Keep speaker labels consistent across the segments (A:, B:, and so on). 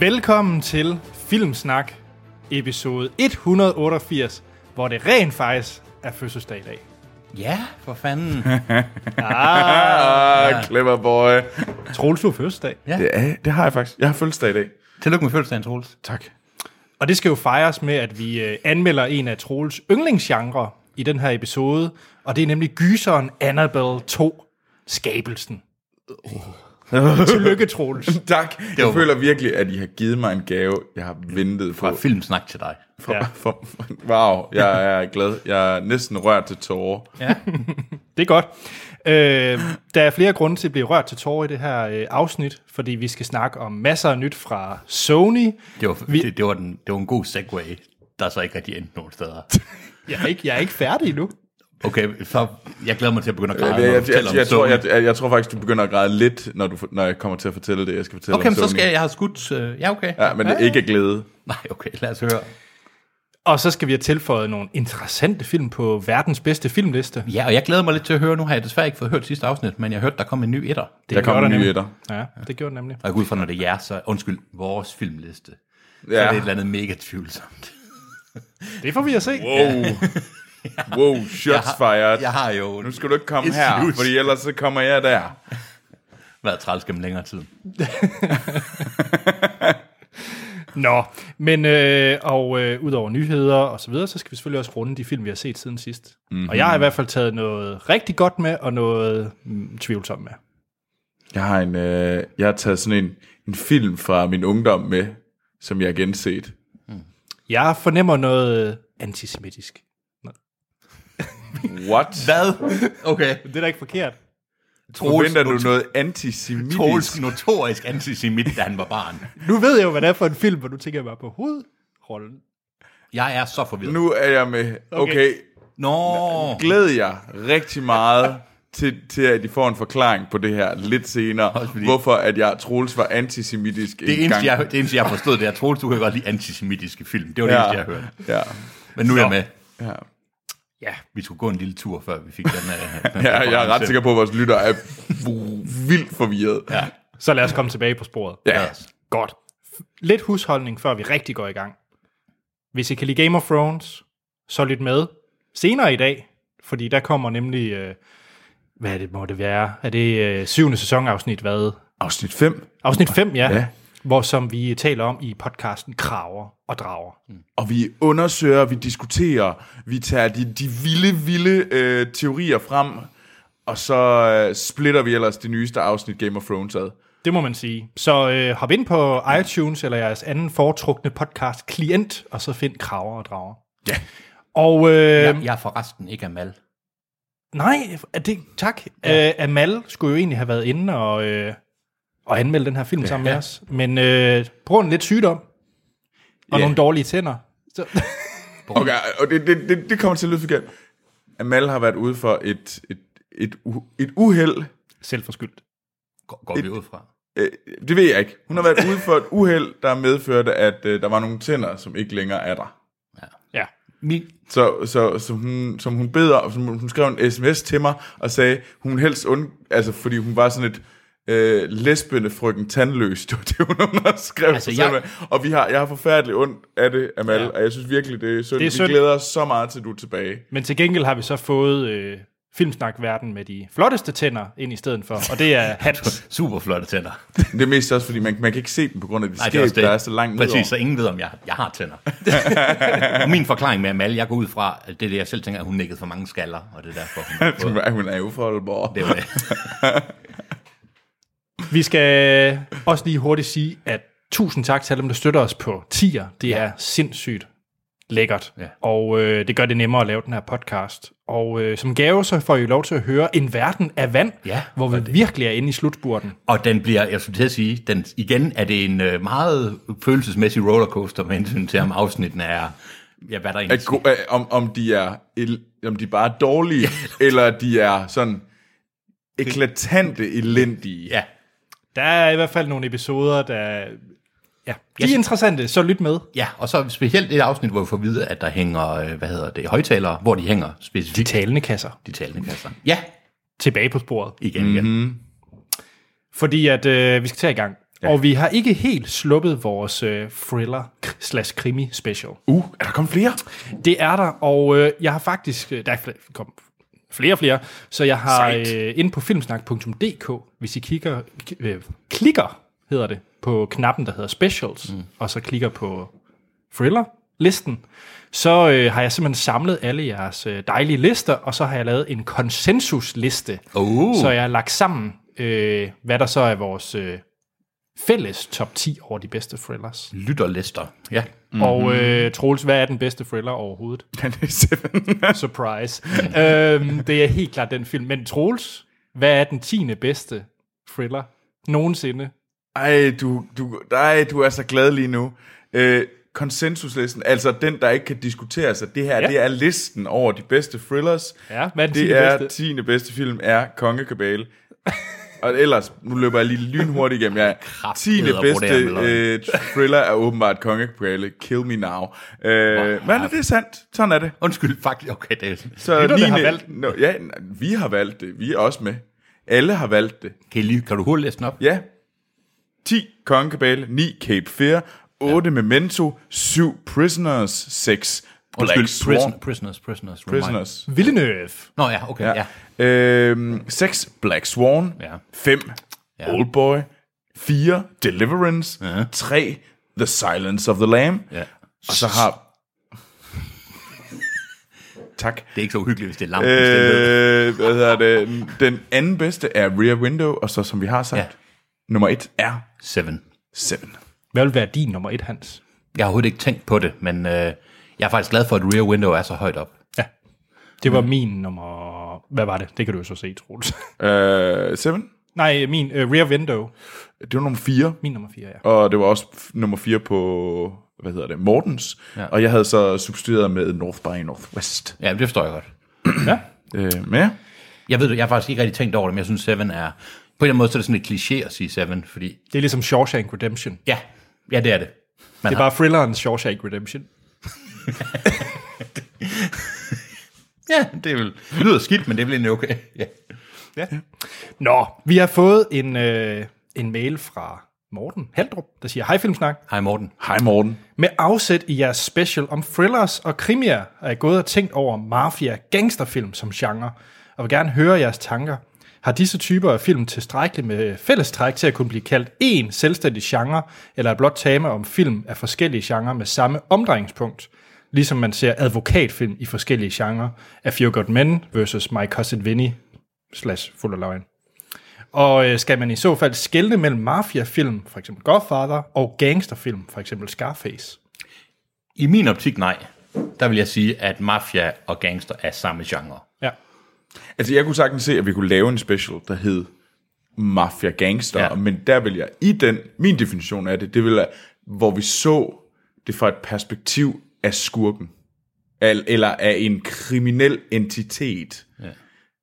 A: Velkommen til Filmsnak, episode 188, hvor det rent faktisk er fødselsdag i dag.
B: Ja, for fanden.
C: Ah, clever boy.
A: Troels, du har fødselsdag.
C: Det, er, det har jeg faktisk. Jeg har fødselsdag i dag.
B: Tillykke med fødselsdagen, Troels.
C: Tak.
A: Og det skal jo fejres med, at vi øh, anmelder en af Troels yndlingsgenre i den her episode, og det er nemlig gyseren Annabelle 2, Skabelsen. Tillykke, Troels.
C: Tak. Jeg føler virkelig, at I har givet mig en gave, jeg har ventet på.
B: Fra filmsnak til dig.
C: For,
A: Ja.
C: for, for, wow, jeg er glad. Jeg er næsten rørt til tårer.
A: Det er godt. Øh, der er flere grunde til at blive rørt til tårer i det her øh, afsnit, fordi vi skal snakke om masser af nyt fra Sony.
B: Det var,
A: Vi-
B: vi... det, det var, den, det var en god segway, der så ikke rigtig endte nogen steder.
A: Jeg er ikke, jeg er ikke færdig endnu.
B: Okay, så jeg glæder mig til at begynde at græde,
C: Jeg,
B: når
C: jeg,
B: du
C: jeg,
B: fortæller
C: jeg,
B: om
C: jeg, tror,
B: Sony.
C: jeg, jeg, jeg tror faktisk, du begynder at græde lidt, når, du, når jeg kommer til at fortælle det, jeg skal fortælle
B: Okay,
C: om
B: men så
C: Sony.
B: skal jeg, jeg har skudt... Øh, ja, okay. Ja.
C: Ja, men det er ikke glæde.
B: Nej, okay, lad os høre.
A: Og så skal vi have tilføjet nogle interessante film på verdens bedste filmliste.
B: Ja, og jeg glæder mig lidt til at høre. Nu har jeg desværre ikke fået hørt sidste afsnit, men jeg hørte, der kom en ny etter. Det,
C: Der
A: gør
C: kommer
A: der
C: nye
A: nemlig.
C: etter.
A: Ja, det gjorde den nemlig.
B: og jeg går ud fra, når det er jer, så undskyld, vores filmliste. Ja. Så er det et
C: Ja.
B: eller andet mega tvivlsomt.
A: Det får vi at se.
C: Wow. Wow, shots fired.
B: Jeg har jo
C: Nu skal du ikke komme
B: It's
C: her,
B: loose.
C: fordi ellers så kommer jeg der.
B: været træls gennem længere tid.
A: Nå, men øh, og øh, udover nyheder og så videre, så skal vi selvfølgelig også runde de film, vi har set siden sidst.
C: Mhm.
A: Mm-hmm. Og jeg har i hvert fald taget noget rigtig godt med, og noget mm, tvivlsomt med.
C: Jeg har en, øh, jeg har taget sådan en, en film fra min ungdom med, som jeg har genset.
A: Jeg fornemmer noget øh, antisemitisk.
C: What?
B: Hvad? Okay.
A: Det er da ikke forkert.
C: Forventer du
B: notorisk-
C: noget antisemitisk?
B: Troels notorisk antisemit, da han var barn.
A: Nu ved jeg jo, hvad det er for en film, hvor du tænker bare på hovedrollen.
B: Jeg er så forvirret.
C: Nu er jeg med. Okay, okay.
B: Nå,
C: glæd jer rigtig meget til, til, at I får en forklaring på det her lidt senere.
B: Også fordi-
C: Hvorfor at jeg, Troels, var antisemitisk
B: det
C: en gang.
B: eneste, jeg, det eneste, jeg forstod, det er, Troels, du kan godt lide antisemitiske film. Det var det
C: Ja.
B: eneste, jeg hørte.
C: Ja.
B: Men nu er jeg med.
C: Ja.
A: Ja,
B: Vi skulle gå en lille tur, før vi fik den. øh, den
C: Ja, jeg er ret
B: reference.
C: sikker på, at vores lytter er vildt forvirret. Ja.
A: så lad os komme tilbage på sporet.
C: ja.
B: Lad os.
A: Godt. Lidt husholdning, før vi rigtig går i gang. Hvis I kan lide Game of Thrones, så lyt med senere i dag, fordi der kommer nemlig, øh, hvad er det må det være, er det øh, syvende sæsonafsnit, hvad?
C: Afsnit 5.
A: Afsnit 5, ja, ja.
C: Ja.
A: hvor som vi taler om i podcasten Kraver og Drager.
C: Og vi undersøger, vi diskuterer, vi tager de, de vilde, vilde øh, teorier frem, og så øh, splitter vi ellers det nyeste afsnit Game of Thrones ad.
A: Det må man sige. Så øh, hop ind på iTunes eller jeres anden foretrukne podcast klient, og så find Kraver og Drager.
C: Ja.
A: Og øh,
C: Øhm.
A: ja.
B: Jeg, jeg er forresten ikke Amal.
A: Nej, er det, tak. Ja. Øh, Amal skulle jo egentlig have været inde og, øh, og anmelde den her film ja. sammen med os. Men øh, på grund af lidt sygdom og
C: Ja.
A: nogle dårlige tænder. Så,
C: Okay, og det, det, det, det kommer til at lyde forkert. Amal har været ude for et, et, et, u- et uheld.
A: Selvforskyldt.
B: Går, går vi ud fra.
C: Øh, det ved jeg ikke. Hun har været ude for et uheld, der medførte, at øh, der var nogle tænder, som ikke længere er der.
A: Ja.
B: Min,
C: Så, så, så hun, som hun beder, som hun hun skrev en sms til mig og sagde, hun ville helst und, altså fordi hun var sådan et øh, lesbende frøken tandløs, det var det, hun underskrev
B: Altså,
C: altså, sig
B: jeg-
C: jeg... med. Og vi har, jeg har forfærdeligt ondt af det, Amal, ja. og jeg synes virkelig, det er synd.
A: Det er
C: Det er
A: synd.
C: Vi glæder os så meget til, du er tilbage.
A: Men til gengæld har vi så fået øh, filmsnakverden med de flotteste tænder ind i stedet for, og det er Hans.
B: super flotte tænder.
C: Men Det er mest også, fordi man, man kan ikke se dem på grund af det
B: Nej,
C: skæb,
B: det er også det.
C: der er så langt
B: Præcis,
C: nedover.
B: så ingen ved, om jeg, jeg har tænder. og min forklaring med Amal, jeg går ud fra, at det er det, jeg selv tænker, at hun nikkede for mange skaller, og det er derfor, hun har fået.
C: Hun er- Hun er jo fra Aalborg.
B: Det var det.
A: Vi skal også lige hurtigt sige, at tusind tak til alle dem, der støtter os på tier. Det ja. er sindssygt lækkert, ja.
B: Ja.
A: og øh, det gør det nemmere at lave den her podcast. Og øh, som gave, så får I lov til at høre En Verden af Vand,
B: Ja,
A: hvor vi virkelig er inde i slutspurten.
B: Og den bliver, jeg skulle til at sige, den, igen er det en øh, meget følelsesmæssig rollercoaster med hensyn til, om afsnittene er, ja, hvad der egentlig
C: At, go- øh, om, om, de er, el- om de bare er dårlige, eller de er sådan eklatante elendige.
B: Ja,
A: Der er i hvert fald nogle episoder, der... Ja, de er interessante, så lyt med.
B: ja, og så specielt et afsnit, hvor vi får at vide, at der hænger, øh, hvad hedder det, højtalere, hvor de hænger
A: De
B: specifikt.
A: talende kasser.
B: De talende kasser. Ja,
A: Tilbage på sporet.
B: igen, igen. Mm-hmm.
A: Fordi at øh, vi skal tage i gang. Ja. Og vi har ikke helt sluppet vores øh, thriller slash krimi special.
C: Uh, er der kommet flere?
A: Det er der, og øh, jeg har faktisk... øh, Der er fl- kom flere og flere, så jeg har
C: Sejt.
A: øh, inde på filmsnak.dk, hvis I kigger, k- øh, klikker, hedder det, på knappen, der hedder Specials, mm. og så klikker på Thriller-listen, så øh, har jeg simpelthen samlet alle jeres øh, dejlige lister, og så har jeg lavet en konsensusliste,
B: Oh.
A: så jeg har lagt sammen, øh, hvad der så er vores øh, fælles top 10 over de bedste thrillers.
B: Lytterlister. Ja.
A: Mm-hmm. Og øh, Troels, hvad er den bedste thriller overhovedet?
C: Den er Seven.
A: Surprise. øhm, det er helt klart den film. Men Troels, hvad er den tiende bedste thriller nogensinde?
C: Ej, du, du, ej, du er så glad lige nu. Øh, konsensuslisten, altså den, der ikke kan diskuteres, at det her,
A: Ja.
C: ja. det er listen over de bedste thrillers.
A: Ja, hvad er den
C: det
A: tiende
C: er
A: bedste?
C: tiende bedste film er Konge Kabale. Og ellers, nu løber jeg lige lynhurtigt igennem, ja. Tiende
B: edderbror, det
C: bedste
B: er med løgn.
C: øh, thriller er åbenbart Konge Kabale. Kill me now. Øh, men det er sandt. Sådan er det.
B: Undskyld, faktisk. Okay, det er...
C: Så
A: Lytterne har
C: niende-
A: valgt
C: Nå, ja, n- vi har valgt det. Vi er også med. Alle har valgt det.
B: Kan, I lige, kan du hurtigt læse den op?
C: Ja. 10 kongekabale, 9 Cape Fear, 8 ja. Memento, 7 Prisoners, 6
B: Undskyld, prison,
C: Sworn-
B: prisoners, prisoners, remind.
C: Prisoners.
A: Villeneuve.
B: Nå ja, okay, ja.
C: Ja. ja. Øhm, 6 Black Swan,
B: Ja.
C: 5
B: Ja.
C: ja. Oldboy, 4 Deliverance, ja. 3 The Silence of the Lamb,
B: ja.
C: og så har... tak.
B: Det er ikke så uhyggeligt, hvis det er langt. Øh,
C: Øh, hvad hedder det? Den anden bedste er Rear Window, og så som vi har sagt,
B: Ja.
C: ja. nummer 1 er
B: Seven.
C: 7.
A: Hvad vil være din nummer et, Hans?
B: Jeg har overhovedet ikke tænkt på det, men øh, jeg er faktisk glad for, at Rear Window er så højt op.
A: Ja. Det var min nummer... Hvad var det? Det kan du jo så se, Troels.
C: Øh, Seven?
A: Nej, min øh, Rear Window.
C: Det var nummer 4,
A: Min nummer 4, ja.
C: og det var også f- nummer 4 på, hvad hedder det, Mortens. Ja. Og jeg havde så substitueret med North by Northwest.
B: Ja, det forstår jeg godt.
A: ja.
C: Øh, men ja.
B: Jeg ved det, jeg har faktisk ikke rigtig tænkt over det, men jeg synes, Seven er... På en eller anden måde, så er det sådan et kliché at sige Seven, fordi...
A: Det er ligesom Shawshank Redemption.
B: Ja, ja det er det.
A: Det er bare thrilleren Shawshank Redemption.
B: Ja, det, er vel, det lyder skidt, men det er vel egentlig okay. Ja.
A: Nå, vi har fået en, øh, en mail fra Morten Haldrup, der siger, Hej Filmsnak,
B: Hej Morten.
C: Hej Morten.
A: Med afsæt i jeres special om thrillers og krimier er jeg gået og tænkt over mafia gangsterfilm som genre, og vil gerne høre jeres tanker. Har disse typer af film tilstrækkeligt med fællestræk til at kunne blive kaldt én selvstændig genre, eller er blot tale om film af forskellige genrer med samme omdrejningspunkt? Ligesom man ser advokatfilm i forskellige genrer, af Few Good Men versus My Cousin Vinny slash Full of Løgn. Og øh, skal man i så fald skelne mellem mafiafilm, for eksempel Godfather, og gangsterfilm, for eksempel Scarface?
B: I min optik, nej. Der vil jeg sige, at mafia og gangster er samme genre.
A: Ja.
C: Altså, jeg kunne sagtens se, at vi kunne lave en special, der hed Mafia Gangster,
B: Ja.
C: ja. men der vil jeg, i den, min definition af det, det vil være, hvor vi så det fra et perspektiv af skurken, al- eller af en kriminel entitet. Ja.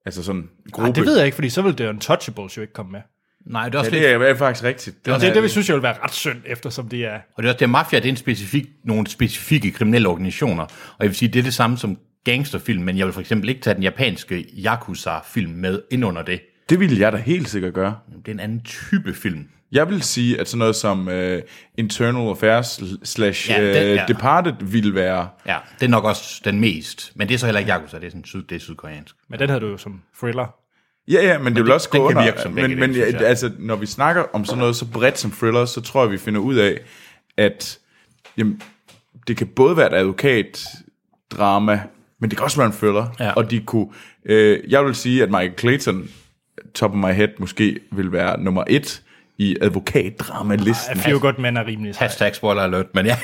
C: Altså sådan en gruppe.
A: Ej, det ved jeg ikke, fordi så ville The Untouchables jo ikke komme med.
B: Nej, det er også
C: Ja,
B: lidt
C: det er, det er faktisk rigtigt. Den
A: Og det er
C: er-
A: det, vi synes, jeg ville være ret synd, eftersom det er...
B: Og det er også det, at mafia det er en specifik, nogle specifikke kriminelle organisationer. Og jeg vil sige, det er det samme som gangsterfilm, men jeg vil for eksempel ikke tage den japanske Yakuza-film med ind under det.
C: det ville jeg da helt sikkert gøre.
B: Det er en anden type film.
C: Jeg vil sige, at sådan noget som uh, Internal Affairs slash
B: Ja,
C: ja,
B: den-
C: den,
B: ja.
C: ja. Departed ville være...
B: Ja, det er nok også den mest. Men det er så heller ikke Yakuza, det er, sådan syd, det er sydkoreansk.
A: Men den havde du jo som thriller.
C: Ja, ja, men, det vil også
B: den
C: gå
B: kan
C: under.
B: virke som begge
C: men men
B: dele, synes jeg.
C: altså, når vi snakker om sådan noget så bredt som thriller, så tror jeg, vi finder ud af, at jamen, det kan både være et advokatdrama, men det kan også være en thriller.
B: Ja.
C: Og de kunne... Øh, jeg vil sige, at Michael Clayton, top of my head, måske vil være nummer et i advokatdrama-listen.
A: At Few Good Men er rimelig sej.
B: Hashtag spoiler alert, men ja,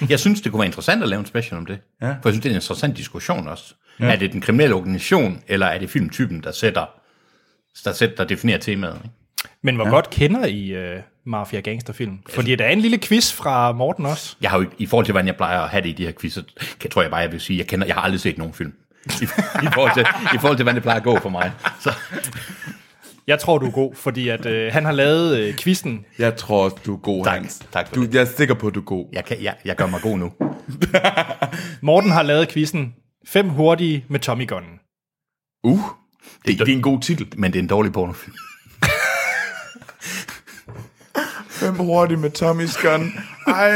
B: jeg synes, det kunne være interessant at lave en special om det. Ja. For jeg synes, det er en interessant diskussion også. Ja. Er det den kriminelle organisation, eller er det filmtypen, der sætter, der, sætter, der definerer temaet? Ikke?
A: Men hvor ja. godt kender I uh, mafia gangsterfilm? Fordi der er en lille quiz fra Morten også.
B: Jeg har jo ikke, i forhold til, hvordan jeg plejer at have det i de her quizzer, kan, tror jeg bare, jeg vil sige, jeg kender, jeg har aldrig set nogen film. I, i, forhold til, I forhold til, hvordan det plejer at gå for mig. Så,
A: Jeg tror, du er god, fordi at, uh, han har lavet uh, quizzen.
C: Jeg tror, du er god,
B: Tak.
C: Hans.
B: Tak for
C: du,
B: det.
C: Jeg er sikker på, at du er god.
B: jeg, kan, jeg, jeg gør mig god nu.
A: Morten har lavet quizzen Fem hurtige med Tommy Gunnen.
C: Uh, det, det er en god titel.
B: Men det er en dårlig pornofilm.
C: Hvem hurtig med Tommy's gun? Ej,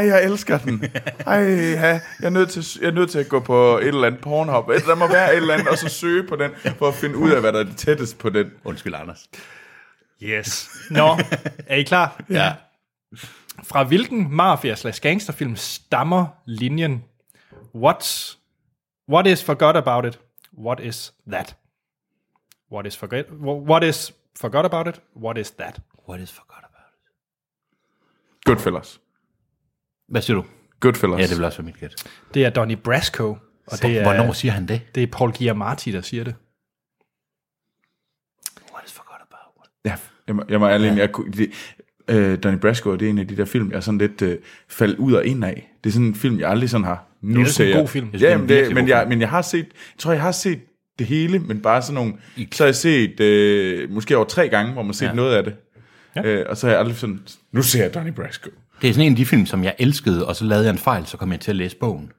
C: ej, jeg elsker den. Ej, ja, jeg, er nødt til, jeg er nødt til at gå på et eller andet Pornhub. Altså, Der må være et eller andet, og så søge på den, for at finde ud af, hvad der er det tættest på den.
B: Undskyld, Anders.
A: Yes. Nå, er I klar?
B: Ja.
A: Fra hvilken mafia slash gangsterfilm stammer linjen What's, What is forgot about it? What is that? What is forget What is forgot about it? What is that?
B: What is forgot about it?
C: Goodfellas.
B: Hvad siger du?
C: Goodfellas.
B: Ja, det vil også være mit gæt.
A: Det er Donnie Brasco, og det
B: Hvornår
A: er,
B: siger han det?
A: det er Paul Giamatti, der siger det.
B: What is forgot about it?
C: Ja, jeg må, jeg må ærlig, jeg kunne, det, øh, Donnie Brasco, det er en af de der film, jeg er sådan lidt øh, faldt ud og ind af. Det er sådan en film, jeg aldrig sådan har. Nu
A: ellers en
C: ser jeg-
A: god film.
C: Ja, men, det,
B: virkelig
C: men,
B: god
C: jeg,
B: film.
C: men jeg har set, jeg tror, jeg har set det hele, men bare sådan nogle, så har jeg set øh, måske over tre gange, hvor man har set ja. noget af det. Ja. Øh, og så har jeg aldrig sådan, nu ser jeg Donnie Brasco.
B: Det er sådan en af de film, som jeg elskede, og så lavede jeg en fejl, så kom jeg til at læse bogen.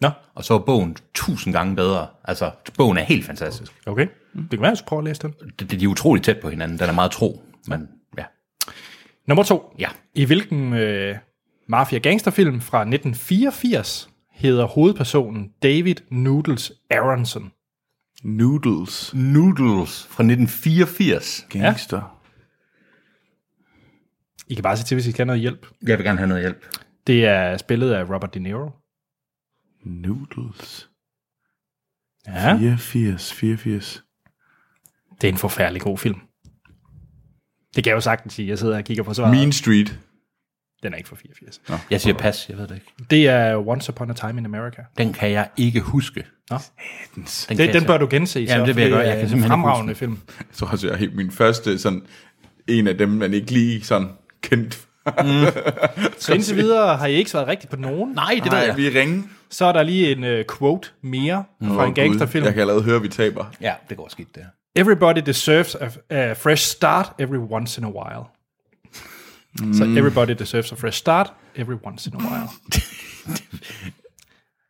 A: Nå,
B: Og så var bogen tusind gange bedre. Altså, bogen er helt fantastisk.
A: okay. Mm. Det kan være, jeg skal prøve at læse den.
B: Det- det- De er utroligt tæt på hinanden. Den er meget tro, men ja.
A: Nummer to.
B: Ja.
A: I hvilken øh, mafia-gangsterfilm fra 1984 hedder hovedpersonen David Noodles Aronson?
C: Noodles.
B: Noodles fra 1984.
C: Gangster.
A: I kan bare se til, hvis I kan noget hjælp.
B: Jeg vil gerne have noget hjælp.
A: Det er spillet af Robert De Niro.
C: Noodles.
A: Ja,
C: 84, 84.
A: det er en forfærdelig god film. Det kan jeg jo sagtens sige. Jeg sidder og kigger på svaret.
C: Mean Street.
A: Den er ikke fra 84.
B: Jeg siger pas, jeg ved det ikke.
A: Det er Once Upon a Time in America.
B: Den kan jeg ikke huske.
A: Nå.
B: Den,
A: Det, den
B: bør...
A: bør du gense, så.
B: Jamen, det vil jeg
A: for
B: gøre. Jeg
A: er
B: kan simpelthen
A: en
B: ikke
A: fremragende film.
C: Jeg tror også, jeg har min første sådan, en af dem, man ikke lige sådan kendt.
A: Så indtil videre har I ikke svaret rigtigt på nogen.
B: Nej, det ved
C: Nej,
B: jeg.
C: vi ringe.
A: Så er der lige en uh, quote mere fra en
C: Åh, Gud,
A: gangsterfilm.
C: Jeg kan allerede høre, at vi taber.
B: Ja, det går skidt, det her.
A: Everybody deserves a, a fresh start every once in a while. Mm. Så everybody deserves a fresh start every once in a while.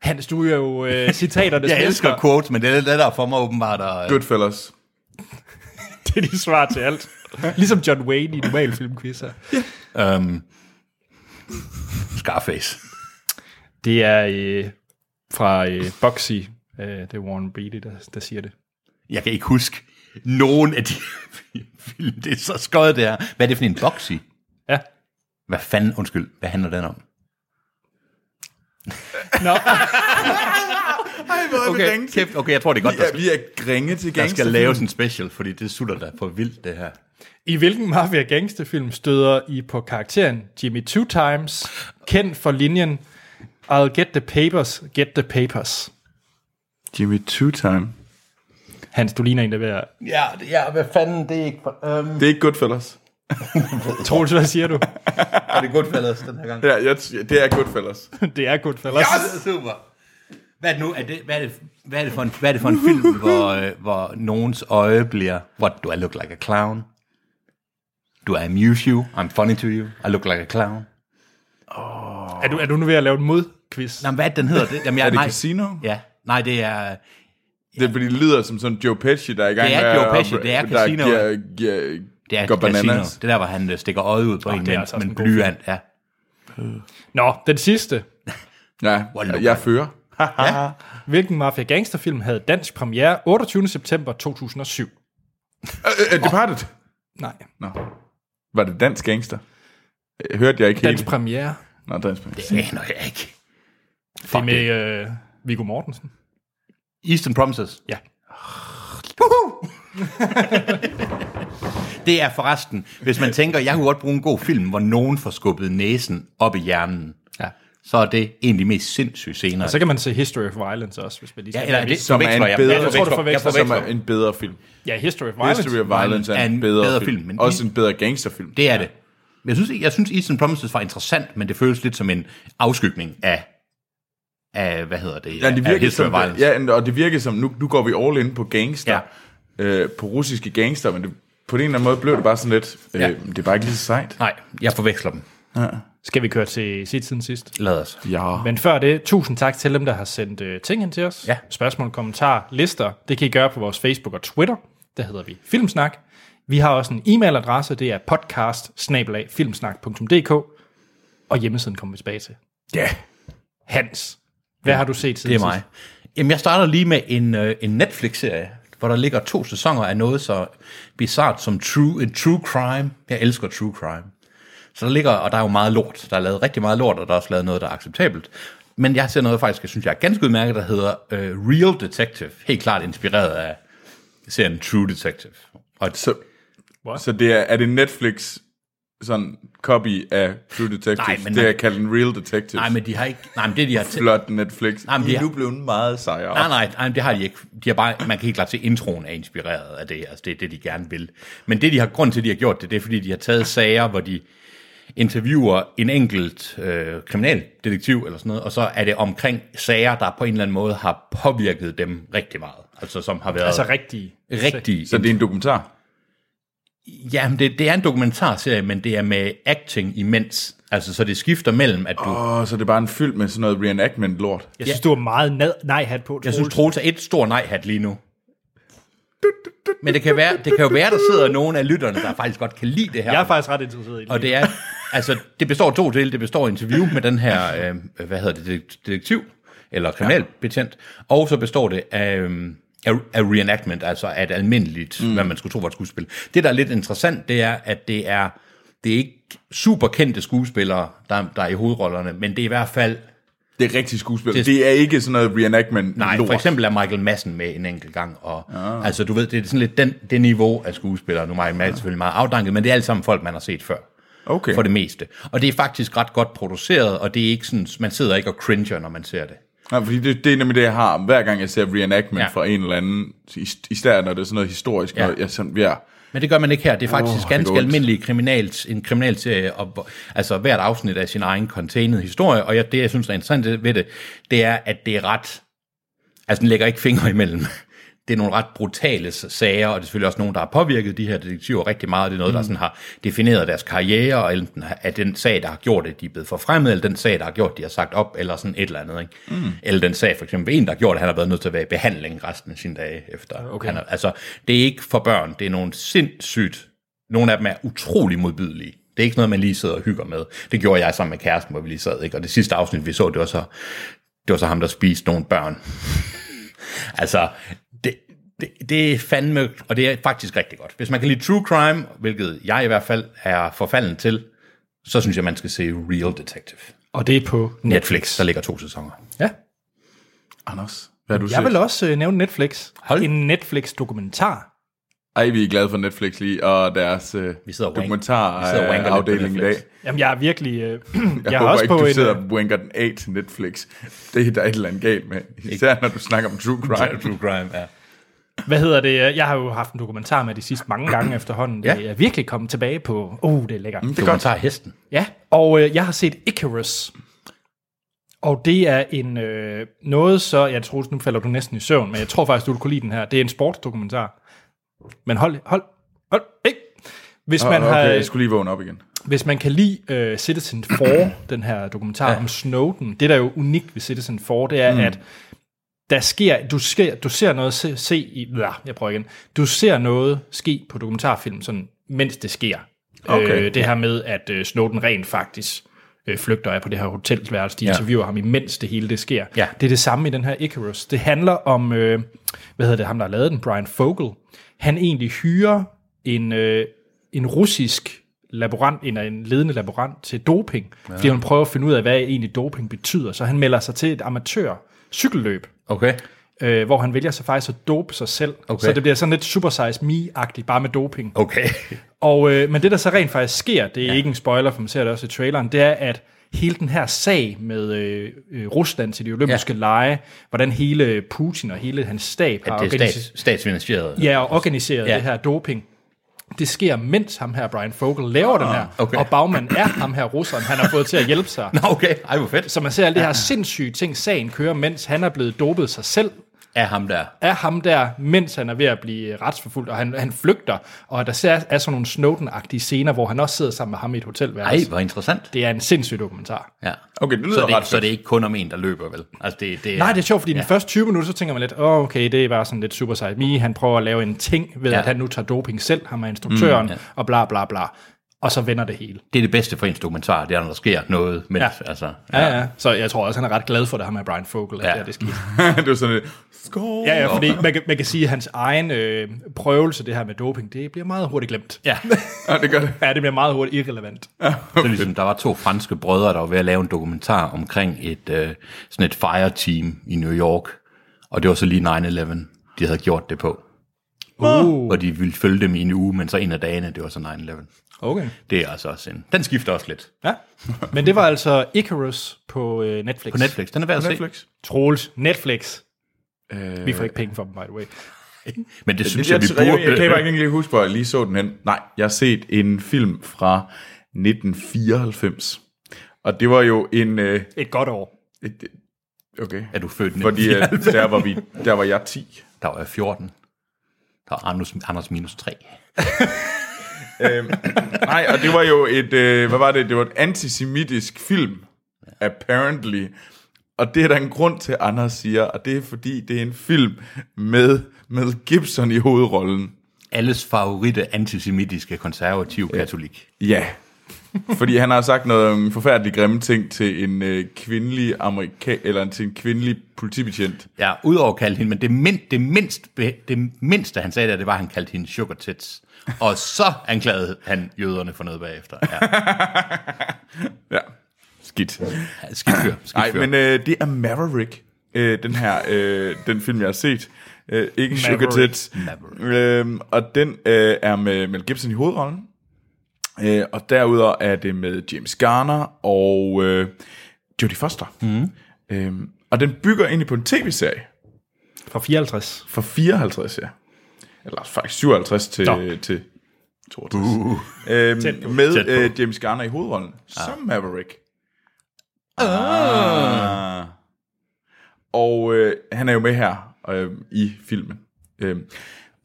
A: Hans, du er jo øh, citaterne.
B: Jeg elsker quotes, men det er lidt lettere for mig åbenbart at...
C: Goodfellas.
A: Det er de svar til alt. Ligesom John Wayne i normal filmquiz her.
B: Øhm, Scarface.
A: Det er øh, fra øh, Boxy. Øh, det er Warren Beatty, der, der siger det.
B: Jeg kan ikke huske nogen af de film. Det er så skøjet, det er. Hvad er det for en boxy?
A: Ja.
B: Hvad fanden, undskyld, hvad handler den om?
A: Nå,
C: Ej, hvor er okay. vi ringe til.
B: kæft, okay, jeg tror, det er godt, der
C: Ja,
B: skal,
C: vi er ringe til
B: der
C: gangster.
B: skal laves en special, fordi det sutter da for vildt, det her.
A: I hvilken mafia gangsterfilm støder I på karakteren Jimmy Two Times, kendt for linjen I'll get the papers, get the papers.
C: Jimmy Two Time.
A: Hans, du ligner en, der er ved at...
B: Ja, ja hvad fanden, det er ikke... Øhm,
C: Det er ikke Goodfellas.
A: Troels, hvad siger du?
B: er det Goodfellas den her gang?
C: Ja, jeg, t- det er Goodfellas.
A: det er Goodfellas.
B: Yes! Super. Hvad er det nu? Er det, hvad, er det, hvad, er det for en, hvad er det for en film, hvor, øh, hvor nogens øje bliver... What do I look like a clown? Do I amuse you? I'm funny to you. I look like a clown.
A: Er du, er du nu ved at lave en modquiz?
B: Nå, men hvad er det, den hedder? Det, jamen, jeg,
C: Er det
B: nej,
C: Casino?
B: Ja, nej, det er...
C: Det er fordi, det lyder som sådan Joe Pesci, der er i gang
B: Det er
C: med...
B: Joe Pesci, det er Casino.
C: Der, giver,
B: Det er
C: går
B: Casino.
C: bananas.
B: Det er der, hvor han øh, stikker øjet ud på oh, en
A: det er
B: mand,
A: altså også
B: men
A: en god film.
B: blyant, ja.
A: Nå, den sidste.
C: Ja,
B: Hvor
C: jeg fører.
A: Hvilken mafia gangsterfilm havde dansk premiere 28. september 2007?
C: Øh, øh, Departed.
A: Nej,
C: Nå. Var det dansk gangster? Øh, Hørte jeg ikke
A: dansk
C: helt?
A: premiere.
C: Nå, dansk premiere.
B: Det aner jeg ikke.
A: Det er med øh, Viggo Mortensen.
B: Eastern Promises.
A: Ja.
B: Det er forresten, hvis man tænker, jeg kunne godt bruge en god film, hvor nogen får skubbet næsen op i hjernen,
A: ja. Altså-
B: så er det en af de mest sindssyge scener.
A: Så kan man se History of Violence også, hvis man lige skal.
B: ja, eller er det,
C: Som er
B: forveksler
C: en
B: jeg.
C: bedre-
B: Jeg
C: Jeg tror, du
A: forveksler.
B: jeg
C: Som er
B: forveksler.
C: en bedre film.
A: ja History of Violence.
C: History of Violence er en bedre film.
B: men-
C: Også en bedre gangsterfilm.
B: Det er det. Men Jeg synes, jeg synes Eastern Promises var interessant, men det føles lidt som en afskygning af, af hvad hedder det?
C: Ja, det
B: af
C: virker
B: History
C: som,
B: of Violence.
C: ja, og det virker som, nu, nu går vi all in på gangster, ja. øh, på russiske gangster, men det, på en eller anden måde blev det bare sådan lidt, øh,
B: Ja.
C: ja. det er bare ikke lige så sejt.
B: Nej, jeg forveksler dem.
A: Skal vi køre til sit siden sidst?
B: Lad os.
C: Ja.
A: Men før det, tusind tak til dem, der har sendt øh, ting ind til os.
B: Ja.
A: Spørgsmål, kommentarer, lister. Det kan I gøre på vores Facebook og Twitter. Der hedder vi Filmsnak. Vi har også en e-mailadresse, det er podcast og hjemmesiden kommer vi tilbage til.
C: Ja. Yeah.
A: Hans, hvad har du set siden
B: Det er mig. Jamen, jeg starter lige med en, øh, en Netflix-serie, hvor der ligger to sæsoner af noget så bizart som true, en true crime. Jeg elsker true crime. Så der ligger, og der er jo meget lort. Der er lavet rigtig meget lort, og der er også lavet noget, der er acceptabelt. Men jeg ser noget, faktisk, jeg synes, jeg er ganske udmærket, der hedder øh, Real Detective. Helt klart inspireret af serien True Detective. Og
C: Så, så det er, er det Netflix sådan copy af True Detective?
B: Nej, men
C: det
B: nej.
C: er kaldt en Real Detective.
B: nej, men de har ikke... Nej, men det, de har... tæ-
C: Flot Netflix.
B: Nej, men
C: de
B: de
C: er
B: har-
C: nu blevet meget sejere.
B: Nej, nej, nej, det har de ikke. De har bare, man kan helt klart se, at introen er inspireret af det her. Altså, det er det, de gerne vil. Men det, de har grund til, at de har gjort det, det er, fordi de har taget sager, hvor de interviewer en enkelt øh, kriminaldetektiv eller sådan noget, og så er det omkring sager, der på en eller anden måde har påvirket dem rigtig meget. Altså, som har været
A: Altså
B: altså,
A: rigtige.
B: rigtig...
C: Så det er en dokumentar.
B: Jamen, det, det er en dokumentarserie, men det er med acting imens. Altså, så det skifter mellem, at du...
C: Åh, oh, så det er bare en film med sådan noget reenactment-lort.
A: Jeg synes, du har meget nad- nej-hat på.
B: Jeg synes, Troels er et stor nej-hat lige nu. Men det kan, være, det kan jo være, der sidder nogen af lytterne, der faktisk godt kan lide det her.
A: jeg er faktisk ret interesseret i det.
B: Og det er, altså, det består af to dele. Det består af interview med den her, øh, hvad hedder det, det- detektiv, eller kriminalbetjent. Og så består det af, øh, af, af reenactment, altså af et almindeligt, mm. hvad man skulle tro var et skuespil. Det, der er lidt interessant, det er, at det er, det er ikke super kendte skuespillere, der, der er i hovedrollerne, men det er i hvert fald
C: Det er rigtig skuespil.
B: Det-
C: Det, det er ikke sådan noget reenactment
B: Nej,
C: lort. Ah.
B: for eksempel er Michael Madsen med en enkelt gang. Og, ja. Altså, du ved, det er sådan lidt den, det niveau af skuespillere. Nu er Michael Madsen selvfølgelig meget afdanket, men det er alle sammen folk, man har set før.
C: Okay.
B: For det meste. Og det er faktisk ret godt produceret, og det er ikke sådan, man sidder ikke og cringer, når man ser det.
C: Nej, fordi det, det er nemlig det, jeg har. Hver gang jeg ser reenactment
B: Ja.
C: ja. fra en eller anden, is- især når det er sådan noget historisk,
B: Ja.
C: ja. når jeg sådan, ja,
B: Men det gør man ikke her. Det er faktisk
C: Åh,
B: oh,
C: det
B: ganske
C: går ondt.
B: almindelig kriminals, en kriminalserie, og, hvor- altså hvert afsnit af sin egen contained historie, og jeg, det, jeg synes er interessant ved det, det er, at det er ret, altså den lægger ikke fingre imellem. Det er nogle ret brutale s- sager, og det er selvfølgelig også nogen, der har påvirket de her detektiver rigtig meget. Det er noget, mm. der sådan har defineret deres karriere, og enten er den sag, der har gjort det, de er blevet forfremmet, eller den sag, der har gjort, de har sagt op, eller sådan et eller andet. Ikke? Mm. Eller den sag, for eksempel en, der har gjort, at han har været nødt til at være i behandling resten af sine dage efter. Okay. Han er, altså, det er ikke for børn. Det er nogle sindssygt nogle af dem er utrolig modbydelige. Det er ikke noget, man lige sidder og hygger med. Det gjorde jeg sammen med kæresten, hvor vi lige sad, ikke? Og det sidste afsnit, vi så, det var så, det var så ham, der spiste nogle børn. altså, det, det, det er fandme, og det er faktisk rigtig godt. Hvis man kan lide true crime, hvilket jeg i hvert fald er forfalden til, så synes jeg, man skal se Real Detective.
A: og det er på net.
B: Netflix, der ligger to sæsoner.
A: Ja.
C: Anders, hvad har du
A: Jeg
C: set?
A: vil også øh, nævne Netflix.
B: Hold.
A: En Netflix-dokumentar.
C: Ej, vi er glade for Netflix lige, og deres øh,
B: Vi sidder og wank- vi sidder og wanker lidt på
C: dokumentarafdeling i dag.
B: Netflix.
A: Jamen, jeg er virkelig... Øh, jeg,
C: Jeg,
A: jeg
C: jeg
A: har
C: håber
A: også
C: ikke,
A: på
C: du
A: en... øh,
C: sidder og winker den af til Netflix. Det er der et eller andet galt med. Især når du snakker om true crime.
B: True crime, ja.
A: Hvad hedder det? Jeg har jo haft en dokumentar med de sidste mange gange efterhånden.
B: Ja. Mm.
A: Jeg er virkelig kommet tilbage på... Oh, det er lækkert.
C: Det er godt.
B: Dokumentar Hesten.
A: Ja, og øh, jeg har set Icarus. Og det er en øh, noget så... Jeg tror, nu falder du næsten i søvn, men jeg tror faktisk, du vil kunne lide den her. Det er en sportsdokumentar. Men hold, hold, hold, ikke. Hvis man,
C: Man okay, jeg
A: har,
C: skulle lige vågne op igen.
A: hvis man kan lide uh, Citizen 4, den her dokumentar ja. om Snowden, det der er jo unikt ved Citizen 4, det er, mm. at der sker, du, sker, du ser noget se, se i, ja, jeg prøver igen, du ser noget ske på dokumentarfilm, sådan, mens det sker.
C: Okay.
A: Øh, det her med, at øh, Snowden rent faktisk øh, flygter af på det her hotelværelse, de
B: Ja.
A: interviewer ham imens det hele det sker.
B: Ja.
A: Det er det samme i den her Icarus. Det handler om, øh, hvad hedder det, ham der har lavet den, Brian Fogel. Han egentlig hyrer en, øh, en russisk laborant, en, en ledende laborant til doping, ja. fordi han prøver at finde ud af, hvad egentlig doping betyder. Så han melder sig til et amatør cykelløb,
B: Okay.
A: øh, hvor han vælger sig faktisk at dope sig selv.
B: Okay.
A: Så det bliver sådan lidt super size me-agtigt, bare med doping.
B: Okay.
A: Og, øh, men det, der så rent faktisk sker, det er ja. ikke en spoiler, for man ser det også i traileren, det er, at hele den her sag med øh, øh, Rusland til de olympiske ja. lege, hvordan hele Putin og hele hans stab har
B: Det er
A: organiseret,
B: stats, statsfinansieret.
A: ja, og organiseret ja.
B: Ja.
A: det her doping. Det sker, mens ham her, Brian Fogel, laver den her.
B: Ah, okay.
A: Og bagmanden er ham her, russeren, han har fået til at hjælpe sig.
B: Nå, okay. Ej, hvor fedt.
A: Så man ser alle det her sindssyge ting, sagen kører, mens han er blevet dopet sig selv.
B: af ham der.
A: af ham der, mens han er ved at blive øh, retsforfulgt, og han, han flygter, og der ser, er sådan nogle Snowden-agtige scener, hvor han også sidder sammen med ham i et
B: Ej,
A: hotelværelse.
B: hvor interessant.
A: Det er en sindssyg dokumentar.
B: Ja.
C: Okay, det lyder
B: så det,
C: ret
B: Så det er ikke kun om en, der løber, vel? Altså, det, det er,
A: Nej, det er sjovt, fordi ja. den første 20 minutter, så tænker man lidt, åh, oh, okay, det var sådan lidt super sejt. Mi, han prøver at lave en ting ved,
B: Ja.
A: ja. at han nu tager doping selv, ham er instruktøren, mm, ja. og bla bla bla. Og så vender det hele.
B: det er det bedste for ens dokumentar, det er, når der sker noget. Men, ja.
A: Ja.
B: altså,
A: Ja, ja. Så jeg tror også, han er ret glad for det, ham med Brian Fogel, at
B: Ja.
A: ja. det, er det skete.
C: det var sådan lidt, skål.
A: Ja, ja, fordi man kan, man kan sige, at hans egen øh, prøvelse, det her med doping, det bliver meget hurtigt glemt.
B: ja.
C: ja det gør det.
A: Ja, det bliver meget hurtigt irrelevant.
B: Så ligesom, der var to franske brødre, der var ved at lave en dokumentar omkring et, øh, sådan et fireteam i New York. Og det var så lige 9-11, de havde gjort det på.
A: Uh.
B: Hvor de ville følge dem i en uge, men så en af dagene, det var så 9-11.
A: Okay.
B: Det er altså også en... Den skifter også lidt.
A: Ja. Men det var altså Icarus på øh, Netflix.
B: På Netflix, den er værd at se.
C: Netflix.
A: Troels. Netflix. Øh. Vi får ikke penge for dem, by the way.
B: Men det synes
C: Jeg,
B: jeg, vi
C: jeg, jeg, jeg kan bare
B: burde.
C: ikke lige huske, hvor jeg lige så den hen. Nej, jeg har set en film fra 1994. Og det var jo en... Øh,
A: Et godt år.
C: et- okay.
B: Er du født i
C: Fordi øh, der, var vi, der var jeg 10.
B: Der var jeg 14. Der var Anders, Anders minus 3.
C: øhm, nej, og det var jo et, øh, hvad var det, det var et antisemitisk film, apparently. Og det er der en grund til, Anders siger, og det er fordi, det er en film med Mel Gibson i hovedrollen.
B: Alles favoritte antisemitiske konservative katolik.
C: Ja, fordi han har sagt noget om forfærdeligt grimme ting til en øh, kvindelig amerika eller til en kvindelig politibetjent.
B: Ja, udover at kalde hende, men det, mind, det, mindst, be- det mindste, han sagde der, det var, at han kaldte hende sugar tits. Og så anklagede han jøderne for noget bagefter. Ja,
C: Ja, skidt.
B: skidt fyr, skidt
C: Nej,
B: fyr.
C: men øh, det er Maverick, øh, den her, øh, den film, jeg har set. Øh, ikke Sugar
A: Maverick.
C: Tits. Øhm, og den øh, er med Mel Gibson i hovedrollen. Øh, og derudover er det med James Garner og øh, Jodie Foster. Mm. Øhm, og den bygger egentlig på en tv-serie
A: Fra 54.
C: fra 54, ja. Eller faktisk 57 til,
A: Nå.
C: til 62. Uh. Øhm,
A: Tæt på.
C: med
B: Tæt på.
C: øh, James Garner i hovedrollen, ah. som Maverick. Ah. Og øh, han er jo med her øh, i filmen. Øh,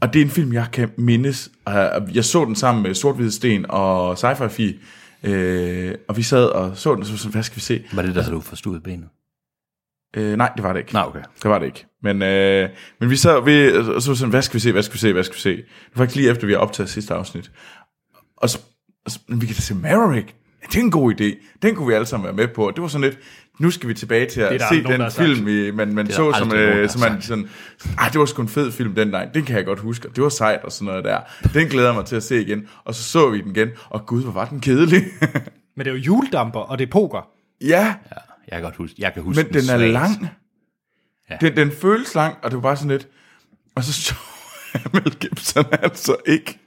C: og det er en film, jeg kan mindes. Øh, jeg så den sammen med sort Sten og Sci-Fi Fi. Øh, og vi sad og så den, og så var sådan, hvad skal vi se?
B: Var det der, havde du forstuet benet?
C: Øh, nej, det var det ikke.
B: Nej, okay.
C: Det var det ikke. Men, øh, men vi sad vi, og så var sådan, hvad skal vi se, hvad skal vi se, hvad skal vi se? Det var faktisk lige efter, vi har optaget sidste afsnit. Og så, og så men vi kan da se Maverick. Ja, Det er en god idé. Den kunne vi alle sammen være med på. Det var sådan lidt, nu skal vi tilbage til at
A: Det er der
C: se
A: aldrig nogen, der
C: den
A: har sagt.
C: film, i, man, man
B: er
C: så,
B: der
C: som,
B: aldrig nogen, der har
C: øh, som man
B: sagt.
C: sådan, ah, det var sgu en fed film den dag. Den kan jeg godt huske, og det var sejt og sådan noget der. Den glæder jeg mig til at se igen. Og så så vi den igen, og gud, hvor var den kedelig.
A: Men det er jo juledamper, og det er poker.
C: ja,
B: Ja, jeg kan godt huske, jeg kan huske
C: men den er
B: svagt.
C: lang.
B: Ja.
C: Ja. Den, den føles lang, og det var bare sådan lidt... Og så så Mel Gibson altså ikke.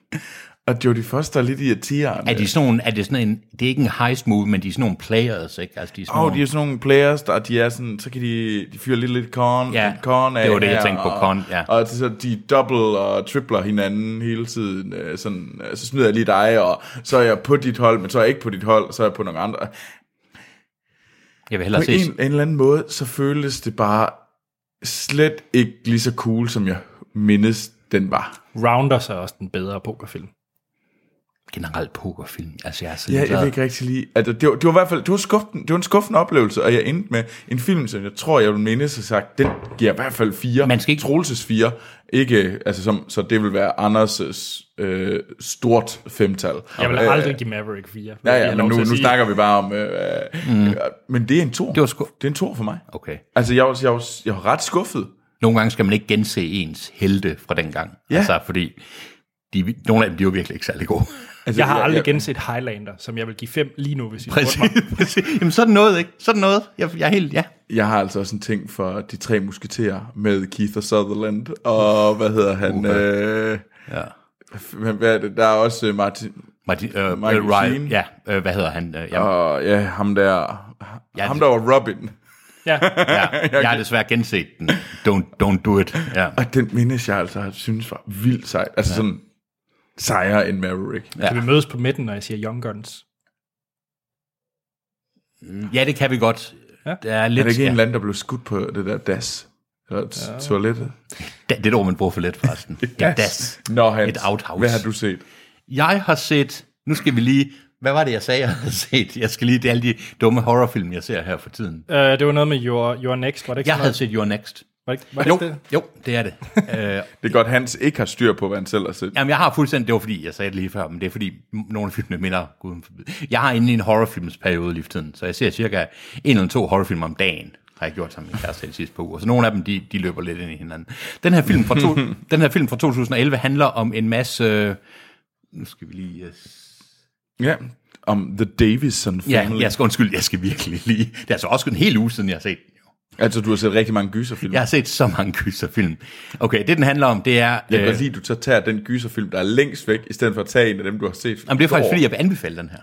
C: Og Jodie Foster er lidt irriterende.
B: Er, de sådan nogle, er det sådan en, det er ikke en heist movie, men de er sådan nogle players, ikke? Altså, de er sådan
C: Og
B: nogle,
C: de er sådan nogle players, der de er sådan, så kan de, de fyre lidt lidt con,
B: Ja,
C: lidt con af
B: det var det, jeg
C: her,
B: tænkte på, con, ja.
C: Og, og så de double og tripler hinanden hele tiden, øh, sådan, øh, så snyder jeg lige dig, og så er jeg på dit hold, men så er jeg ikke på dit hold, så er jeg på nogle andre.
B: jeg vil
C: På
B: hellere se,
C: en, en eller anden måde, så føles det bare slet ikke lige så cool, som jeg mindes, den var.
A: Rounders er også den bedre pokerfilm.
B: generelt pokerfilm. Altså, jeg er så
C: Ja, jeg
B: ligeglad.
C: vil ikke rigtig lide. Altså, det, var, det var i hvert fald det var skuffende, det var en skuffende oplevelse, og jeg endte med en film, som jeg tror, jeg ville minde sig sagt, den giver i hvert fald fire.
B: Man skal ikke-
C: Troelses fire. Ikke, altså, som, så det vil være Anders' øh, stort femtal.
A: Jeg vil
C: Øh,
A: aldrig give Maverick 4.
C: Ja, ja, men nu, nu snakker vi bare om... Øh, mm. øh, men det er en to.
B: Det var sku-
C: det er en to for mig.
B: Okay.
C: Altså, jeg var, jeg, var, jeg var ret skuffet.
B: Nogle gange skal man ikke gense ens helte fra dengang. Ja. Altså, fordi de, nogle af dem, de er jo virkelig ikke særlig gode.
C: Altså,
A: Jeg har aldrig genset Highlander, som jeg vil give 5 lige nu, hvis I spurgte mig.
B: Præcis, præcis. Jamen, sådan noget, ikke? Sådan noget. Jeg, jeg er helt, ja.
C: Jeg har altså også en ting for de tre musketerer med Keith og Sutherland, og hvad hedder han? Øh,
B: ja.
C: hvad hvad er det? Der er også øh, Martin...
B: Martin, øh,
C: Michael
B: Michael Ryan.
C: Sheen.
B: Ja, øh, hvad hedder han? Øh, jeg,
C: Og ja, ham der,
B: Ja,
C: ja, ham
B: det-
C: der var Robin.
A: Ja.
B: ja, jeg har desværre genset den. Don't, don't do it. Ja.
C: Og den mindes jeg altså, jeg synes var vildt sejt. Altså ja. sådan sejere end Maverick.
A: Kan vi mødes på midten, når jeg siger Young Guns?
B: ja, det kan vi godt.
A: Ja.
B: Der er
C: Er
B: lidt,
C: der ikke en
B: ja.
C: eller anden, der blev skudt på det der DAS? Eller et toilettet.
B: Da- Det er et ord, man bruger for let, forresten. Det das.
C: Nå, Hans,
B: Et outhouse.
C: hvad har du set?
B: Jeg har set... Nu skal vi lige... Hvad var det, jeg sagde, jeg havde set? Jeg skal lige... Det er alle de dumme horrorfilm, jeg ser her for tiden.
A: Uh, det var noget med Your, your Next, var det ikke
B: Jeg
A: sådan
B: havde
A: noget?
B: set Your Next.
A: Var det, ikke- var det
B: Jo,
A: ikke det?
B: jo, det er det. Øh,
C: Det er godt, Hans ikke har styr på, hvad han selv har set.
B: Jamen, jeg har fuldstændig, det var fordi, jeg sagde det lige før, men det er fordi, m- nogle af filmene minder, gud forbyde. Jeg har inde i en horrorfilmsperiode lige for tiden, så jeg ser cirka en eller to horrorfilm om dagen, har jeg gjort sammen med min kæreste de sidste par uger. Så nogle af dem, de, de løber lidt ind i hinanden. Den her film fra, to, den her film fra 2011 handler om en masse... øh, Nu skal vi lige... øh,
C: Ja, om The Davison
B: Ja,
C: Family.
B: jeg skal undskylde, jeg skal virkelig lige... Det er altså også en hel uge siden, jeg har set den, jo.
C: Altså, du har set rigtig mange gyserfilm.
B: Jeg har set så mange gyserfilm. Okay, det den handler om, det er...
C: Jeg kan
B: øh,
C: godt lide, at du så tager den gyserfilm, der er længst væk, i stedet for at tage en af dem, du har set.
B: jamen, det er faktisk, fordi jeg vil anbefale den her.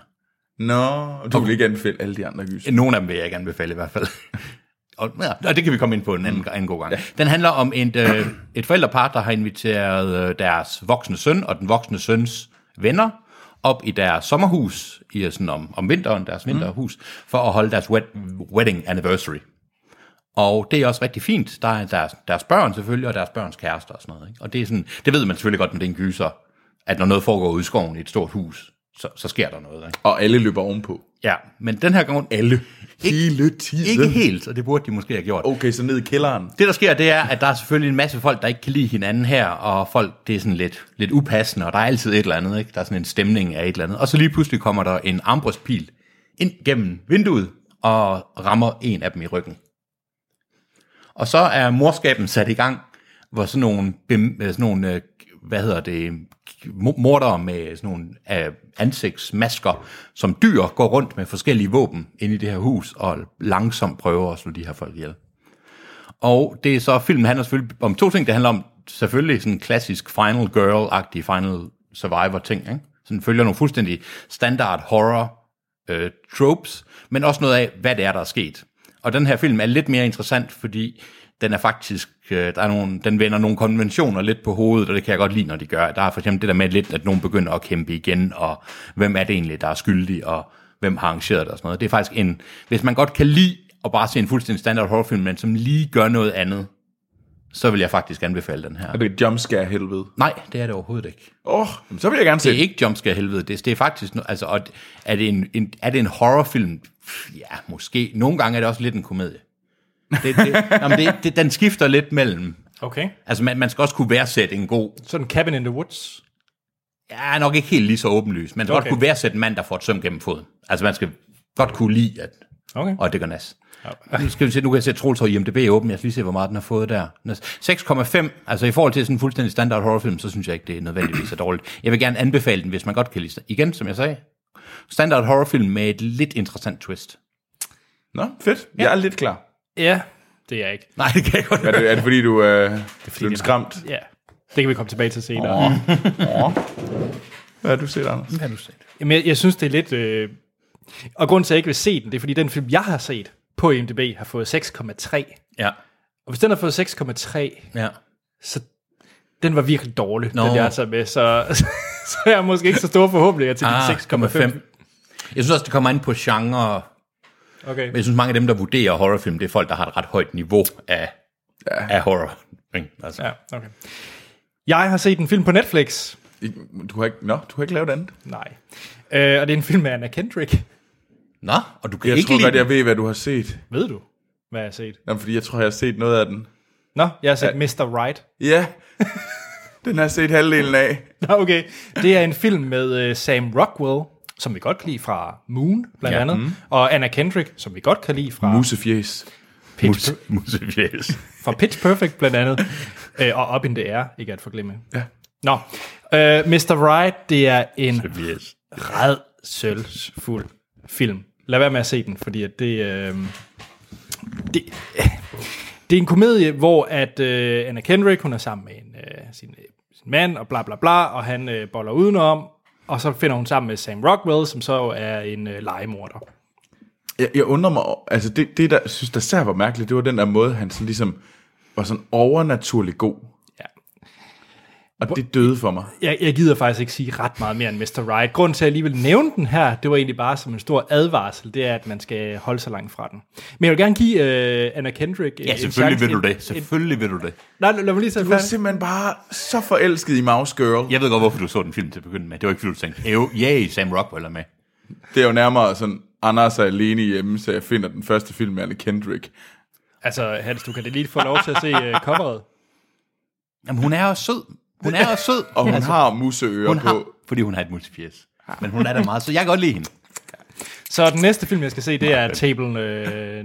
C: Nå, du vil ikke anbefale alle de andre gyser.
B: Nogle af dem vil jeg ikke anbefale i hvert fald. Og, ja, og det kan vi komme ind på en anden, anden god gang. Den handler om et, øh, et forældrepar, der har inviteret øh, deres voksne søn og den voksne søns venner op i deres sommerhus, i øh, sådan om, om vinteren, deres vinterhus, for at holde deres wed- wedding anniversary. Og det er også rigtig fint. Der er deres, deres børn selvfølgelig, og deres børns kærester og sådan noget. Ikke? Og det, er sådan, det ved man selvfølgelig godt, når det er en gyser, at når noget foregår ude i skoven i et stort hus, så, så sker der noget. Ikke?
C: Og alle løber ovenpå.
B: Ja, men den her gang... Alle.
C: Hele tiden.
B: Ikke helt, og det burde de måske have gjort.
C: Okay, så ned i kælderen.
B: Det, der sker, det er, at der er selvfølgelig en masse folk, der ikke kan lide hinanden her, og folk, det er sådan lidt, lidt upassende, og der er altid et eller andet, ikke? Der er sådan en stemning af et eller andet. Og så lige pludselig kommer der en armbrystpil ind gennem vinduet, og rammer en af dem i ryggen. Og så er morskaben sat i gang, hvor sådan nogle, bem- øh, sådan nogle øh, hvad hedder det, mo- mordere med sådan nogle øh, ansigtsmasker, som dyr går rundt med forskellige våben inde i det her hus, og langsomt prøver at slå de her folk ihjel. Og det er så, filmen handler selvfølgelig om to ting. Det handler om selvfølgelig sådan en klassisk Final Girl-agtig Final Survivor-ting. Ikke? Så den følger nogle fuldstændig standard horror øh, tropes, men også noget af, hvad det er, der er sket. Og den her film er lidt mere interessant, fordi den er faktisk, øh, der er nogle, den vender nogle konventioner lidt på hovedet, og det kan jeg godt lide, når de gør. Der er for eksempel det der med lidt, at nogen begynder at kæmpe igen, og hvem er det egentlig, der er skyldig, og hvem har arrangeret det og sådan noget. Det er faktisk en, hvis man godt kan lide at bare se en fuldstændig standard horrorfilm, men som lige gør noget andet, så vil jeg faktisk anbefale den her.
C: Er det et jumpscare helvede?
B: Nej, det er det overhovedet ikke.
C: Åh, oh, jamen, så vil jeg gerne se.
B: Det er ikke jumpscare helvede, det, det er faktisk, no- altså, og er det en, en, er det en horrorfilm? Pff, Ja, måske. Nogle gange er det også lidt en komedie. Det, det, jamen det, det, den skifter lidt mellem.
A: Okay.
B: Altså, man, man skal også kunne værdsætte en god,
A: Sådan Cabin in the Woods.
B: ja, nok ikke helt lige så åbenlyst, man skal okay.
A: Okay.
B: godt kunne værdsætte en mand, der får et søm gennem foden. Altså, man skal godt kunne lide, at,
A: Okay.
B: og det gør nas. Nu, skal vi se, nu kan jeg se, at Troels har IMDb åben. Jeg skal lige se, hvor meget den har fået der. Nå, 6,5. Altså i forhold til sådan en fuldstændig standard horrorfilm, så synes jeg ikke, det er nødvendigvis så dårligt. Jeg vil gerne anbefale den, hvis man godt kan lide den. Igen, som jeg sagde. Standard horrorfilm med et lidt interessant twist.
C: Nå, fedt. Ja. Jeg er lidt klar.
A: Ja, det er jeg ikke.
B: Nej, det kan jeg godt
C: Er det, er det fordi, du øh, det er skræmt?
A: Ja, det kan vi komme tilbage til senere. Oh.
C: Hvad har du set, Anders?
B: Har du set?
A: Jamen, jeg, jeg synes, det er lidt... Øh... Og grunden til, at jeg ikke vil se den, det er, fordi den film, jeg har set på IMDb, har fået 6,3.
B: Ja.
A: Og hvis den har fået 6,3,
B: ja.
A: så den var virkelig dårlig,
B: Nå.
A: den jeg så med. Så, så jeg har måske ikke så store forhåbninger til
B: Ah,
A: ah, 6,5.
B: 6,5. Jeg synes også, det kommer ind på genre.
A: Okay.
B: Men jeg synes, mange af dem, der vurderer horrorfilm, det er folk, der har et ret højt niveau af, ja. af horror. ikke? Altså. Ja.
A: Ja, okay. Jeg har set en film på Netflix.
C: I- Du har ikke, nå, du har ikke lavet andet.
A: Nej. Øh, og det er en film med Anna Kendrick.
B: Nå, og du kan ikke
C: Jeg ikke tror
B: lide
C: godt,
B: den.
C: jeg ved, hvad du har set.
A: Ved du, hvad jeg har set?
C: Jamen, fordi jeg tror, jeg har set noget af den.
A: Nå, jeg har set Mr. Right.
C: Ja, den har jeg set halvdelen af.
A: Nå, okay. Det er en film med uh, Sam Rockwell, som vi godt kan lide fra Moon, blandt
B: Ja.
A: ja. andet. Mm. Og Anna Kendrick, som vi godt kan lide
B: Ah.
A: fra,
C: Musefjes.
A: Pitch,
B: Mus- musefjæs.
A: fra Pitch Perfect, blandt andet. Øh, og Up in the Air, ikke at forglemme. Ja. Nå, uh, Mr. Right, det er en
B: Yes.
A: redsølsfuld film. Lad være med at se den, fordi at det, øh, det, det er en komedie, hvor at øh, Anna Kendrick, hun er sammen med en, øh, sin, øh, sin mand, og bla bla bla, og han øh, boller udenom, og så finder hun sammen med Sam Rockwell, som så er en øh, legemorder.
C: Jeg, jeg undrer mig, over- altså det, det der jeg synes, der sær var mærkeligt, det var den der måde, han sådan ligesom var sådan overnaturlig god.
A: Ja.
C: Og det døde for mig.
A: Jeg, jeg gider faktisk ikke sige ret meget mere end Mr. Right. Grunden til, at jeg alligevel nævnte den her, det var egentlig bare som en stor advarsel, det er, at man skal holde sig langt fra den. Men jeg vil gerne give øh, Anna Kendrick...
B: Ja, selvfølgelig vil du det. Selvfølgelig vil du det.
A: Nej, lad mig lige sætte
C: Du er
A: fast.
C: simpelthen bare så forelsket i Mouse Girl. Ja.
B: Jeg ved godt, hvorfor du så den film til at begynde med. Det var ikke, fordi du tænkte, jo, yay, Sam Rockwell er med.
C: Det er jo nærmere sådan, Anders er alene hjemme, så jeg finder den første film med Anna Kendrick.
A: Altså, Hans, du kan da lige få lov til at se øh, coveret.
B: Jamen, hun er også sød. Hun er også sød.
C: Og hun altså, har museører
B: hun
C: på.
B: har, fordi hun har et multifjes. Men hun er der meget, så jeg kan godt lide hende.
A: Så den næste film, jeg skal se, det er Table øh, 9,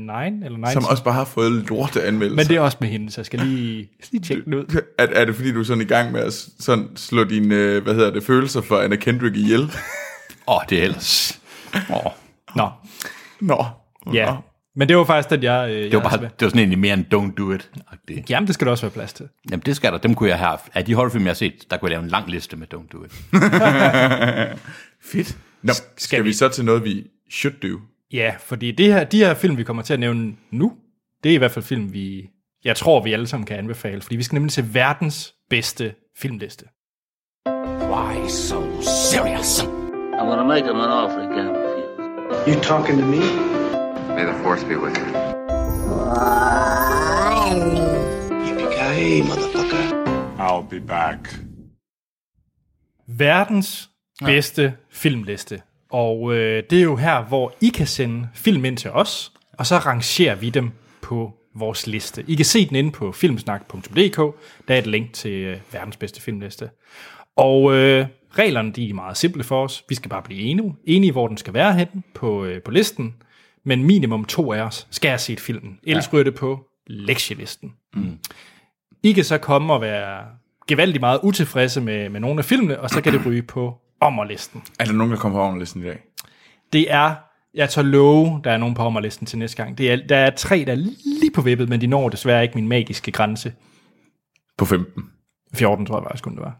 A: eller 9.
C: Som også bare har fået lorte
A: Men
C: anmeldelser.
A: det er også med hende, så jeg skal lige, lige tjekke den ud.
C: Er, er det fordi, du er sådan i gang med at s- sådan slå dine øh, hvad hedder det, følelser for Anna Kendrick ihjel?
B: Åh, oh, det er ellers. Oh,
A: Nå,
C: Nå.
A: ja.
C: Nå.
A: Men det var faktisk den, jeg... Øh,
B: det, var bare, det var sådan egentlig mere en don't do it. -agtig.
A: Jamen, det skal der også være plads til.
B: Jamen, det skal der. Dem kunne jeg have haft. Af de horrorfilm, jeg har set, der kunne jeg lave en lang liste med don't do it.
C: Fedt. Nå, skal, skal vi så til noget, vi should do?
A: Ja, fordi det her, de her film, vi kommer til at nævne nu, det er i hvert fald film, vi, jeg tror, vi alle sammen kan anbefale, fordi vi skal nemlig til verdens bedste filmliste.
D: Why so serious?
E: I'm gonna make him an offer again with you.
F: You talking to me?
G: May the force be with you.
F: Yippee-ki-yay, motherfucker.
G: I'll be back.
A: Verdens bedste filmliste. Og øh, det er jo her, hvor I kan sende film ind til os, og så rangerer vi dem på vores liste. I kan se den inde på filmsnak.dk, der er et link til øh, verdens bedste filmliste. Og øh, reglerne de er meget simple for os. Vi skal bare blive enige, enige hvor den skal være henne på, øh, på listen. Men minimum to af os skal have set filmen. Ellers ryger det på lektielisten. I kan så komme og være gevaldigt meget utilfredse med, med nogle af filmene, og så kan det ryge på ommerlisten.
C: Er der nogen, der kommer på overlisten i dag?
A: Det er, jeg tør love, der er nogen på ommerlisten til næste gang. Det er, der er tre, der er lige på vippet, men de når desværre ikke min magiske grænse.
C: På 15.
A: 14, tror jeg faktisk kun det var.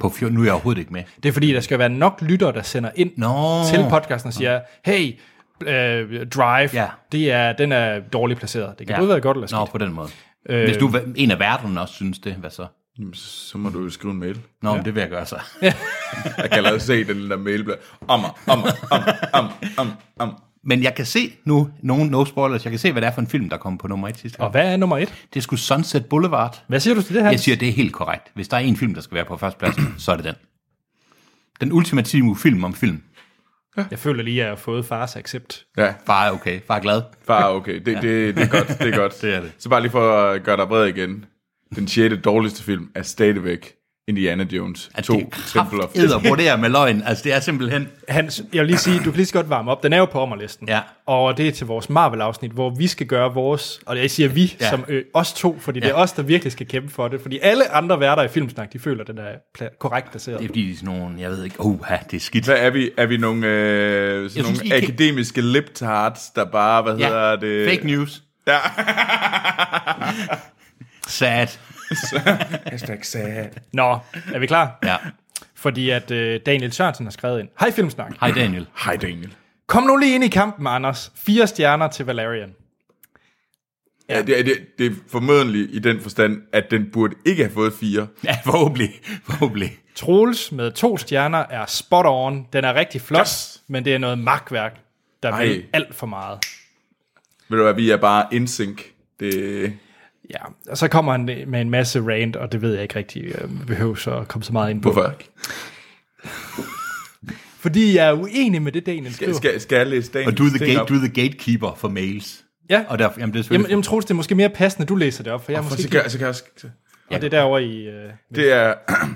B: På fjord, nu er jeg overhovedet ikke med.
A: Det er fordi, der skal være nok lytter, der sender ind
B: Nå.
A: til podcasten og siger, hey, øh, Drive,
B: Ja.
A: det er, den er dårligt placeret. Det kan ja. både være godt eller skidt.
B: Nå, på den måde. Øh, Hvis du er en af verden også synes det, hvad så?
C: Jamen, så så må du jo skrive en mail.
B: Nå, ja. det vil jeg gøre så.
C: Jeg kan allerede se den der mail. bliver, Ommer, ommer, ommer, ommer, ommer, ommer.
B: Men jeg kan se nu, nogen no spoilers, jeg kan se, hvad det er for en film, der kom på nummer et sidste
A: Og
B: gang.
A: hvad er nummer et?
B: Det skulle Sunset Boulevard.
A: Hvad siger du til det her?
B: Jeg siger, det er helt korrekt. Hvis der er en film, der skal være på førstepladsen, så er det den. Den ultimative film om film.
A: jeg føler lige, at jeg har fået fars accept.
C: Ja,
B: Far er okay. Far er glad.
C: far, okay. Det, det, det er godt, det er godt.
B: Det er det.
C: Så bare lige for at gøre dig bred igen. Den sjette dårligste film er stadigvæk Indiana Jones.
B: At
C: 2,
B: Altså, det er
C: Temple of...
B: kraft på det her med løgn. Altså, det er simpelthen...
A: Hans, jeg vil lige sige, du kan lige så godt varme op. Den er jo på ommerlisten.
B: Ja.
A: Og det er til vores Marvel-afsnit, hvor vi skal gøre vores, og jeg siger vi, ja.
B: Ja.
A: som ø, os to, fordi ja. det er
B: Ja.
A: os, der virkelig skal kæmpe for det. Fordi alle andre værter i Filmsnak, de føler, at den er pla- korrekt placeret.
B: Det er fordi, de er sådan nogle... Jeg ved ikke... Uha, det er skidt.
C: Hvad er vi? Er vi nogle, øh, sådan
B: synes,
C: nogle
B: I kan-
C: akademiske liptards, der bare, hvad hedder det?
B: Fake news.
C: Ja.
B: Sad.
C: Hashtag sad.
A: Nå, er vi klar?
B: Ja.
A: Fordi at øh, Daniel Sørensen har skrevet ind. Hej Filmsnak.
B: Hej Daniel.
C: Hej Daniel.
A: Kom nu lige ind i kampen, Anders. Fire stjerner til Valerian.
C: Ja, det, er- det, det er formodentlig i den forstand, at den burde ikke have fået fire.
B: Ja, forhåbentlig. Forhåbentlig.
A: Troels med to stjerner er spot on. Den er rigtig flot, yes.
C: Yes.
A: men det er noget magtværk, der
C: Ej.
A: vil alt for meget.
C: Ved du hvad, vi er bare in sync. Det,
A: Ja, og så kommer han med en masse rant, og det ved jeg ikke rigtig, øh, behøver så at komme så meget ind på.
C: hvorfor ikke?
A: Fordi jeg er uenig med det, Daniel skriver.
C: Skal, skal, skal jeg læse dagens
B: Og du er the,
C: ting
B: gate,
C: op?
B: du er the gatekeeper for mails.
A: Ja,
B: Og der, jamen, det er
A: jamen,
B: selvfølgelig...
A: jamen Troels, det er måske mere passende, du læser det op, for jeg er
C: Og
A: måske
C: så
A: ikke...
C: kan, så kan jeg også...
A: Og det er derovre i... Øh,
C: Det er...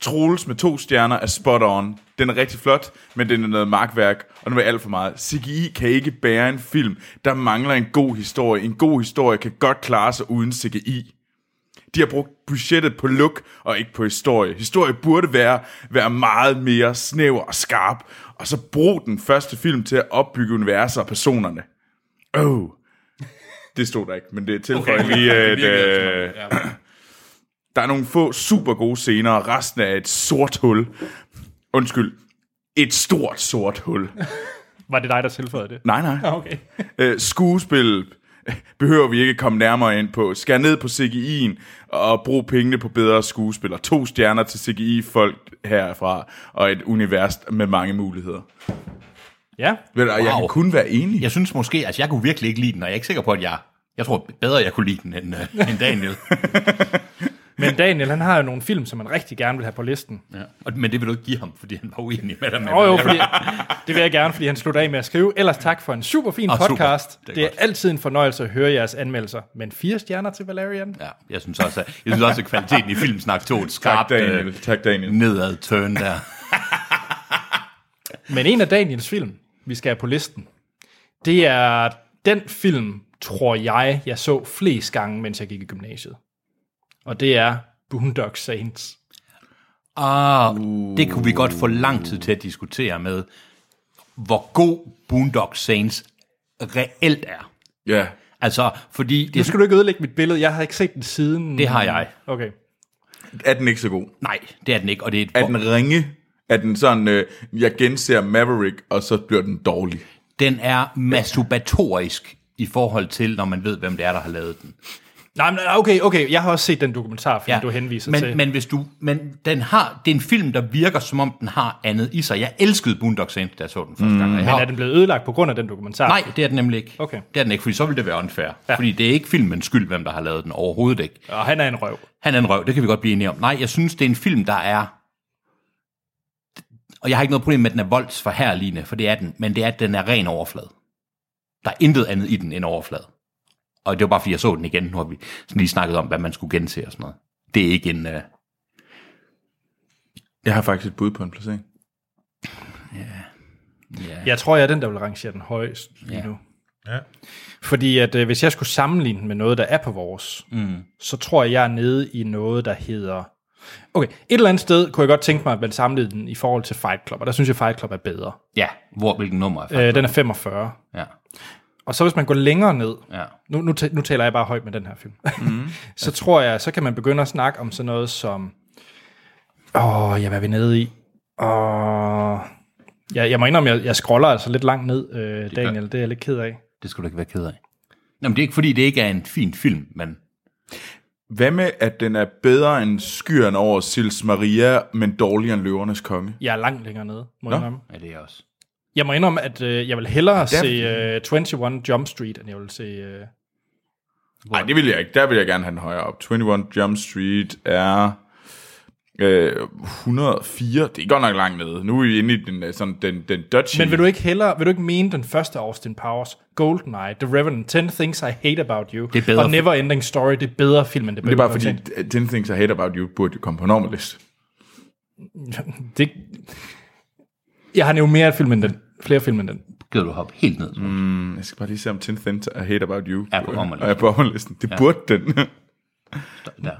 C: Troels med to stjerner er spot on. Den er rigtig flot, men den er noget markværk, og den er alt for meget. CGI kan ikke bære en film, der mangler en god historie. En god historie kan godt klare sig uden CGI. De har brugt budgettet på look og ikke på historie. Historie burde være, være meget mere snæver og skarp, og så brug den første film til at opbygge universer og personerne. Oh. Det stod der ikke, men det tilføjer okay. lige, at øh, der er nogle få super gode scener, og resten er et sort hul. Undskyld, et stort sort hul.
A: var det dig, der tilføjede det?
C: Nej, nej.
A: Ah, Okay.
C: Øh, skuespil behøver vi ikke komme nærmere ind på. Skær ned på CGI'en og brug pengene på bedre skuespillere. To stjerner til CGI-folk herfra, og et univers med mange muligheder.
A: Ja,
C: Ved du, wow. Jeg
B: Wow.
C: kan kun være enig.
B: Jeg synes måske, altså jeg kunne virkelig ikke lide den, og jeg er ikke sikker på, at jeg... Jeg tror bedre, jeg kunne lide den end, øh, end Daniel.
A: men Daniel, han har jo nogle film, som han rigtig gerne vil have på listen.
B: ja. og, men det vil du ikke give ham, fordi han var uenig med dig. Med
A: Åh jo, fordi, det vil jeg gerne, fordi han slutter af med at skrive. Ellers tak for en super fin
B: Ah, super.
A: podcast.
B: Det
A: Det er,
B: er
A: det er
B: godt.
A: altid en fornøjelse at høre jeres anmeldelser. Men fire stjerner til Valerian?
B: Ja, jeg synes også, at, jeg synes også, at kvaliteten i Filmsnak tog et
C: tak,
B: skarpt
C: Daniel.
B: øh,
C: Tak, Daniel.
B: nedad turn der.
A: Men en af Daniels film, vi skal have på listen, det er den film, tror jeg, jeg så flest gange, mens jeg gik i gymnasiet. Og det er Boondock Saints.
B: Ah, det kunne vi godt få lang tid til at diskutere med, hvor god Boondock Saints reelt er.
C: Ja.
B: Altså, fordi
A: Nu
B: det,
A: skal du ikke ødelægge mit billede. Jeg har ikke set den siden.
B: det har jeg.
A: Okay.
C: Er den ikke så god?
B: Nej, det er den ikke, og det er et,
C: Er den ringe? Er den sådan, øh, jeg genser Maverick, og så bliver den dårlig?
B: den er masturbatorisk i forhold til, når man ved, hvem det er, der har lavet den.
A: Nej, men okay, okay. Jeg har også set den dokumentarfilm, ja. du henviser
B: men,
A: til.
B: Men, hvis du, men den har, det er en film, der virker, som om den har andet i sig. Jeg elskede Boondock Saints, da jeg så den første mm, gang. og
A: men
B: Jeg har,
A: er den blevet ødelagt på grund af den dokumentar?
B: Nej, det er den nemlig ikke.
A: Okay.
B: Det er den ikke, fordi så ville det være unfair.
A: Ja.
B: Ja. Fordi det er ikke filmens skyld, hvem der har lavet den overhovedet ikke.
A: Og han er en røv.
B: Han er en røv, det kan vi godt blive enige om. Nej, jeg synes, det er en film, der er... Og jeg har ikke noget problem med, at den er voldsforherligende, for det er den, men det er, at den er ren overflade. Der er intet andet i den end overflade. Og det var bare, fordi jeg så den igen. Nu har vi sådan lige snakket om, hvad man skulle gense og sådan noget. Det er ikke en... Uh...
C: Jeg har faktisk et bud på en placering.
A: Jeg tror, jeg er den, der vil rangere den højest lige ja. nu.
F: Ja.
A: Fordi at øh, hvis jeg skulle sammenligne den med noget, der er på vores, mm. så tror jeg, jeg er nede i noget, der hedder... Okay, et eller andet sted kunne jeg godt tænke mig, at man samlede den i forhold til Fight Club, og der synes jeg, Fight Club er bedre.
B: Ja, hvor, hvilken nummer er faktisk.
A: Øh, den er 45.
B: Ja,
A: Og så hvis man går længere ned,
B: ja.
A: nu, nu, ta- nu taler jeg bare højt med den her film, mm. så tror jeg, så kan man begynde at snakke om sådan noget som, åh, ja, hvad er vi nede i? Og jeg, jeg må indrømme, jeg, jeg scroller altså lidt langt ned, øh, Daniel, det er jeg lidt ked af.
B: Det skal du ikke være ked af. Nå, men det er ikke, fordi det ikke er en fin film, men
C: Hvad med, at den er bedre end skyren over Sils Maria, men dårligere end løvernes konge?
A: Jeg er langt længere nede, må jeg indrømme.
B: ja, det er også.
A: Jeg må indrømme, at øh, jeg vil hellere
C: der-
A: se øh, 21 Jump Street, end jeg vil se... Øh,
C: Nej, det vil jeg ikke. Der vil jeg gerne have den højere op. 21 Jump Street er øh, 104. Det er godt nok langt nede. Nu er vi inde i den, øh, sådan, den, den dodgy.
A: men vil du ikke hellere, vil du ikke mene den første Austin Powers, Goldeneye, The Revenant, 10 Things I Hate About You,
B: Det er bedre
A: og
B: film.
A: Never Ending Story, det er bedre film, end det,
C: det er bare fordi,
A: Boondock
C: at 10 Things I Hate About You burde jo komme på normal list.
A: Saints. Det, jeg har nævnt mere film end den. Flere film end den.
B: Gider du hoppe helt ned? Mm.
C: Hmm, Jeg skal bare lige se, om 10 Things I Hate About You
B: Er på normal-listen.
C: er på normal-listen. Det ja. burde den.
B: Der.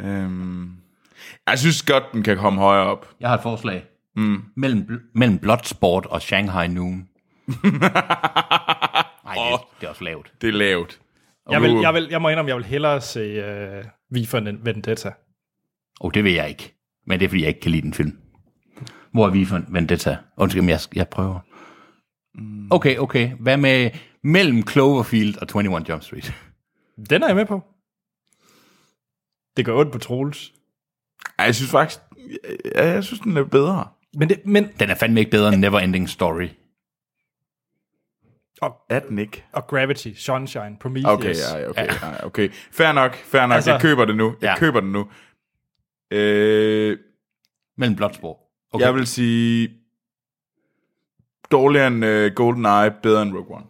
C: øhm, jeg synes godt, den kan komme højere op.
B: Jeg har et forslag. Mm. Mellem, bl- mellem Bloodsport og Shanghai Noon. Nej, det, det er også lavt.
C: Det er lavt.
A: Jeg, vil,
C: Uh.
A: jeg, vil, jeg må indrømme, jeg vil hellere se øh, V for Vendetta.
B: Og oh, det vil jeg ikke. Men det er, fordi jeg ikke kan lide den film. Hvor er vi for Vendetta? Undskyld, men jeg, jeg prøver. Okay, okay. Hvad med mellem Cloverfield og 21 Jump Street?
A: Den er jeg med på. Det gør ondt på Troels.
C: Ej, jeg synes faktisk, jeg, jeg synes, den er bedre.
A: Men, det, men
B: Den er fandme ikke bedre end Never Ending Story.
C: Er den ikke?
A: og Gravity, Sunshine, Prometheus.
C: Okay, ja, okay, ja. okay. Fair nok, fair nok.
A: Altså-
C: Altså, jeg køber det nu. Jeg
B: Ja.
C: ja. køber det nu. Øh,
B: Mellem Bloodsport.
C: okay. Jeg vil sige, dårligere end uh, Golden Eye, bedre end Rogue One.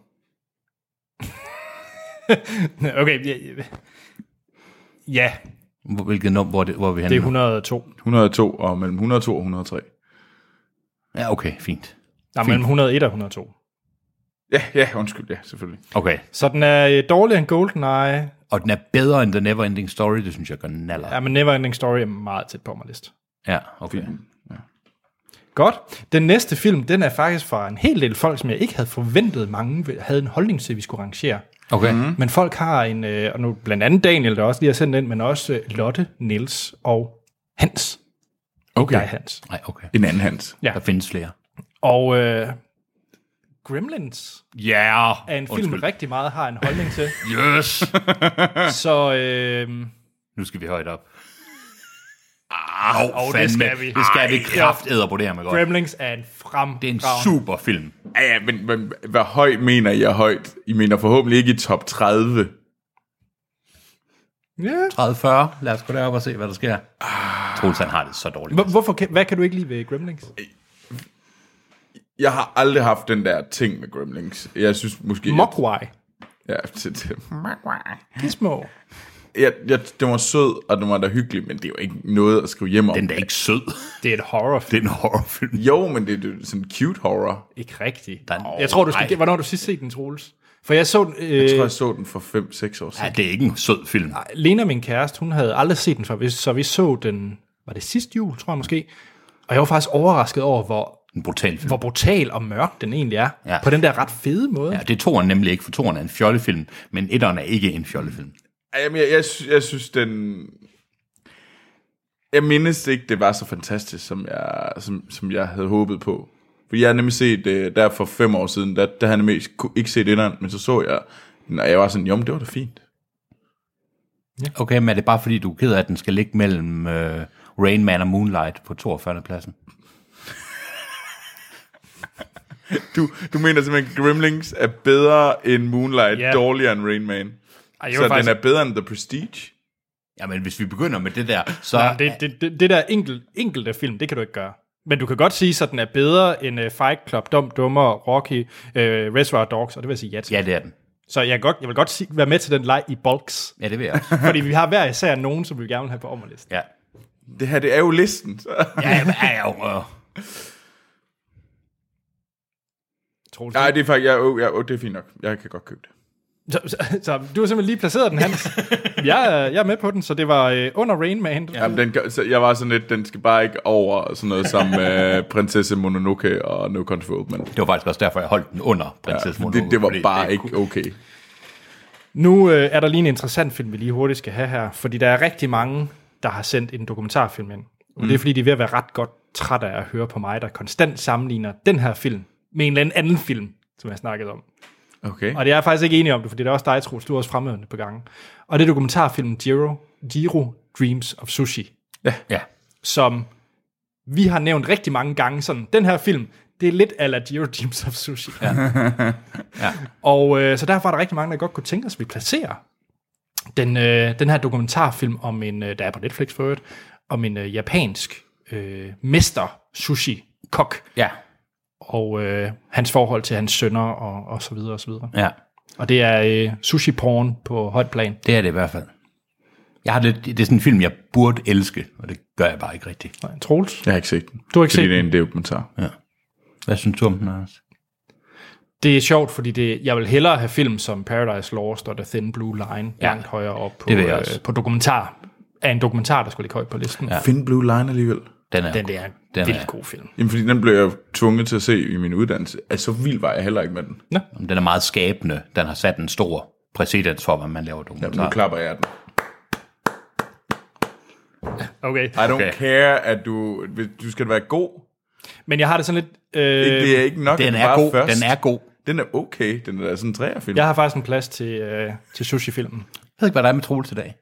A: Okay, ja, ja
B: Hvor- Hvilket nummer, hvor, er det, hvor er vi henne?
A: det er
B: nu?
A: 102.
C: 102 og mellem 102 og 103.
B: Ja, okay, fint.
A: Nej, mellem 101 og 102.
C: Ja, ja, undskyld, ja, selvfølgelig.
B: Okay.
A: Så den er øh, dårligere end GoldenEye.
B: Og den er bedre end The Never Ending Story, det synes jeg gør naller.
A: Ja, men Neverending Story er meget tæt på mig list.
B: Ja, okay.
A: Godt. Den næste film, den er faktisk fra en hel del folk, som jeg ikke havde forventet mange vil- havde en holdning til, at vi skulle rangere.
B: Okay. Mm.
A: Men folk har en, øh, og nu blandt andet Daniel, der også lige har sendt ind, men også øh, Lotte, Nils og Hans. Okay. Dig, Hans.
B: Nej, okay.
C: En anden hans.
B: Der findes flere.
A: Og øh, Gremlins
B: Ja, yeah.
A: er en film, rigtig meget har en holdning til.
B: Yes!
A: så øh,
B: nu skal vi højt op. Au,
A: Ah, det
B: fandme.
A: skal vi.
B: Det skal vi kraftedder på det her med godt.
A: Gremlins er en frem.
B: Det er en super film.
C: Ja, ja, men, men hvad høj mener I er højt? I mener forhåbentlig ikke i top 30.
B: 30-40. Lad os gå derop og se, hvad der sker. Ah. Troels, han har det så dårligt.
A: Hvor- Hvorfor, kan- hvad kan du ikke lide ved Gremlings?
C: Jeg har aldrig haft den der ting med Gremlings. Jeg synes måske...
A: Mogwai.
C: Ja, til, til.
A: De er små.
C: Jeg, jeg, den var sød, og den var da hyggelig, men det er jo ikke noget at skrive hjem om.
B: Den er da ikke sød.
A: Det er et horrorfilm.
B: Det er en horrorfilm.
C: Jo, men det er jo sådan cute horror.
A: Ikke rigtigt.
B: Der er en-
A: Jeg tror, du skal...
B: Ej.
A: Ej. Hvornår har du sidst set den, Troels? For jeg så den... Øh,
C: Jeg tror, jeg så den for 5-6 år
B: Ja,
C: siden.
B: det er ikke en sød film.
A: Lena, min kæreste, hun havde aldrig set den før, vi- så vi så den... Var det sidste jul, tror jeg måske? Og jeg var faktisk overrasket over, hvor,
B: En brutal film.
A: hvor brutal og mørk den egentlig er.
B: Ja.
A: Ja. På den der ret fede måde.
B: Ja,
A: Ja.
B: det er toren nemlig ikke, for toren er en fjollefilm, men etteren er ikke en fjollefilm.
C: Ej, Jamen, jeg, jeg, sy- jeg synes, den... Jeg mindes ikke, det var så fantastisk, som jeg, som, som jeg havde håbet på. For jeg har nemlig set, øh, der for fem år siden, der, der havde jeg nemlig ikke- ikke set inderen, men så så jeg den, og jeg var sådan, jo, men det var da fint.
B: Okay, men er det bare fordi, du er ked af, at den skal ligge mellem uh, Rain Man og Moonlight på 42. pladsen?
C: Du, du mener simpelthen, Gremlings er bedre end Moonlight,
A: Ja.
C: yeah. dårligere end Rain Man. Ej,
A: jeg
C: så
A: vil
C: den
A: faktisk-
C: er bedre end The Prestige?
B: Jamen, hvis vi begynder med det der, så...
A: Nå, det, det, det, det der enkelt, enkelte film, det kan du ikke gøre. Men du kan godt sige, at den er bedre end uh, Fight Club, Dum Dummer, Rocky, uh, Reservoir Dogs, og det vil jeg sige ja til.
B: Ja, det er den.
A: Så jeg, kan godt, jeg vil godt sige, være med til den leg i bulks.
B: Ja, det vil jeg også.
A: Fordi vi har hver især nogen, som vi gerne vil have på ommerlisten.
B: Ja.
C: Det her, det er jo listen.
B: Ja, ja, ja, ja, ja.
A: Troels.
C: Nej, det er faktisk, ja, oh, ja, oh, det er fint nok. Jeg kan godt købe det.
A: Så, så, så du har simpelthen lige placeret den, Hans. jeg, er- jeg er med på den, så det var øh, under Rain Man. Ja.
C: Jamen, den, gør- så jeg var sådan lidt, den skal bare ikke over sådan noget som øh, Prinsesse Mononoke og No Country for Old Men.
B: Det var faktisk også derfor, jeg holdt den under Prinsesse Mononoke.
C: Det, det var
B: fordi
C: bare ikke okay.
A: Nu øh, er der lige en interessant film, vi lige hurtigt skal have her, fordi der er rigtig mange, der har sendt en dokumentarfilm ind. Og det er fordi, de er ved at være ret godt træt af at høre på mig, der konstant sammenligner den her film med en eller anden anden film, som jeg snakkede om.
C: Okay.
A: Og det er jeg faktisk ikke enig om det, fordi det er også dig, Troels, du er også fremmødende på gangen. Og det er dokumentarfilmen Jiro, Jiro Dreams of Sushi,
B: Ja, som...
A: som vi har nævnt rigtig mange gange, sådan, den her film, det er lidt ala Jiro Dreams of Sushi. Ja.
B: Ja.
A: Og øh, så derfor er der rigtig mange, der godt kunne tænke os, at vi placerer den, øh, den her dokumentarfilm om en, øh, der er på Netflix for øvrigt, om en øh, japansk øh, mester sushi-kok,
B: Ja,
A: og øh, hans forhold til hans sønner, og, og så videre, og så videre.
B: ja.
A: Og det er øh, sushi-porn på højt plan.
B: Det er det i hvert fald. Jeg har det, det er sådan en film, jeg burde elske, og det gør jeg bare ikke rigtigt.
A: Nej, Troels?
C: Jeg har ikke set den.
A: Du har ikke
C: fordi
A: set
C: det er en dokumentar.
B: Hvad synes du om den, Anders?
A: Det er sjovt, fordi det, jeg vil hellere have film som Paradise Lost og The Thin Blue Line ja. langt højere op på, øh,
B: det vil jeg også.
A: på dokumentar. Er en dokumentar, der skulle ligge højt på listen. Ja.
C: Find Blue Line alligevel.
B: Den er,
A: Den der er en
B: Den er-
A: vildt god film.
C: Jamen, fordi den blev jeg jo tvunget til at se i min uddannelse. Altså, så vild var jeg heller ikke med den.
B: den er meget skabende. Den har sat en stor præcedens for, hvad man laver
C: Jamen, nu
B: dokumentarer.
C: klapper jeg den.
A: Okay.
C: I don't
B: Okay.
C: okay. care, at du... hvis- Du skal være god.
A: Men jeg har det sådan lidt...
C: Ikke,
A: Øh,
C: det er ikke nok,
B: Den
C: at du
B: er
C: bare
B: god.
C: Først.
B: Den er god.
C: Den er okay. Den er da sådan en træerfilm.
A: jeg
C: Ja.
A: har faktisk en plads til, øh, til sushi-filmen.
B: Jeg ved ikke, hvad der er med Troels i dag.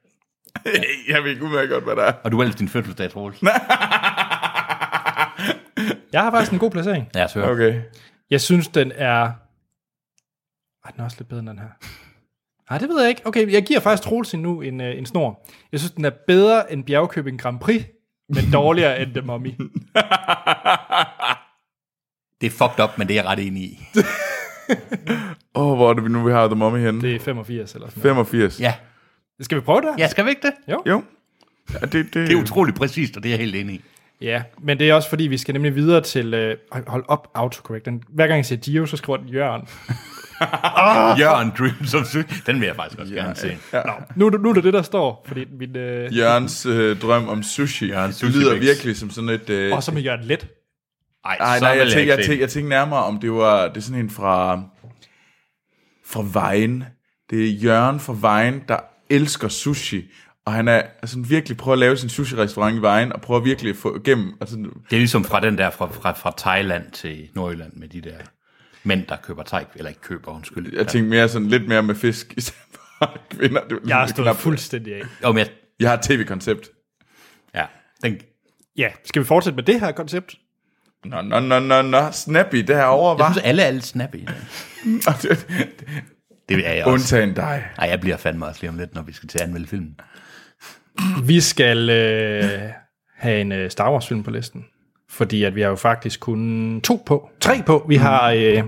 C: jeg ved ikke udmærket godt, hvad der er.
B: Og du er ellers din fødselsdag, Troels.
A: Jeg har faktisk en god placering.
B: Lad os høre. Okay.
C: Okay.
A: Jeg synes, den er... Ej, den er også lidt bedre end den her. Nej, det ved jeg ikke. Okay, jeg giver faktisk Troels nu en, øh, en snor. Jeg synes, den er bedre end Bjergkøbing Grand Prix, men dårligere end The Mummy.
B: Det er fucked up, men det er jeg ret enig i.
C: Åh, oh, hvor er det vi nu, vi har The Mummy henne? Det.
A: Det er 85 eller sådan noget.
C: 85.
B: Ja.
A: Skal vi prøve det?
B: ja, skal vi ikke det?
C: Jo. Ja, det, det,
B: Det er utroligt præcist, og det er jeg helt enig i.
A: Ja, men det er også fordi, vi skal nemlig videre til... Øh, hold- hold op, autocorrect. Den, hver gang jeg siger Gio, så skriver den Jørgen.
B: Jørgen Dreams of Sushi. Den vil jeg faktisk også gerne se.
A: Nu, nu, nu er det det, der står, fordi min... Øh,
C: Jørgens øh, drøm om sushi.
B: Jørgens
C: det lyder
B: sushi-mix.
C: virkelig som sådan et... Øh,
A: Og så med Jørgen Let.
C: Ej,
B: så
C: nej, jeg,
B: vil
C: tænker, jeg,
B: ikke se
C: tænker, jeg tænker nærmere, om det var det er sådan en fra, fra Vejen. Det er Jørgen fra Vejen, der elsker sushi. Og han er altså, virkelig prøver at lave sin sushi-restaurant i Vejen, og prøver virkelig at få igennem. Altså,
B: den. Det er ligesom fra den der fra, fra, fra Thailand til Nordjylland med de der mænd, der køber træk, eller ikke køber, undskyld.
C: Jeg tænkte mere sådan lidt mere med fisk, i stedet for kvinder. Det var lige
A: Jeg har
C: lidt
A: stået
C: knap.
A: fuldstændig af.
B: Jo, men jeg,
C: Jeg har et tv-koncept.
B: ja, den,
A: Ja, skal vi fortsætte med det her koncept?
C: Nå, nå, nå, nå, nå, snappy derovre,
B: jeg
C: var.
B: synes, alle er lidt snappy. i dag. Det er jeg også.
C: Undtagen dig.
B: Ej, jeg bliver fandme også lige om lidt, når vi skal til at anmelde filmen.
A: Vi skal øh, have en øh, Star Wars film på listen, fordi at vi har jo faktisk kun to på, tre på. Vi har øh,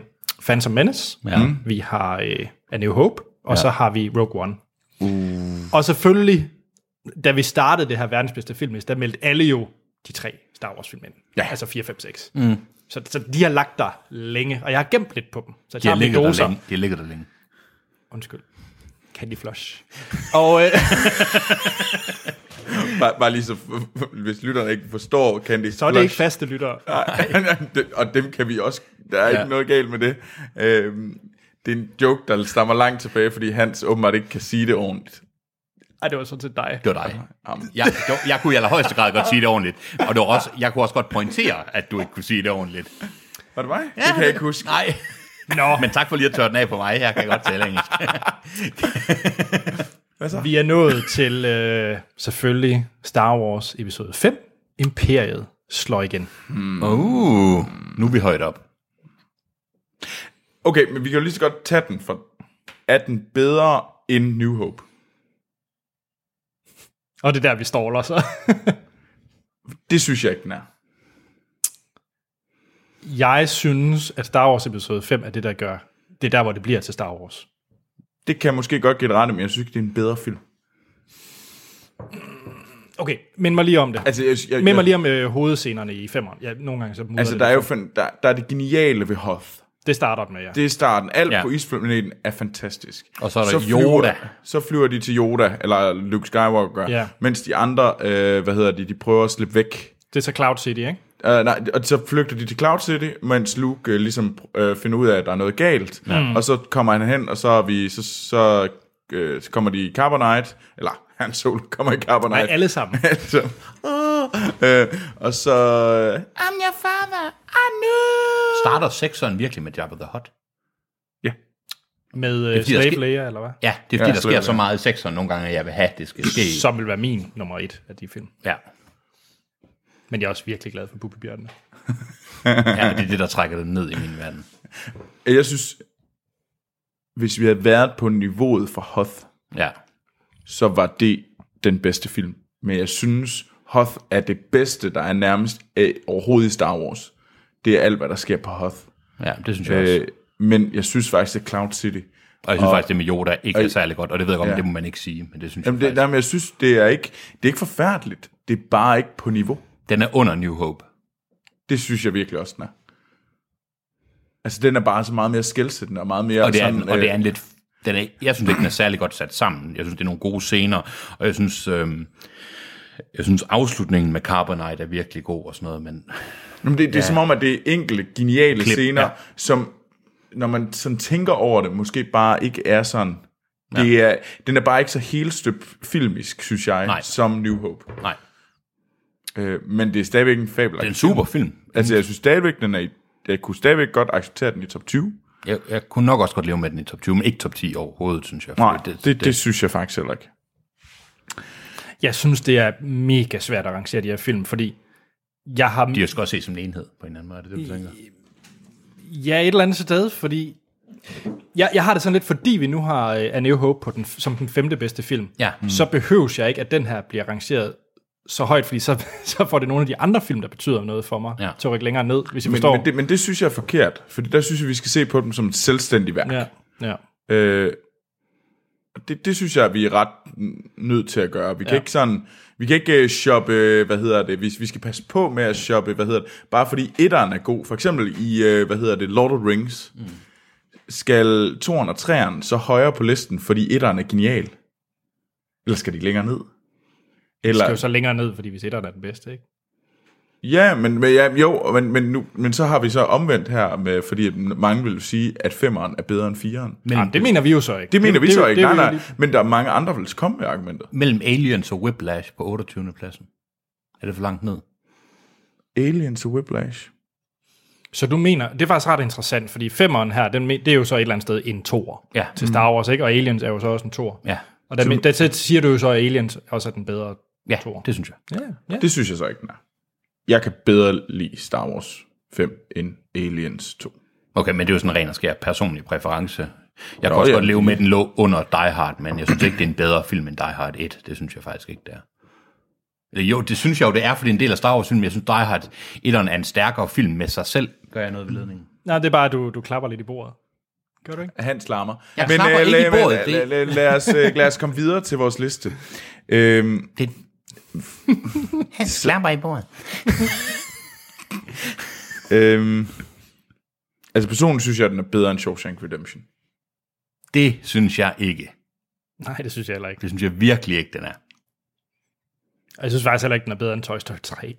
A: Phantom Menace,
B: Ja. Mm.
A: vi har øh, A New Hope, og ja. så har vi Rogue One. Uh. Og selvfølgelig, da vi startede det her verdens bedste filmliste, der meldte alle jo de tre Star Wars film ind. Ja. Altså 4, 5, 6. Mm. Så, så de har lagt der længe, og jeg har gemt lidt på dem. Så jeg
B: De
A: tager
B: har
A: mine
B: ligget der
A: doser.
B: længe. De har ligget der længe.
A: Undskyld. Candy Flush. Og... Øh,
C: Bare, bare lige så, hvis lytterne ikke forstår Candy
A: Så er det ikke faste lyttere.
C: ikke Og dem kan vi også, der er ja. ikke noget galt med det. Øhm, det er en joke, der stammer langt tilbage, fordi Hans åbenbart ikke kan sige det ordentligt.
A: Ej, det var sådan set dig.
B: Det var dig. Jeg, jo, jeg kunne i allerhøjeste grad godt sige det ordentligt. Og det var også, jeg kunne også godt pointere, at du ikke kunne sige det ordentligt.
C: Var det mig? Ja, det kan jeg ikke huske.
B: Nej.
A: Nå,
B: Men tak for lige at tørre den af på mig. Jeg kan godt tale engelsk.
A: vi er nået til øh, selvfølgelig Star Wars episode 5. Imperiet slår igen.
B: Uh, nu er vi højt op.
C: Okay, men vi kan jo lige så godt tage den, for er den bedre end New Hope?
A: Og det er der, vi ståler så.
C: Det synes jeg ikke, den er.
A: Jeg synes, at Star Wars episode 5 er det, der gør. Det er der, hvor det bliver til Star Wars.
C: Det kan jeg måske godt give det rette, men jeg synes ikke, det er en bedre film.
A: Okay, mind mig lige om det.
C: Altså, jeg, jeg,
A: Mind mig
C: jeg,
A: lige om øh, hovedscenerne i 5'eren. Ja, nogle gange så mudrer
C: altså
A: det.
C: der er jo fan- der, der er det geniale ved Hoth.
A: Det starter den med, ja. Det...
C: Det er starten. Alt
B: Ja.
C: ja. på isfilmeten er fantastisk.
B: Og så er der
C: flyver-
B: Yoda.
C: Så flyver de til Yoda, eller Luke Skywalker,
A: Ja.
C: mens de andre, øh, hvad hedder de, de prøver at slippe væk.
A: det er så Cloud City, ikke?
C: Uh, nej, og så flygter de til Cloud City, mens Luke uh, ligesom uh, finder ud af, at der er noget galt.
B: Mm.
C: Ja. Og så kommer han hen, og så, er vi, så, så, uh, så kommer de i Carbonite, eller Han Solo kommer i Carbonite.
A: Nej, alle sammen.
C: altså, uh, og så... I'm your father, I knew!
B: Starter sekseren virkelig med Jabba the Hutt?
A: Med
B: er
A: øh,
B: fordi, der
A: Slave
B: sker-
A: Leia, eller hvad?
B: Ja, det er fordi,
C: Ja,
B: ja, der
C: selvfølgelig,
B: sker så
C: ja.
B: meget i sekseren nogle gange, at jeg vil have, at det skal ske. Så...
A: Som vil være min nummer et af de film.
B: Ja.
A: Men jeg er også virkelig glad for Bubi Bjørnene.
B: ja, det er det, der trækker det ned i min verden.
C: Jeg synes, hvis vi havde været på niveauet for Hoth,
B: Ja.
C: så var det den bedste film. Men jeg synes, Hoth er det bedste, der er nærmest øh, overhovedet i Star Wars. Det er alt, hvad der sker på Hoth.
B: ja, det synes jeg også.
C: Øh, men jeg synes faktisk, at Cloud City...
B: Og jeg synes og, faktisk, det med Yoda ikke er særlig godt, og det ved jeg godt, ja.
C: Ja.
B: det må man ikke sige, men det synes jeg
C: Jamen det,
B: faktisk.
C: nej, men jeg synes, det er, ikke, det er ikke forfærdeligt. Det er bare ikke på niveau.
B: Den er under New Hope.
C: Det synes jeg virkelig også, den er. Altså, den er bare så meget mere skældsættende og meget mere...
B: Og det er,
C: sådan,
B: den, og det er
C: øh,
B: en lidt... Den er, jeg synes ikke, den er særlig godt sat sammen. Jeg synes, det er nogle gode scener, og jeg synes... Øh, jeg synes, afslutningen med Carbonite er virkelig god og sådan noget, men
C: Jamen, det, det er ja. som om, at det er enkelte geniale
B: Klip,
C: Klip, scener,
B: ja.
C: ja. som, når man sådan tænker over det, måske bare ikke er sådan. Det er, den er bare ikke så helstøbt filmisk, synes jeg,
B: Nej.
C: som New Hope.
B: nej.
C: Øh, men det er stadigvæk en fabel.
B: Det er en super film.
C: Altså, jeg synes stadigvæk, den er i, jeg kunne stadigvæk godt acceptere den i top 20.
B: Jeg, jeg kunne nok også godt leve med den i top 20, men ikke top 10 overhovedet, synes jeg.
C: Nej,
B: Fordi
C: det, det, det synes jeg faktisk heller ikke.
A: Jeg synes, det er mega svært at rangere de her film, fordi jeg har...
B: De skal også se som en enhed på en anden måde, er det det, du tænker?
A: Ja, et eller andet sted, fordi... Jeg, jeg har det sådan lidt, fordi vi nu har uh, A New Hope på den, som den femte bedste film,
B: Ja.
A: mm. så behøves jeg ikke, at den her bliver rangeret så højt, fordi så, så får det nogle af de andre film, der betyder noget for mig,
B: Ja.
A: til at rykke længere ned, hvis jeg
C: Men,
A: forstår.
C: men, det, men det synes jeg er forkert, for der synes jeg, vi skal se på dem som et selvstændigt værk.
A: ja, ja.
C: Øh, det, det synes jeg, vi er ret n- nødt til at gøre. Vi kan ja. ikke sådan, vi kan ikke øh, shoppe, øh, hvad hedder det, vi, vi skal passe på med at shoppe, hvad hedder det, bare fordi etteren er god. For eksempel i, øh, hvad hedder det, Lord of the Rings, mm. skal toeren og treeren så højere på listen, fordi etteren er genial? Eller skal de længere ned?
A: Det skal jo
C: Eller,
A: så længere ned, fordi vi sætter er den bedste, ikke?
C: ja, men, men ja, jo, men, men, nu, men så har vi så omvendt her, med, fordi mange vil jo sige, at femeren er bedre end fireren.
A: Men, Jamen, Ah, det mener vi jo så ikke.
C: Det mener det, vi
A: det,
C: så ikke,
A: det,
C: nej,
A: vil
C: nej.
A: jeg
C: Men der er mange andre, der vil komme med argumentet.
B: Mellem Aliens og Whiplash på 28. pladsen. Er det for langt ned?
C: Aliens og Whiplash.
A: Så du mener, det er faktisk ret interessant, fordi femmeren her, den, me- det er jo så et eller andet sted en toer
B: Ja.
C: Mm.
A: til Star Wars, ikke? og Aliens er jo så også en toer.
B: Ja.
A: Og der, men- der, der siger du jo så, at Aliens også er den bedre
B: Ja,
A: toer.
B: det synes jeg.
C: Det synes jeg så ikke, den er. Jeg kan bedre lide Star Wars 5 end Aliens 2.
B: Okay, men det er jo sådan en ren og skær personlig præference. Jeg kan
C: Nå,
B: også
C: ja.
B: godt leve med, at den lå under Die Hard, men jeg synes ikke, det er en bedre film end Die Hard 1. Det synes jeg faktisk ikke, det er. Eller jo, det synes jeg jo, det er, fordi det er en del af Star Wars-filmen. Jeg synes, Die Hard 1'eren er en stærkere film med sig selv. Gør jeg noget ved ledningen?
A: Nej, det er bare, at du, du klapper lidt i bordet. Gør du ikke?
C: Han slammer.
B: Jeg slapper
C: øh,
B: ikke i
C: lad-
B: bordet,
C: lad-
B: det-
C: lad- lad- Lad os, øh, lad os komme videre til vores liste. Øhm,
B: Det... Han slapper i bordet.
C: øhm, altså personligt synes jeg, at den er bedre end Shawshank Redemption.
B: Det synes jeg ikke.
A: Nej, det synes jeg heller ikke.
B: Det synes jeg virkelig ikke, den er.
A: Og jeg synes faktisk heller ikke, den er bedre end Toy Story 3.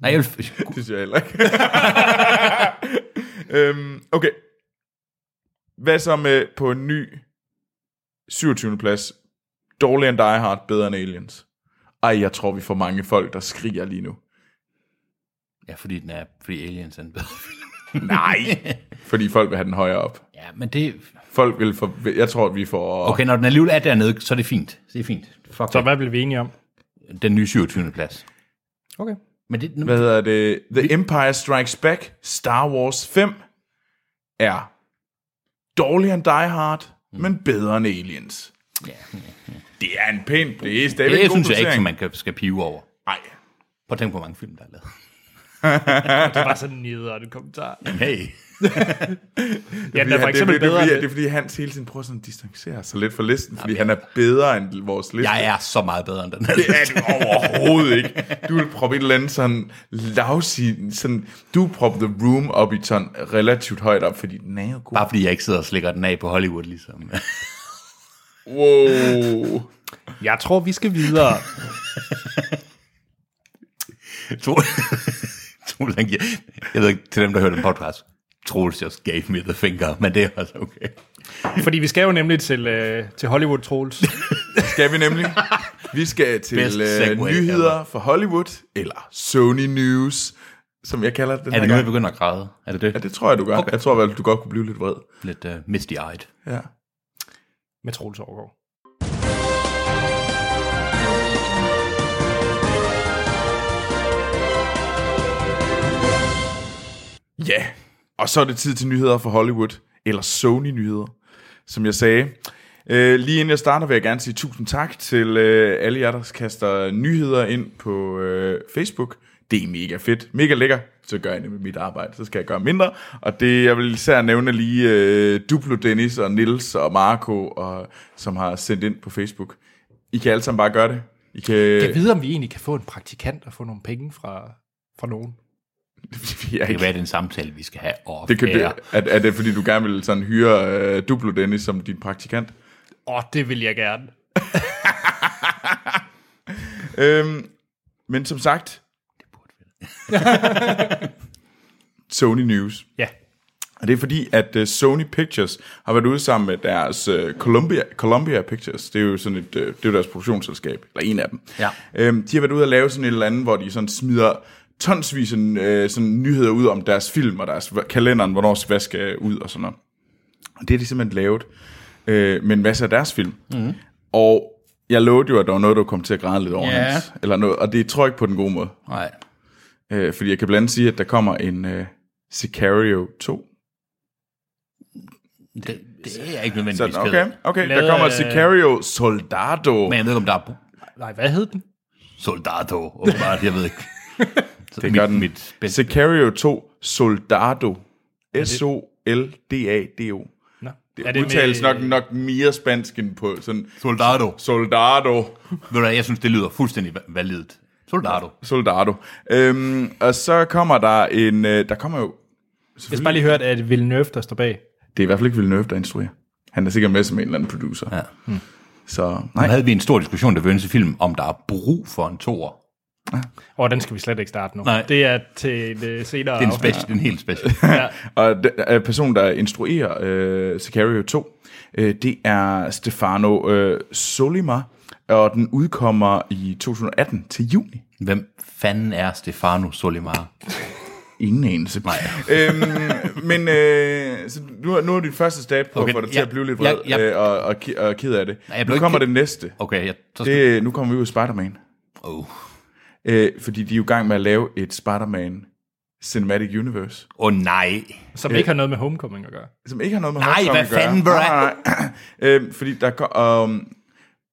B: Nej, jeg vil...
C: Det synes jeg heller ikke. øhm, okay. Hvad så med på en ny 27. plads? Dårligere end Die Hard, bedre end Aliens. Ej, jeg tror, vi får mange folk, der skriger lige nu.
B: Ja, fordi den er... Fordi Aliens er en bedre film.
C: Nej. Fordi folk vil have den højere op.
B: Ja, men det...
C: Folk vil for... Jeg tror, at vi får...
B: Okay, når den alligevel er dernede, så er det fint. Det er fint. Fuck
A: Så hvad blev vi enige om?
B: den nye 27. plads.
A: Okay.
B: Men det,
C: Hvad hedder det? The Empire Strikes Back Star Wars 5 er dårligere end Die Hard,
B: Mm.
C: men bedre end Aliens. Det er en pæn... Det er stadigvæk
B: det,
C: en
B: det
C: god
B: synes jeg ikke,
C: placering.
B: som man kan, skal pive over.
C: Nej.
B: Prøv at tænke på, hvor mange film, der er lavet.
A: Det var sådan en nederen kommentar.
B: Hey.
A: Ja, den er for
C: det,
A: eksempel
C: det, det,
A: bedre
C: det, det, det er
A: end...
C: fordi, Hans hele tiden prøver sådan at distancere sig lidt fra listen, fordi han er bedre end vores liste.
B: Jeg er så meget bedre end den her.
C: Det er du overhovedet ikke. Du vil proppe et eller andet sådan lousy, sådan, du vil proppe The Room op i sådan relativt højt op, fordi den er jo god.
B: Bare fordi jeg ikke sidder og slikker den af på Hollywood, ligesom.
C: Wow.
A: Jeg tror, vi skal videre.
B: Troels, Troels, han giver, jeg ved ikke, til dem, der hører den podcast, Troels just gave me the finger, men det er også okay.
A: Fordi vi skal jo nemlig til, øh, til Hollywood Trolls.
C: skal vi nemlig. Vi skal
B: Best
C: til øh,
B: segue
C: nyheder
B: ever.
C: fra Hollywood, eller Sony News, som jeg kalder den
B: Er
C: her
B: det nu, jeg
C: gang.
B: begynder at græde? Er det det?
C: Ja, det tror jeg, du gør. Okay. Jeg tror vel, du godt kunne blive lidt vred.
B: Lidt uh, misty-eyed.
C: Ja.
A: Med Troels Overgaard.
C: ja, og så er det tid til nyheder fra Hollywood, eller Sony-nyheder, som jeg sagde. Øh, lige inden jeg starter, vil jeg gerne sige tusind tak til øh, alle jer, der kaster nyheder ind på øh, Facebook. Det er mega fedt, mega lækker. Så gør jeg nemlig mit arbejde, så skal jeg gøre mindre. Og det, jeg vil især nævne lige øh, Duplo Dennis og Nils og Marco, og, som har sendt ind på Facebook. I kan alle sammen bare gøre det. I kan...
A: Jeg ved, om vi egentlig kan få en praktikant og få nogle penge fra, fra nogen.
C: vi er
B: Det kan
C: ikke
B: være, det er en samtale, vi skal have off
C: Det kan,
B: air.
C: det, er, er det fordi, du gerne vil sådan hyre øh, Duplo Dennis som din praktikant?
A: Åh, det vil jeg gerne.
C: Øhm, men som sagt... Det burde Sony News.
A: Ja.
C: Og det er fordi, at øh, Sony Pictures har været ude sammen med deres øh, Columbia, Columbia Pictures. Det er jo sådan et, øh, det er jo deres produktionsselskab, eller en af dem.
B: Ja.
C: Øhm, de har været ude og lave sådan et eller andet, hvor de sådan smider tonsvis af øh, sådan nyheder ud om deres film og deres kalenderen, hvornår hvad skal ud og sådan noget. Og det har de simpelthen lavet øh, med en masse af deres film.
B: Mhm.
C: Mm. Og jeg lovede jo, at der var noget, du kom til at græde lidt over,
B: Ja.
C: Hans. Eller noget, og det tror jeg ikke på den gode måde.
B: Nej.
C: Øh, fordi jeg kan blandt andet sige, at der kommer en øh, Sicario 2.
B: Det, det er jeg ikke nødvendigvis
C: Sådan,
B: ked
C: okay, øh,
B: af.
C: okay.
A: Lavet
C: Der kommer
A: af-
C: Sicario Soldado.
B: Men jeg ved ikke, om der er
A: Nej, hvad hed den?
B: soldato, åbenbart, jeg ved ikke. Så
C: Det gør den.
B: Mit bedste.
C: Sicario 2 Soldado. S-O-L-D-A-D-O.
A: Nå.
C: Det udtales nok, nok mere spansk end på sådan...
B: Soldado.
C: Soldado.
B: Ved du hvad, jeg synes, det lyder fuldstændig va- validt. Soldado.
C: Soldado. Øhm, og så kommer der en... Øh, der kommer jo...
A: Jeg skal bare lige hørt, at Villeneuve, der står bag.
C: Det er i hvert fald ikke Villeneuve, der instruerer. Han er sikkert med som en eller anden producer.
B: Ja.
C: Så
B: Nu
C: nej.
B: havde vi en stor diskussion, der vendte film, om der er brug for en toer.
A: Åh, den skal vi slet ikke starte nu.
B: Nej.
A: Det er til et uh, senere
B: Det er
C: Ah,
B: en,
A: afsnit.
B: special, det er en helt special.
C: Og den øh, person, der instruerer øh, Sicario 2, øh, det er Stefano øh, Solima, og den udkommer i 2018 til juni.
B: Hvem fanden er Stefano Solimar?
C: Ingen anelse. Nej. øhm, men øh, så nu, nu er din første stat på okay,
B: Okay,
C: at få dig til
B: ja,
C: at blive lidt
B: ja,
C: vred
B: ja.
C: øh, og, og, ki- og ked af det.
B: Nej, jeg blev
C: nu
B: ikke
C: kommer
B: ked-
C: det næste.
B: Okay, jeg, så skal,
C: Det, nu kommer vi ud af Spider-Man.
B: oh,
C: Øh, fordi de er jo i gang med at lave et Spider-Man Cinematic Universe,
B: oh, nej.
A: Som ikke har noget med Homecoming at gøre.
C: som ikke har noget med
B: Nej,
C: Homecoming
B: hvad
C: at gøre.
B: fanden, bruh?
C: Nej, nej, nej. øhm, fordi der kom, um,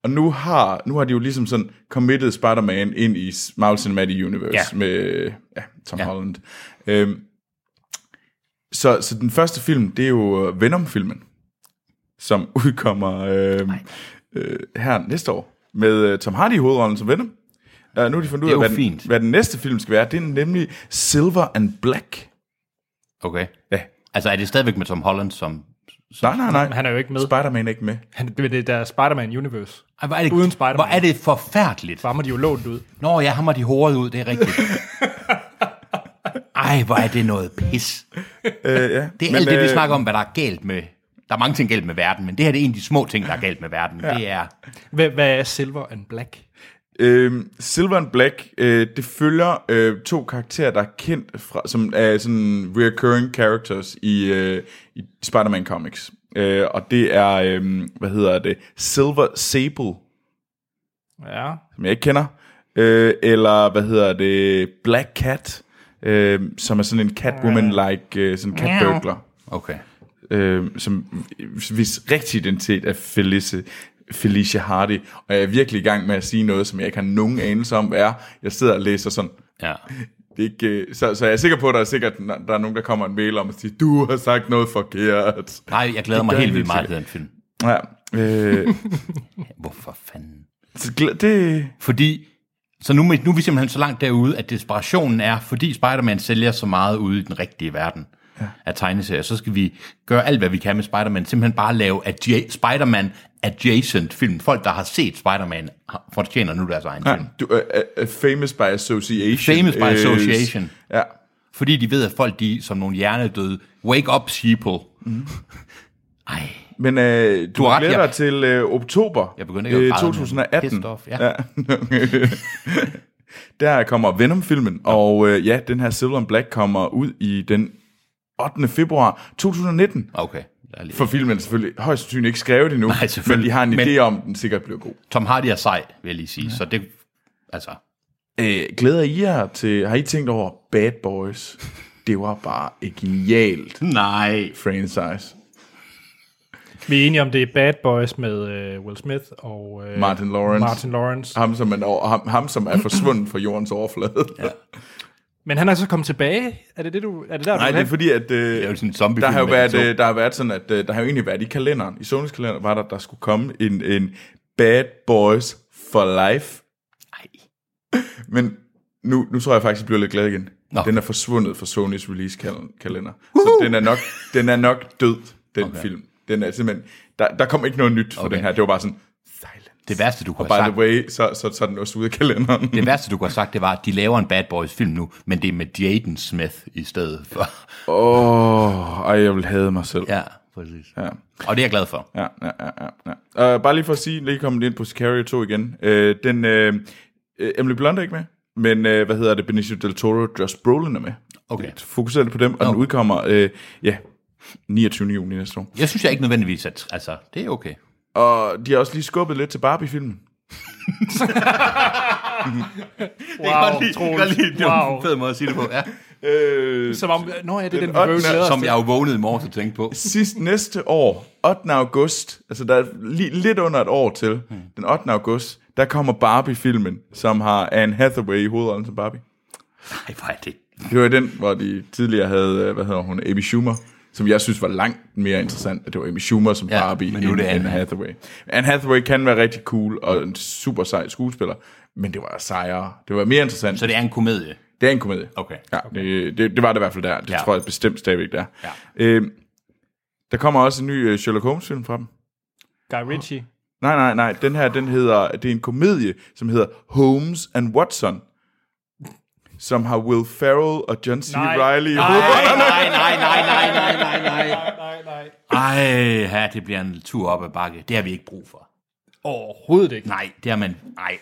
C: og nu har, nu har de jo ligesom sådan committed Spider-Man ind i s- Marvel Cinematic Universe
B: Ja.
C: med ja, Tom
B: Ja.
C: Holland. Øhm, så, så den første film, det er jo øh, Venom-filmen, som udkommer øhm, øh, her næste år, med øh, Tom Hardy i hovedrollen som Venom. Uh, nu har de fundet ud
B: Det er
C: af,
B: jo
C: hvad den,
B: fint.
C: hvad den næste film skal være. Det er nemlig Silver and Black.
B: Okay.
C: Ja.
B: Altså, er det stadigvæk med Tom Holland som...
C: Nej, nej, nej.
A: Men han er jo ikke med.
C: Spider-Man er ikke med.
A: Han, det er det der Spider-Man Universe.
B: Ej, hvor er det,
A: Uden Spider-Man.
B: Hvor er det forfærdeligt.
A: Så rammer de jo lånt ud.
B: Nå, jeg hammer de håret ud, det er rigtigt. Ej, hvor er det noget pis.
C: Øh, ja.
B: Det er
C: Men,
B: alt det, vi
C: øh,
B: snakker om, hvad der er galt med... Der er mange ting galt med verden, men det her det er en af de små ting, der er galt med verden. Ja. Det er...
A: Hvad, hvad er Silver and Black?
C: Øh, Silver and Black, øh, det følger øh, to karakterer, der er kendt fra, som er sådan recurring characters i, øh, i Spider-Man Comics. Øh, og det er, øh, hvad hedder det, Silver Sable,
A: Ja.
C: som jeg ikke kender, øh, eller hvad hedder det, Black Cat, øh, som er sådan en Catwoman-like, øh, sådan en cat burglar.
B: Okay.
C: øh, som hvis rigtig identitet er Felice, Felicia Hardy, og jeg er virkelig i gang med at sige noget, som jeg ikke har nogen anelse om, hvad er. Jeg sidder og læser sådan,
B: Ja.
C: det er ikke, øh, så, så jeg er sikker på, at der er sikkert der er nogen, der kommer en mail om og siger, du har sagt noget forkert.
B: Nej, jeg glæder mig
C: gør
B: helt
C: jeg
B: vildt
C: helt
B: meget til den film.
C: Ja, øh,
B: Hvorfor fanden?
C: så glæ- det,
B: Fordi... Så nu, nu er vi simpelthen så langt derude, at desperationen er, fordi Spider-Man sælger så meget ude i den rigtige verden ja. af tegneserier, så skal vi gøre alt, hvad vi kan med Spider-Man. Simpelthen bare lave adja- Spider-Man adjacent film. Folk, der har set Spider-Man, har- fortjener nu deres egen ja. film.
C: du, uh, uh, famous by association.
B: Famous by
C: is-
B: association.
C: Ja,
B: Fordi de ved, at folk, de som nogle hjernedøde, wake up people. Mm. Ej,
C: men øh, du,
B: har
C: du
B: ret,
C: glæder
B: jeg-
C: dig til øh, oktober
B: Jeg begynder ikke at
C: øh,
B: græde, men
C: 2018.
B: pissed off, ja.
C: Der kommer Venom-filmen, og øh, ja, den her Silver and Black kommer ud i den 8. februar 2019.
B: okay. Der er lige.
C: For filmen er selvfølgelig højst sandsynligt ikke skrevet endnu,
B: Nej,
C: men
B: selvfølgelig.
C: de har en
B: Men-
C: idé om, at den sikkert bliver god.
B: Tom Hardy er sej, vil jeg lige sige. Ja. Så det, altså,
C: Øh, glæder I jer til, har I tænkt over Bad Boys? Det var bare et genialt
B: nej.
C: franchise.
A: Vi er enige om, det er Bad Boys med øh, Will Smith og... Øh,
C: Martin Lawrence.
A: Martin Lawrence.
C: Ham som, man, over- ham, ham, som er forsvundet fra jordens overflade. Ja.
A: Men han er så kommet tilbage. Er det, det du, er det der,
C: Nej,
A: du
C: det er fordi, at... Øh,
B: Det er jo sådan en zombie
C: der har jo været, øh, der har været sådan, at øh, der har jo egentlig været i kalenderen, i Sony's kalender var der, der skulle komme en, en Bad Boys for Life.
B: Nej.
C: Men nu, nu tror jeg faktisk, jeg bliver lidt glad igen.
B: Nå.
C: Nå. Den er forsvundet fra Sony's release kal- kalender. Så den er nok, den er nok død, den okay. film. Den er simpelthen, der, der kom ikke noget nyt fra
B: Okay.
C: den her. Det var bare sådan, silence.
B: Det værste, du kunne
C: By
B: have
C: the
B: sagt,
C: way, så, så, så er den også ude af kalenderen.
B: det værste, du kunne have sagt, det var, at de laver en Bad Boys film nu, men det er med Jaden Smith i stedet for.
C: Åh, oh, jeg vil have mig selv.
B: Ja, præcis. Ja. Og det er jeg glad for.
C: Ja, ja, ja. ja, ja. Uh, bare lige for at sige, lige kommet ind på Sicario 2 igen. Uh, den, uh, Emily Blunt er ikke med, men uh, hvad hedder det, Benicio Del Toro, Josh Brolin er med.
B: Okay.
C: Fokuserer lidt på dem, og den udkommer uh, ja, 29. juni næste år.
B: Jeg synes jeg ikke nødvendigvis, at altså, det er okay.
C: Og de har også lige skubbet lidt til Barbie-filmen.
B: Wow, det er godt lige,
A: Troels.
B: godt lige, det var
A: Wow.
B: en fed måde at sige det på. Ja.
C: Uh,
A: Som om, nå ja, det er den,
C: Den
A: vi behøver
C: ottende-
A: glæder os
B: Som
A: til.
B: jeg jo vågnede i morges og tænkte på.
C: sidst næste år, 8. august, altså der er li- lidt under et år til, den 8. august, der kommer Barbie-filmen, som har Anne Hathaway i hovedrollen som Barbie.
B: Nej, hvor er det
C: Det var den, hvor de tidligere havde, øh, hvad hedder hun, Amy Schumer, som jeg synes var langt mere interessant, at det var Amy Schumer som
B: Ja,
C: Barbie,
B: men nu er det
C: end
B: Anne.
C: Anne Hathaway. Anne Hathaway kan være rigtig cool og en super sej skuespiller, men det var sejere. Det var mere interessant.
B: Så det er en komedie.
C: Det er en komedie.
B: Okay.
C: Ja, Det, det, det var det i hvert fald der. Det
B: Ja.
C: ja. tror jeg bestemt stadigvæk, der.
B: Ja.
C: Øh, der kommer også en ny øh, Sherlock Holmes-film fra dem.
A: Guy Ritchie.
C: Nej, nej, nej. Den her, den hedder, det er en komedie, som hedder Holmes and Watson, som har Will Ferrell og John C.
A: Nej.
C: Reilly i
A: Nej.
C: hovedrollerne.
B: Nej, nej, nej, nej, nej, nej, nej.
A: Nej, nej.
B: Ej, her, det bliver en tur op ad bakke. Det har vi ikke brug for.
A: Overhovedet ikke.
B: Nej, det har man... Nej.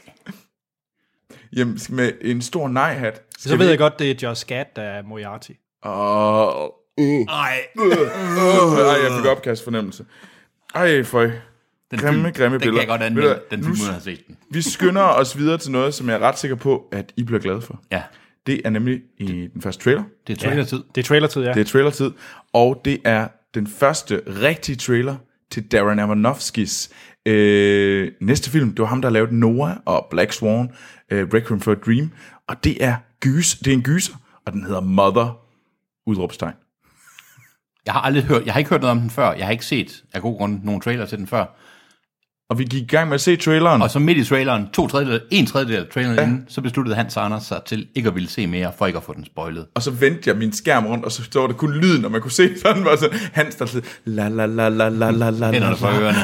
C: Jamen, med en stor nej-hat.
A: Så ved jeg godt, det er Josh Gad, der er Moriarty.
C: Og... Uh.
B: Nej, Øh.
C: Uh, ej, jeg fik opkastfornemmelse. Ej, føj.
B: den
C: Grimme,
B: film,
C: grimme
B: den kan
C: billeder.
B: jeg godt
C: Ved
B: anmelde,
C: du hvad,
B: den
C: nu
B: film,
C: s-
B: uden at have set den.
C: Vi skynder os videre til noget, som jeg er ret sikker på, at I bliver glade for.
B: Ja,
C: Det er nemlig i den første trailer.
B: det er trailer-tid.
A: Det er trailertid, ja.
C: Det er trailertid, og det er den første rigtige trailer til Darren Aronofskis øh, næste film. Det var ham, der lavede Noah og Black Swan, øh, Requiem for a Dream, og det er, gys, det er en gyser, og den hedder Mother, udråbstegn.
B: Jeg har aldrig hørt, jeg har ikke hørt noget om den før. Jeg har ikke set, af god grund, nogen trailer til den før.
C: Og vi gik i gang med at se traileren.
B: Og så midt i traileren, to tredjedel, en tredjedel af traileren ja. inden, så besluttede Hans Anders sig til ikke at ville se mere, for ikke at få den spoilet.
C: Og så vendte jeg min skærm rundt, og så stod der kun lyden, og man kunne se sådan, var sådan, Hans der sid, la la la la la la la
B: Hænderne for
C: la.
B: ørerne.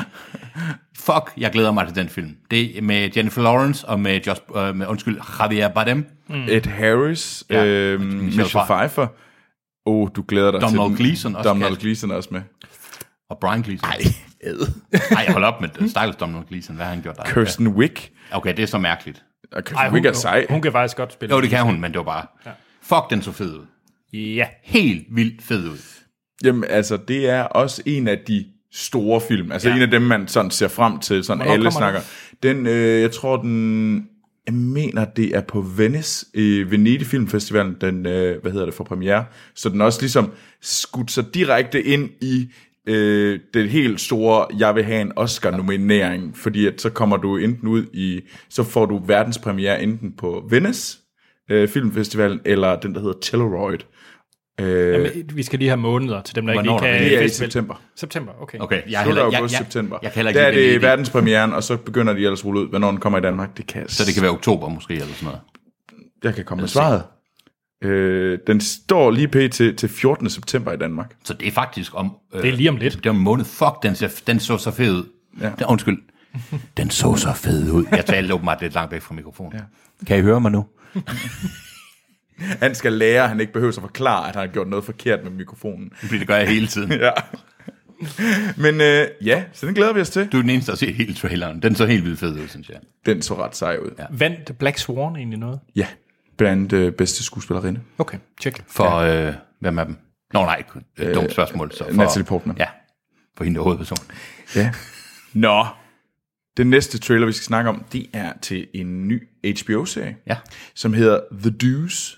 B: Fuck, jeg glæder mig til den film. Det er med Jennifer Lawrence og med, Josh, øh, med undskyld, Javier Bardem,
C: Ed Harris,
B: Ja,
C: ja, øh,
B: Michelle
C: Michelle
B: Pfeiffer.
C: Pfeiffer. Åh, oh, du glæder dig til
B: Domhnall
C: den.
B: Gleeson også
C: Domhnall
B: kaldt.
C: Gleeson er også med.
B: og Brian Gleeson. Nej, Nej, hold op med det. Stakkels Dominic Gleeson, hvad har han gjort der?
C: Kirsten Wick.
B: Okay, det er så mærkeligt.
C: Og Kirsten
A: Ej,
C: Wick er sej.
A: hun kan faktisk godt spille.
B: Jo, det kan hun, men det var bare... Ja. Fuck, den så fed ud.
A: Ja.
B: Helt vildt fed ud.
C: Jamen, altså, det er også en af de store film. Altså, ja. en af dem, man sådan ser frem til, sådan
A: Hvornår
C: alle
A: kommer
C: snakker.
A: den?
C: Den, øh, jeg tror, den... Jeg mener, det er på Venice, øh, Venedig Filmfestivalen, den, øh, hvad hedder det, for premiere. Så den også ligesom skudt sig direkte ind i øh, den helt store, jeg vil have en Oscar-nominering, fordi at så kommer du enten ud i, så får du verdenspremiere enten på Venice øh, Filmfestivalen, eller den, der hedder Telluride. Øh,
A: Jamen, vi skal lige have måneder til dem, der
B: Hvornår
A: ikke lige
B: er
A: kan...
B: det?
C: det er i
A: festival.
C: september.
A: September, okay.
B: Okay, jeg er
C: Slutter
B: heller,
C: august,
B: jeg, jeg,
C: september.
B: Jeg kan heller ikke
C: der er
B: lide
C: det
B: Venedig.
C: verdenspremieren, og så begynder de ellers at rulle ud, hvornår den kommer i Danmark. Det kan,
B: Så det kan være oktober måske, eller sådan noget.
C: jeg kan komme med svaret. Øh, den står lige p til, til 14. september i Danmark.
B: Så det er faktisk om... Øh,
A: Det er lige om lidt.
B: Det er om en måned. Fuck, den, ser, den så så fed ud. Ja. Den, undskyld. Den så så fed ud. Jeg talte åbenbart lidt langt væk fra mikrofonen. Ja. Kan I høre mig nu?
C: Han skal lære, at han ikke behøver at forklare, at han har gjort noget forkert med mikrofonen.
B: Fordi det gør jeg hele tiden.
C: Ja. Men øh, ja, så den glæder vi os til.
B: Du er den eneste, der ser hele traileren. Den så helt vildt fed ud, synes jeg.
C: Den så ret sej ud. Ja,
A: Vandt Black Swan egentlig noget?
C: ja. blandt øh, bedste skuespillerinde.
A: Okay, tjek.
B: For, ja. øh, hvem er dem? Nå nej, øh, dumt spørgsmål. Så for,
C: Natalie Portman.
B: Ja, for hende der er hovedpersonen.
C: Ja. Nå. Den næste trailer, vi skal snakke om, det er til en ny HBO-serie.
B: Ja.
C: som hedder The Deuce.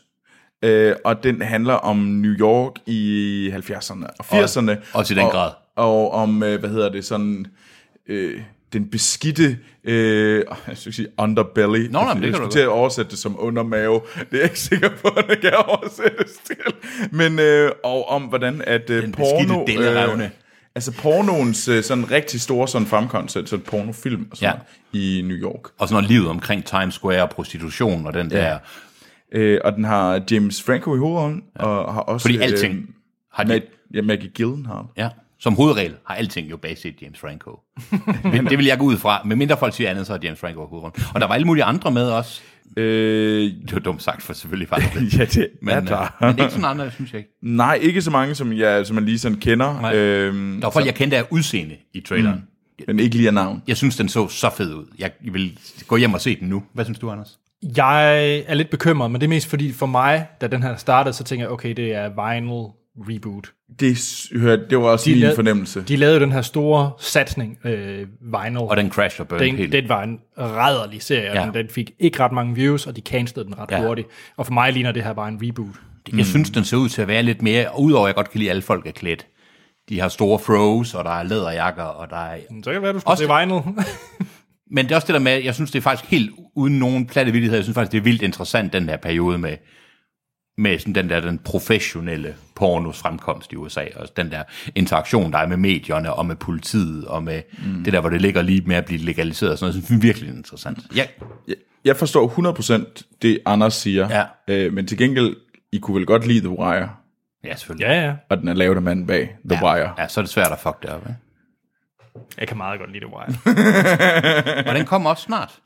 C: Øh, og den handler om New York i 70'erne og 80'erne.
B: og til den
C: og,
B: grad.
C: Og om, øh, hvad hedder det, sådan... Øh, den beskidte, øh, jeg skulle sige underbelly.
B: nå, men det kan
C: jeg
B: du
C: skulle
B: godt.
C: til at oversætte det som undermave. Det er jeg ikke sikker på, at det kan oversættes til. Men, øh, og om hvordan at øh,
B: Den beskidte
C: porno...
B: dellerevne.
C: altså pornoens øh, sådan rigtig store sådan fremkomst, sådan pornofilm og sådan
B: Ja.
C: ja. i New York.
B: Og sådan noget livet omkring Times Square og prostitution og den ja. der.
C: Øh, og den har James Franco i hovedrollen, ja. og har også...
B: Fordi alting har de,
C: Mag, ja, Maggie Gyllenhaal.
B: ja, som hovedregel har alting jo baseret James Franco. Men det vil jeg gå ud fra. Med mindre folk siger andet, så er James Franco hovedrollen. Og der var alle mulige andre med også.
C: Øh,
B: Det var dumt sagt, for selvfølgelig var det det.
C: ja, det
B: Men,
C: er
B: øh,
C: der.
B: men det er ikke sådan andre, synes jeg ikke.
C: Nej, ikke så mange, som, jeg, som man lige sådan kender,
B: Nej.
C: øhm,
B: Der var folk, jeg kendte af udseende i traileren. Mm.
C: men ikke lige af navn.
B: Jeg synes, den så så fed ud. Jeg vil gå hjem og se den nu. Hvad synes du, Anders?
A: Jeg er lidt bekymret, men det er mest fordi for mig, da den her startede, så tænker jeg, okay, det er vinyl reboot.
C: Det, s- hørte- det var også
A: De
C: min
A: lavede-
C: fornemmelse.
A: De lavede jo den her store satsning, øh, vinyl.
B: Og den crasher burn
A: den,
B: helt.
A: den var en ræderlig serie,
B: Ja.
A: ja. og den- den fik ikke ret mange views, og de cancelede den ret
B: Ja.
A: ja. hurtigt. Og for mig ligner det her bare en reboot.
B: Jeg mm. synes, den ser ud til at være lidt mere, og udover at jeg godt kan lide, at alle folk er klædt. De har store froze, og der er læderjakker, og der er...
A: Så kan det være, du skulle
B: Også-
A: se vinyl.
B: Men det er også det der med, jeg synes, det er faktisk helt uden nogen platte vildighed. Jeg synes faktisk, det er vildt interessant, den der periode med, med sådan den der den professionelle pornos fremkomst i USA, og den der interaktion, der er med medierne, og med politiet, og med mm. det der, hvor det ligger lige med at blive legaliseret, og sådan noget. Jeg synes, det er virkelig interessant. Ja,
C: Jeg, jeg forstår 100% det, Anders siger,
B: Ja.
C: øh, men til gengæld, I kunne vel godt lide The Wire,
B: ja selvfølgelig.
A: ja, ja.
C: og den er lavet af manden bag The ja. Wire.
B: Ja, så er det svært at fuck det op, ikke?
A: Jeg kan meget godt lide det, Wire.
B: Og den kommer også snart.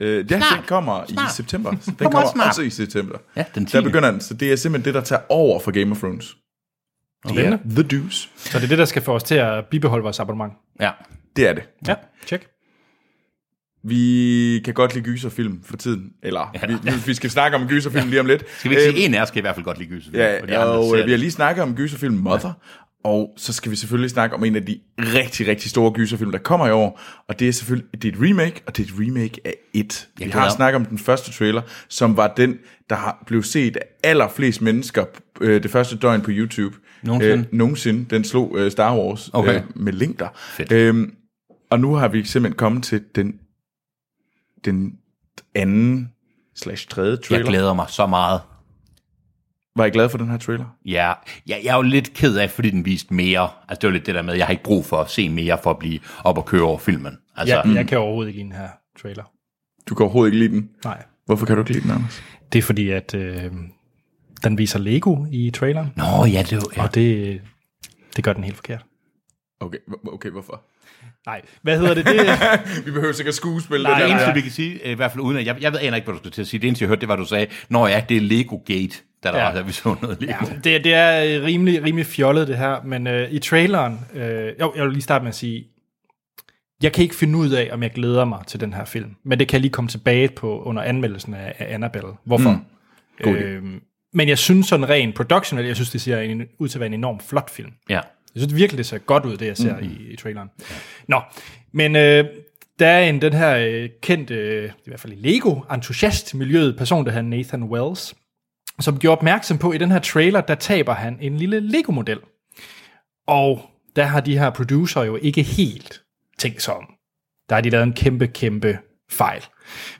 C: Øh, ja,
B: Snart.
C: den kommer
B: Snart.
C: i september. Den
B: Kommer
C: kommer
B: også snart.
C: også i september.
B: Ja, den
C: Der
B: 10..
C: begynder den, så det er simpelthen det, der tager over for Game of Thrones.
A: Spændende.
C: The Deuce.
A: Så det er det, der skal få os til at bibeholde vores abonnement.
B: Ja.
C: Det er det.
A: Ja, tjek.
C: Vi kan godt lide gyserfilm for tiden. Eller, ja, vi, vi- vi skal snakke om gyserfilm lige om lidt.
B: Skal vi ikke sige, en af os skal i hvert fald godt lide gyser?
C: Ja, og øh, vi har lige snakket om gyserfilmen Mother, ja. og så skal vi selvfølgelig snakke om en af de rigtig, rigtig store gyserfilm, der kommer i år, og det er selvfølgelig det er et remake, og det er et remake af It. vi har
B: glæder mig.
C: snakket om den første trailer, som var den, der har blev set af allerflest mennesker øh, det første døgn på YouTube.
B: Nogensinde?
C: Øh, nogensinde. Den slog øh, Star Wars
B: Okay.
C: øh, med længder.
B: Fedt.
C: Øhm, og nu har vi simpelthen kommet til den, den anden slash tredje
B: Jeg
C: trailer.
B: glæder mig så meget.
C: Var I glad for den her trailer?
B: Ja, jeg, jeg er jo lidt ked af, fordi den viste mere. Altså, det var lidt det der med, jeg har ikke brug for at se mere for at blive op og køre over filmen. Altså,
A: Jeg,
B: ja.
A: jeg kan overhovedet ikke lide den her trailer.
C: Du kan overhovedet ikke lide den.
A: Nej.
C: Hvorfor kan du ikke lide den, Anders?
A: Det er fordi, at øh, den viser Lego i traileren,
B: Nå, ja, det var... Ja.
A: og det, det gør den helt forkert.
C: Okay, h- okay hvorfor?
A: Nej, hvad hedder det? det
C: Vi behøver sikkert skuespil.
A: Nej,
B: Det
C: det
B: eneste,
A: ja.
B: vi kan sige, øh, i hvert fald uden at... Jeg, jeg ved aner ikke, hvad du skulle til at sige. Det eneste, jeg hørte, det var, du sagde, Nå ja, det er Lego Gate, da
A: Ja.
B: der ja. var, da vi så noget Lego. Ja.
A: ja, det, det er øh, rimelig, rimelig fjollet, det her, men øh, i traileren... Øh, jo, jeg vil lige starte med at sige, jeg kan ikke finde ud af, om jeg glæder mig til den her film, men det kan jeg lige komme tilbage på under anmeldelsen af, af Annabelle. Hvorfor? Mm. Øh, men jeg synes sådan rent productional, jeg synes, det ser en, ud til at være en enorm flot film.
B: ja.
A: Jeg synes virkelig, det ser godt ud, det jeg ser mm-hmm. i, i traileren. Nå, men øh, der er en, den her øh, kendte, øh, i hvert fald i Lego-entusiast-miljøet, person, der hedder Nathan Wells, som gjorde opmærksom på, at i den her trailer, der taber han en lille Lego-model. Og der har de her producer jo ikke helt tænkt sig om. Der har de lavet en kæmpe, kæmpe fejl.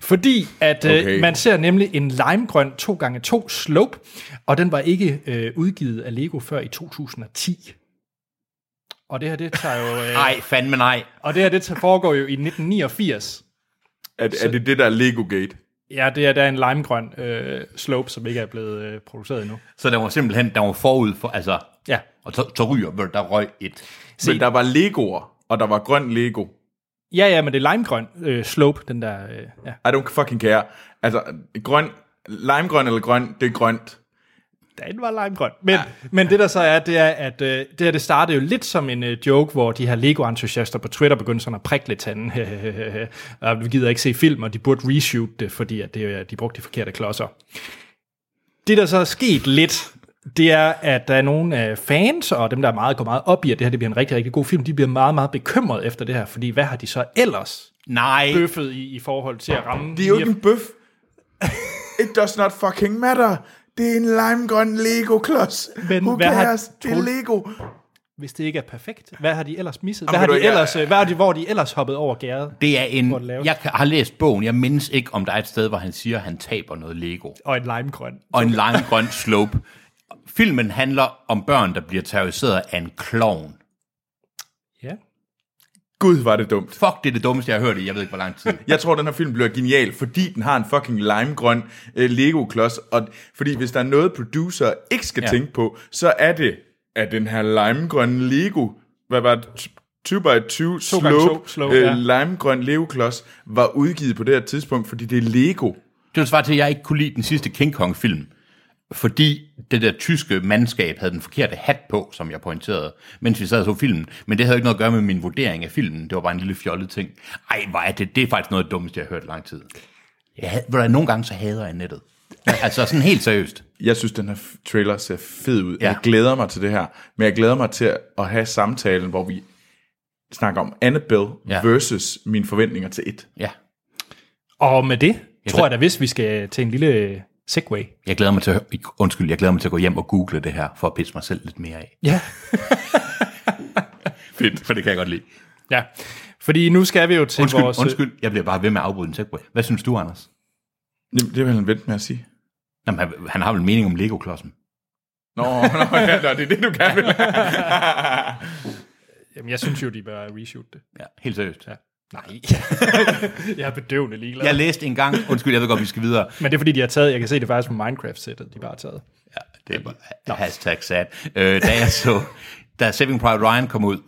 A: Fordi at okay.
C: Okay.
A: øh, man ser nemlig en limegrøn 2x2 slope, og den var ikke øh, udgivet af Lego før i 2010. Og det her, det tager jo... Øh,
B: Ej, fandme nej.
A: og det her, det tager- foregår jo i 1989.
C: Er, er det det, der er Lego Gate?
A: Ja, det er der er en limegrøn øh, slope, som ikke er blevet øh, produceret endnu.
B: Så der var simpelthen, der var forud for, altså...
A: Ja.
B: Og så, så ryger, hvor der røg et.
A: Se.
C: Men der var Legoer, og der var grøn Lego.
A: Ja, ja, men det er limegrøn øh, slope, den der... Øh, ja.
C: I don't fucking care. Altså, grøn, limegrøn eller grøn, det er grønt.
A: Den var limegrøn. Men, ja. men det der så er, det er, at øh, det her det startede jo lidt som en øh, joke, hvor de her Lego-entusiaster på Twitter begyndte sådan at prikke lidt tanden. og vi gider ikke se film, og de burde reshoot det, fordi at det, øh, de brugte de forkerte klodser. Det der så er sket lidt, det er, at der er nogle øh, fans, og dem der meget går meget op i, at det her det bliver en rigtig, rigtig god film, de bliver meget, meget bekymret efter det her, fordi hvad har de så ellers
B: Nej.
A: bøffet i, i forhold til at ramme...
C: Det er jo
A: lige-
C: ikke en bøf. It does not fucking matter. Det er en limegrøn Lego-klods.
A: Men
C: Who
A: hvad har-
C: cares? Det er
A: Troel-
C: Lego.
A: hvis det ikke er perfekt. Hvad har de ellers misset? Hvad
C: Jamen,
A: har
C: ved
A: de
C: du, jeg-
A: ellers, øh, hvad har de, hvor er de ellers hoppet over gæret?
B: Det er en...
A: Hvor det laves.
B: Jeg kan- har læst bogen. Jeg mindes ikke, om der er et sted, hvor han siger, at han taber noget Lego.
A: Og en limegrøn.
B: Og en lang grøn slope. Filmen handler om børn, der bliver terroriseret af en klovn.
A: Ja.
C: Gud, var det dumt.
B: Fuck, det er det dummeste, jeg har hørt i, jeg ved ikke, hvor lang tid.
C: Jeg tror, den her film bliver genial, fordi den har en fucking limegrøn øh, Lego-klods. Og, fordi hvis der er noget, producer ikke skal ja.
B: Ja.
C: tænke på, så er det, at den her limegrønne Lego, hvad var det, T- 2x2 slope,
A: slope,
C: øh,
A: ja.
C: limegrøn Lego-klods, var udgivet på det her tidspunkt, fordi det er Lego.
B: Det var svar til, at jeg ikke kunne lide den sidste King Kong-film, fordi det der tyske mandskab havde den forkerte hat på, som jeg pointerede, mens vi sad og så filmen. Men det havde ikke noget at gøre med min vurdering af filmen. Det var bare en lille fjollet ting. Ej, hvor er det, det er faktisk noget af det dummeste, jeg har hørt i lang tid. Jeg, havde- ved du, hvad, nogle gange så hader jeg nettet. Altså sådan helt seriøst.
C: Jeg synes, den her f- trailer ser fed ud. Ja.
B: Ja.
C: Jeg glæder mig til det her. Men jeg glæder mig til at have samtalen, hvor vi snakker om Annabelle ja.
B: Ja.
C: versus mine forventninger til et.
B: Ja,
A: Og med det, ja, tror
B: så-
A: jeg da, hvis vi skal til en lille segway.
B: jeg glæder mig til at, hø- undskyld, jeg glæder mig til at gå hjem og google det her, for at pisse mig selv lidt mere af.
A: Ja.
B: Fedt, for det øh, kan jeg godt lide.
A: ja. Fordi nu skal vi jo til
B: Undskyld,
A: vores...
B: undskyld, jeg bliver bare ved med at afbryde en segway. Hvad synes du, Anders?
C: Jamen, det vil han vente med at sige.
B: Jamen, han, han har vel mening om Lego-klodsen?
C: Nå, nå, ja, nå, det er det, du gerne vil.
A: Jamen, jeg synes jo, de bør reshoot det.
B: Ja, helt seriøst. Ja.
A: Nej. jeg er bedøvende ligeglad.
B: Jeg læste engang, undskyld, jeg ved godt, vi skal videre.
A: Men det er fordi, de har taget... Jeg kan se det faktisk på Minecraft-sættet, de bare har taget.
B: Ja, det er bare, hashtag sad. Øh, da jeg så, da Saving Private Ryan kom ud,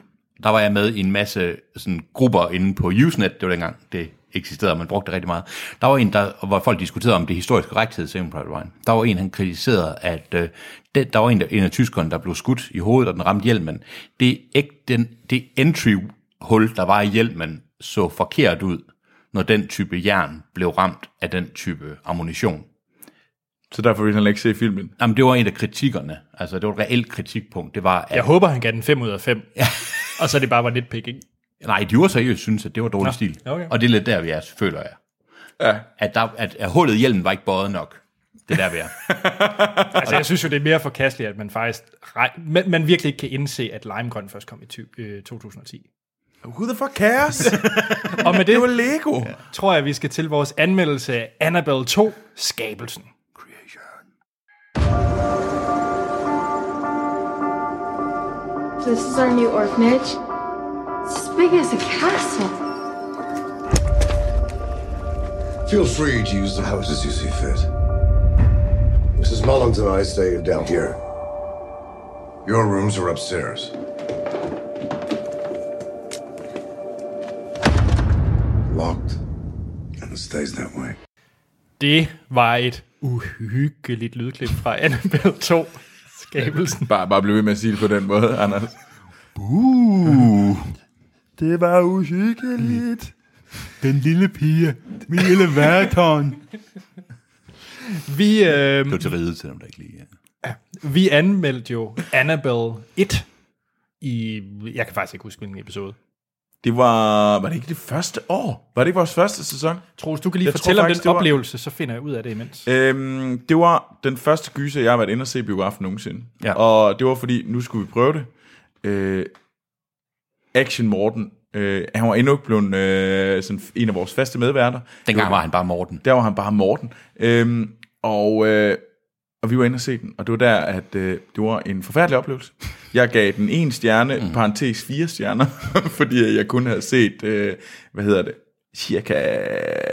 B: der var jeg med i en masse sådan, grupper inde på Usenet, det var dengang, det eksisterede, og man brugte det rigtig meget. Der var en, der, hvor folk diskuterede om det historiske rigtighed i Saving Private Ryan. Der var en, han kritiserede, at øh, det, der var en, der, en af tyskerne, der blev skudt i hovedet, og den ramte hjelmen. Det, æg- den, det entry hul, der var i hjelmen, så forkert ud. når den type jern blev ramt af den type ammunition.
C: Så derfor vil han ikke se filmen.
B: Jamen, det var en af kritikkerne. Altså, det var et reelt kritikpunkt. Det var, at,
A: Jeg håber, han gav den 5 ud af 5. Ja. og så det bare var nitpicking.
B: nej, de var seriøst synes, at det var dårlig stil.
A: okay.
B: Og det er lidt der, vi er, føler jeg.
C: Ja.
B: At, der, at, at hullet i hjelmen var ikke bøjet nok. Det er der, vi er.
A: Altså, jeg synes jo, det er mere forkasteligt, at man faktisk... rej- Man, man virkelig ikke kan indse, at limegrøn først kom i ty, øh, 2010.
C: Who the fuck cares?
A: Og med
C: det var
A: det
C: Lego.
A: tror jeg, vi skal til vores anmeldelse af Annabelle 2, Skabelsen.
F: So this is our new orphanage. It's as big as a castle.
H: Feel free to use the house as you see fit. Mrs. Mullins and I stay down here. Your rooms are upstairs. Locked. And it stays that way.
A: Det var et uhyggeligt lydklip fra Annabelle 2, Skabelsen.
C: Bare, bare blive ved med at sige det på den måde, Anders.
B: Uh. Det var uhyggeligt. Den lille pige med elevatoren.
A: Vi,
B: Det
A: øh,
B: var til ride til dem, der ikke lige...
A: vi anmeldte jo Annabelle 1 i... Jeg kan faktisk ikke huske, hvilken episode.
C: Det var... Var det ikke det første år? Var det ikke vores første sæson?
A: Troels, du kan lige
C: Jeg
A: jeg
C: tror
A: fortælle om
C: faktisk,
A: den
C: det var-
A: oplevelse, så finder jeg ud af det imens.
C: Øhm, det var den første gyser, jeg har været inde og se i biografen nogensinde.
B: Ja.
C: Og det var fordi, nu skulle vi prøve det. Øh, Action Morten, øh, han var endnu ikke blevet øh, sådan en af vores faste medværter.
B: Dengang var han bare Morten.
C: Der var han bare Morten. Øhm, og, øh, og vi var inde og se den, og det var der, at øh, det var en forfærdelig oplevelse. Jeg gav den en stjerne, mm. parentes fire stjerner, fordi jeg kun havde set, øh, hvad hedder det, cirka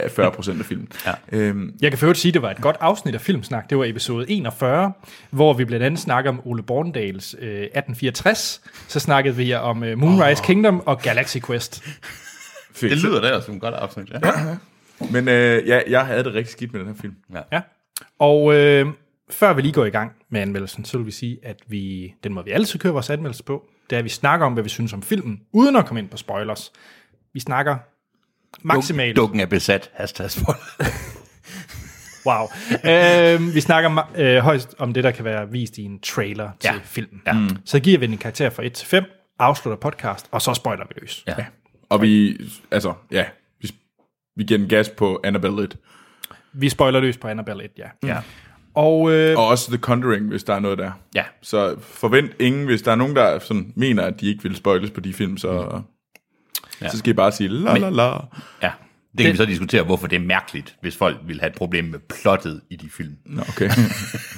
C: 40% af filmen. Ja. Øhm,
A: Jeg kan for øvrigt sige, at det var et godt afsnit af Filmsnak. Det var episode 41, hvor vi blandt andet snakker om Ole Borndals øh, 1864. Så snakkede vi om øh, Moonrise oh. Kingdom og Galaxy Quest.
C: fedt.
B: Det lyder der som en godt afsnit, ja.
C: Men øh, ja, jeg havde det rigtig skidt med den her film.
A: Ja. Og øh, før vi lige går i gang med anmeldelsen, så vil vi sige, at vi, den måde vi altid kører vores anmeldelse på, det er, at vi snakker om, hvad vi synes om filmen, uden at komme ind på spoilers. Vi snakker maksimalt.
B: Dukken er besat. Hashtag spoiler.
A: Wow. øh, vi snakker ma- øh, højst om det, der kan være vist i en trailer til
B: Ja.
A: filmen. Ja. Så giver vi den en karakter fra 1 til 5, afslutter podcast, og så spoiler vi løs.
B: Ja.
C: Og vi, altså, ja, vi, vi giver den gas på Annabelle 1.
A: Vi spoiler løs på Annabelle 1, ja. ja. Og øh,
C: Og også The Conjuring, hvis der er noget der.
B: Ja.
C: Så forvent ingen, hvis der er nogen, der sådan, mener, at de ikke vil spoiles på de film, så, ja. så skal I bare sige la la la.
B: Ja. Det kan vi så diskutere, hvorfor det er mærkeligt, hvis folk ville have et problem med plottet i de film.
C: Nå, okay.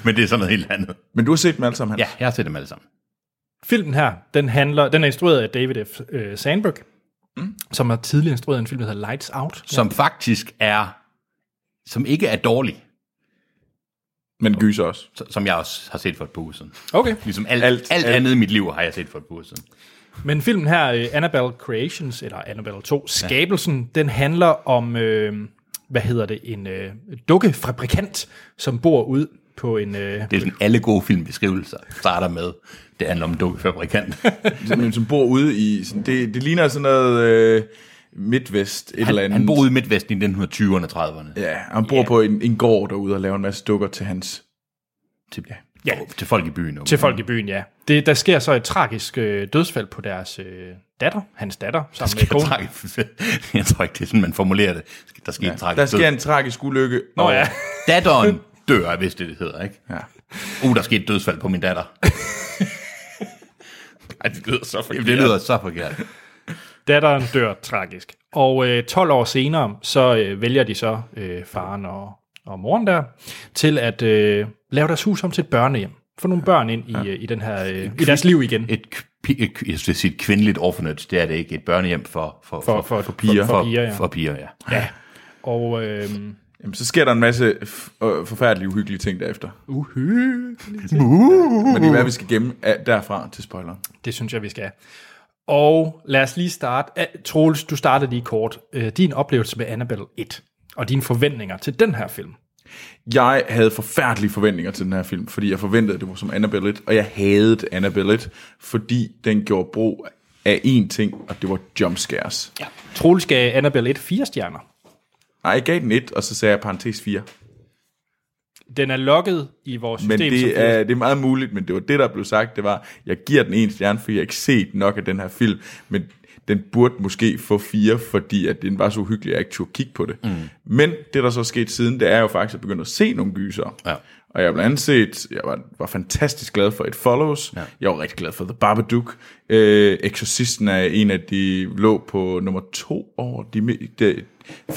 B: Men det er sådan noget helt andet.
C: Men du har set dem alle sammen, Hans.
B: Ja, jeg har set dem alle sammen.
A: filmen her, den, handler, den er instrueret af David F. øh, Sandberg, mm. som har tidligere instrueret en film, der hedder Lights Out.
B: Som faktisk er, som ikke er dårlig,
C: Men gyser også.
B: så- som jeg også har set for et par uger siden.
A: Okay.
B: Ligesom alt,
C: Alt-
B: alt, alt,
C: alt.
B: alt andet i mit liv har jeg set for et par uger siden.
A: Men filmen her, øh, Annabelle Creations, eller Annabelle 2, Skabelsen, ja. den handler om, øh, hvad hedder det, en øh, dukkefabrikant, som bor ude på en... Øh,
B: Det er sådan, alle gode filmbeskrivelser starter med, det handler om dukkefabrikant.
C: Men Ligesom som bor ude i, sådan, det, det ligner sådan noget øh, midtvest, et eller
B: Han,
C: andet.
B: han boede i Midtvesten i 1920'erne og 30'erne.
C: Ja, han bor på en, en gård derude og laver en masse dukker til hans
B: Til,
A: Ja.
B: ja. til folk i byen. nu.
A: til folk i byen, ja. Det, der sker så et tragisk øh, dødsfald på deres øh, datter, hans datter, sammen med
B: Jeg,
A: konen.
B: trak, jeg tror ikke, det er sådan, man formulerer det. Der sker ja, en
C: Der
B: tragisk
C: sker
B: død.
C: en tragisk ulykke.
A: Nå ja,
B: Datteren dør, hvis det, det hedder, ikke?
C: Ja.
B: Uh, der skete et dødsfald på min datter. Ej, det lyder så forkert. Det lyder så forkert.
A: datteren dør tragisk. Og øh, 12 år senere, så øh, vælger de så, øh, faren og, og moren der, til at øh, lave deres hus om til et børnehjem. Få nogle børn ind i, ja. i, den her, øh, i deres liv igen.
B: Et, k- pi- et, k- jeg skulle sige et kvindeligt orphanage, det er det ikke. Et børnehjem for, for,
A: For- for-
B: For,
A: for piger, ja.
B: for piger, ja.
A: Og øh,
C: Jamen, så sker der en masse f- øh, forfærdelige, uhyggelige ting derefter. Men det er hvad vi skal gemme af, derfra til spoiler.
A: det synes jeg, vi skal. Og lad os lige starte. Ah, Troels, du startede lige kort. Øh, din oplevelse med Annabelle 1, og dine forventninger til den her film.
C: Jeg havde forfærdelige forventninger til den her film, fordi jeg forventede, at det var som Annabelle 1, og jeg hadede Annabelle 1, fordi den gjorde brug af én ting, og det var jumpscares.
A: Ja. Troels gav Annabelle 1 fire stjerner.
C: Nej, jeg gav den et, og så sagde jeg parentes 4.
A: Den er logget i vores
C: Men
A: system. som
C: det er, det er meget muligt, men det var det, der blev sagt, det var, jeg giver den en stjerne, fordi jeg har ikke set nok af den her film, men den burde måske få fire, fordi at den var så uhyggelig, at jeg ikke turde kigge på det. Mm. Men det, der så er sket siden, det er jo faktisk at begynde at se nogle gyser.
B: Ja.
C: Og jeg har blandt andet set, jeg var, var fantastisk glad for It Follows, ja. jeg var rigtig glad for The Babadook, øh, Exorcisten er en af de, lå på nummer to over de, me- de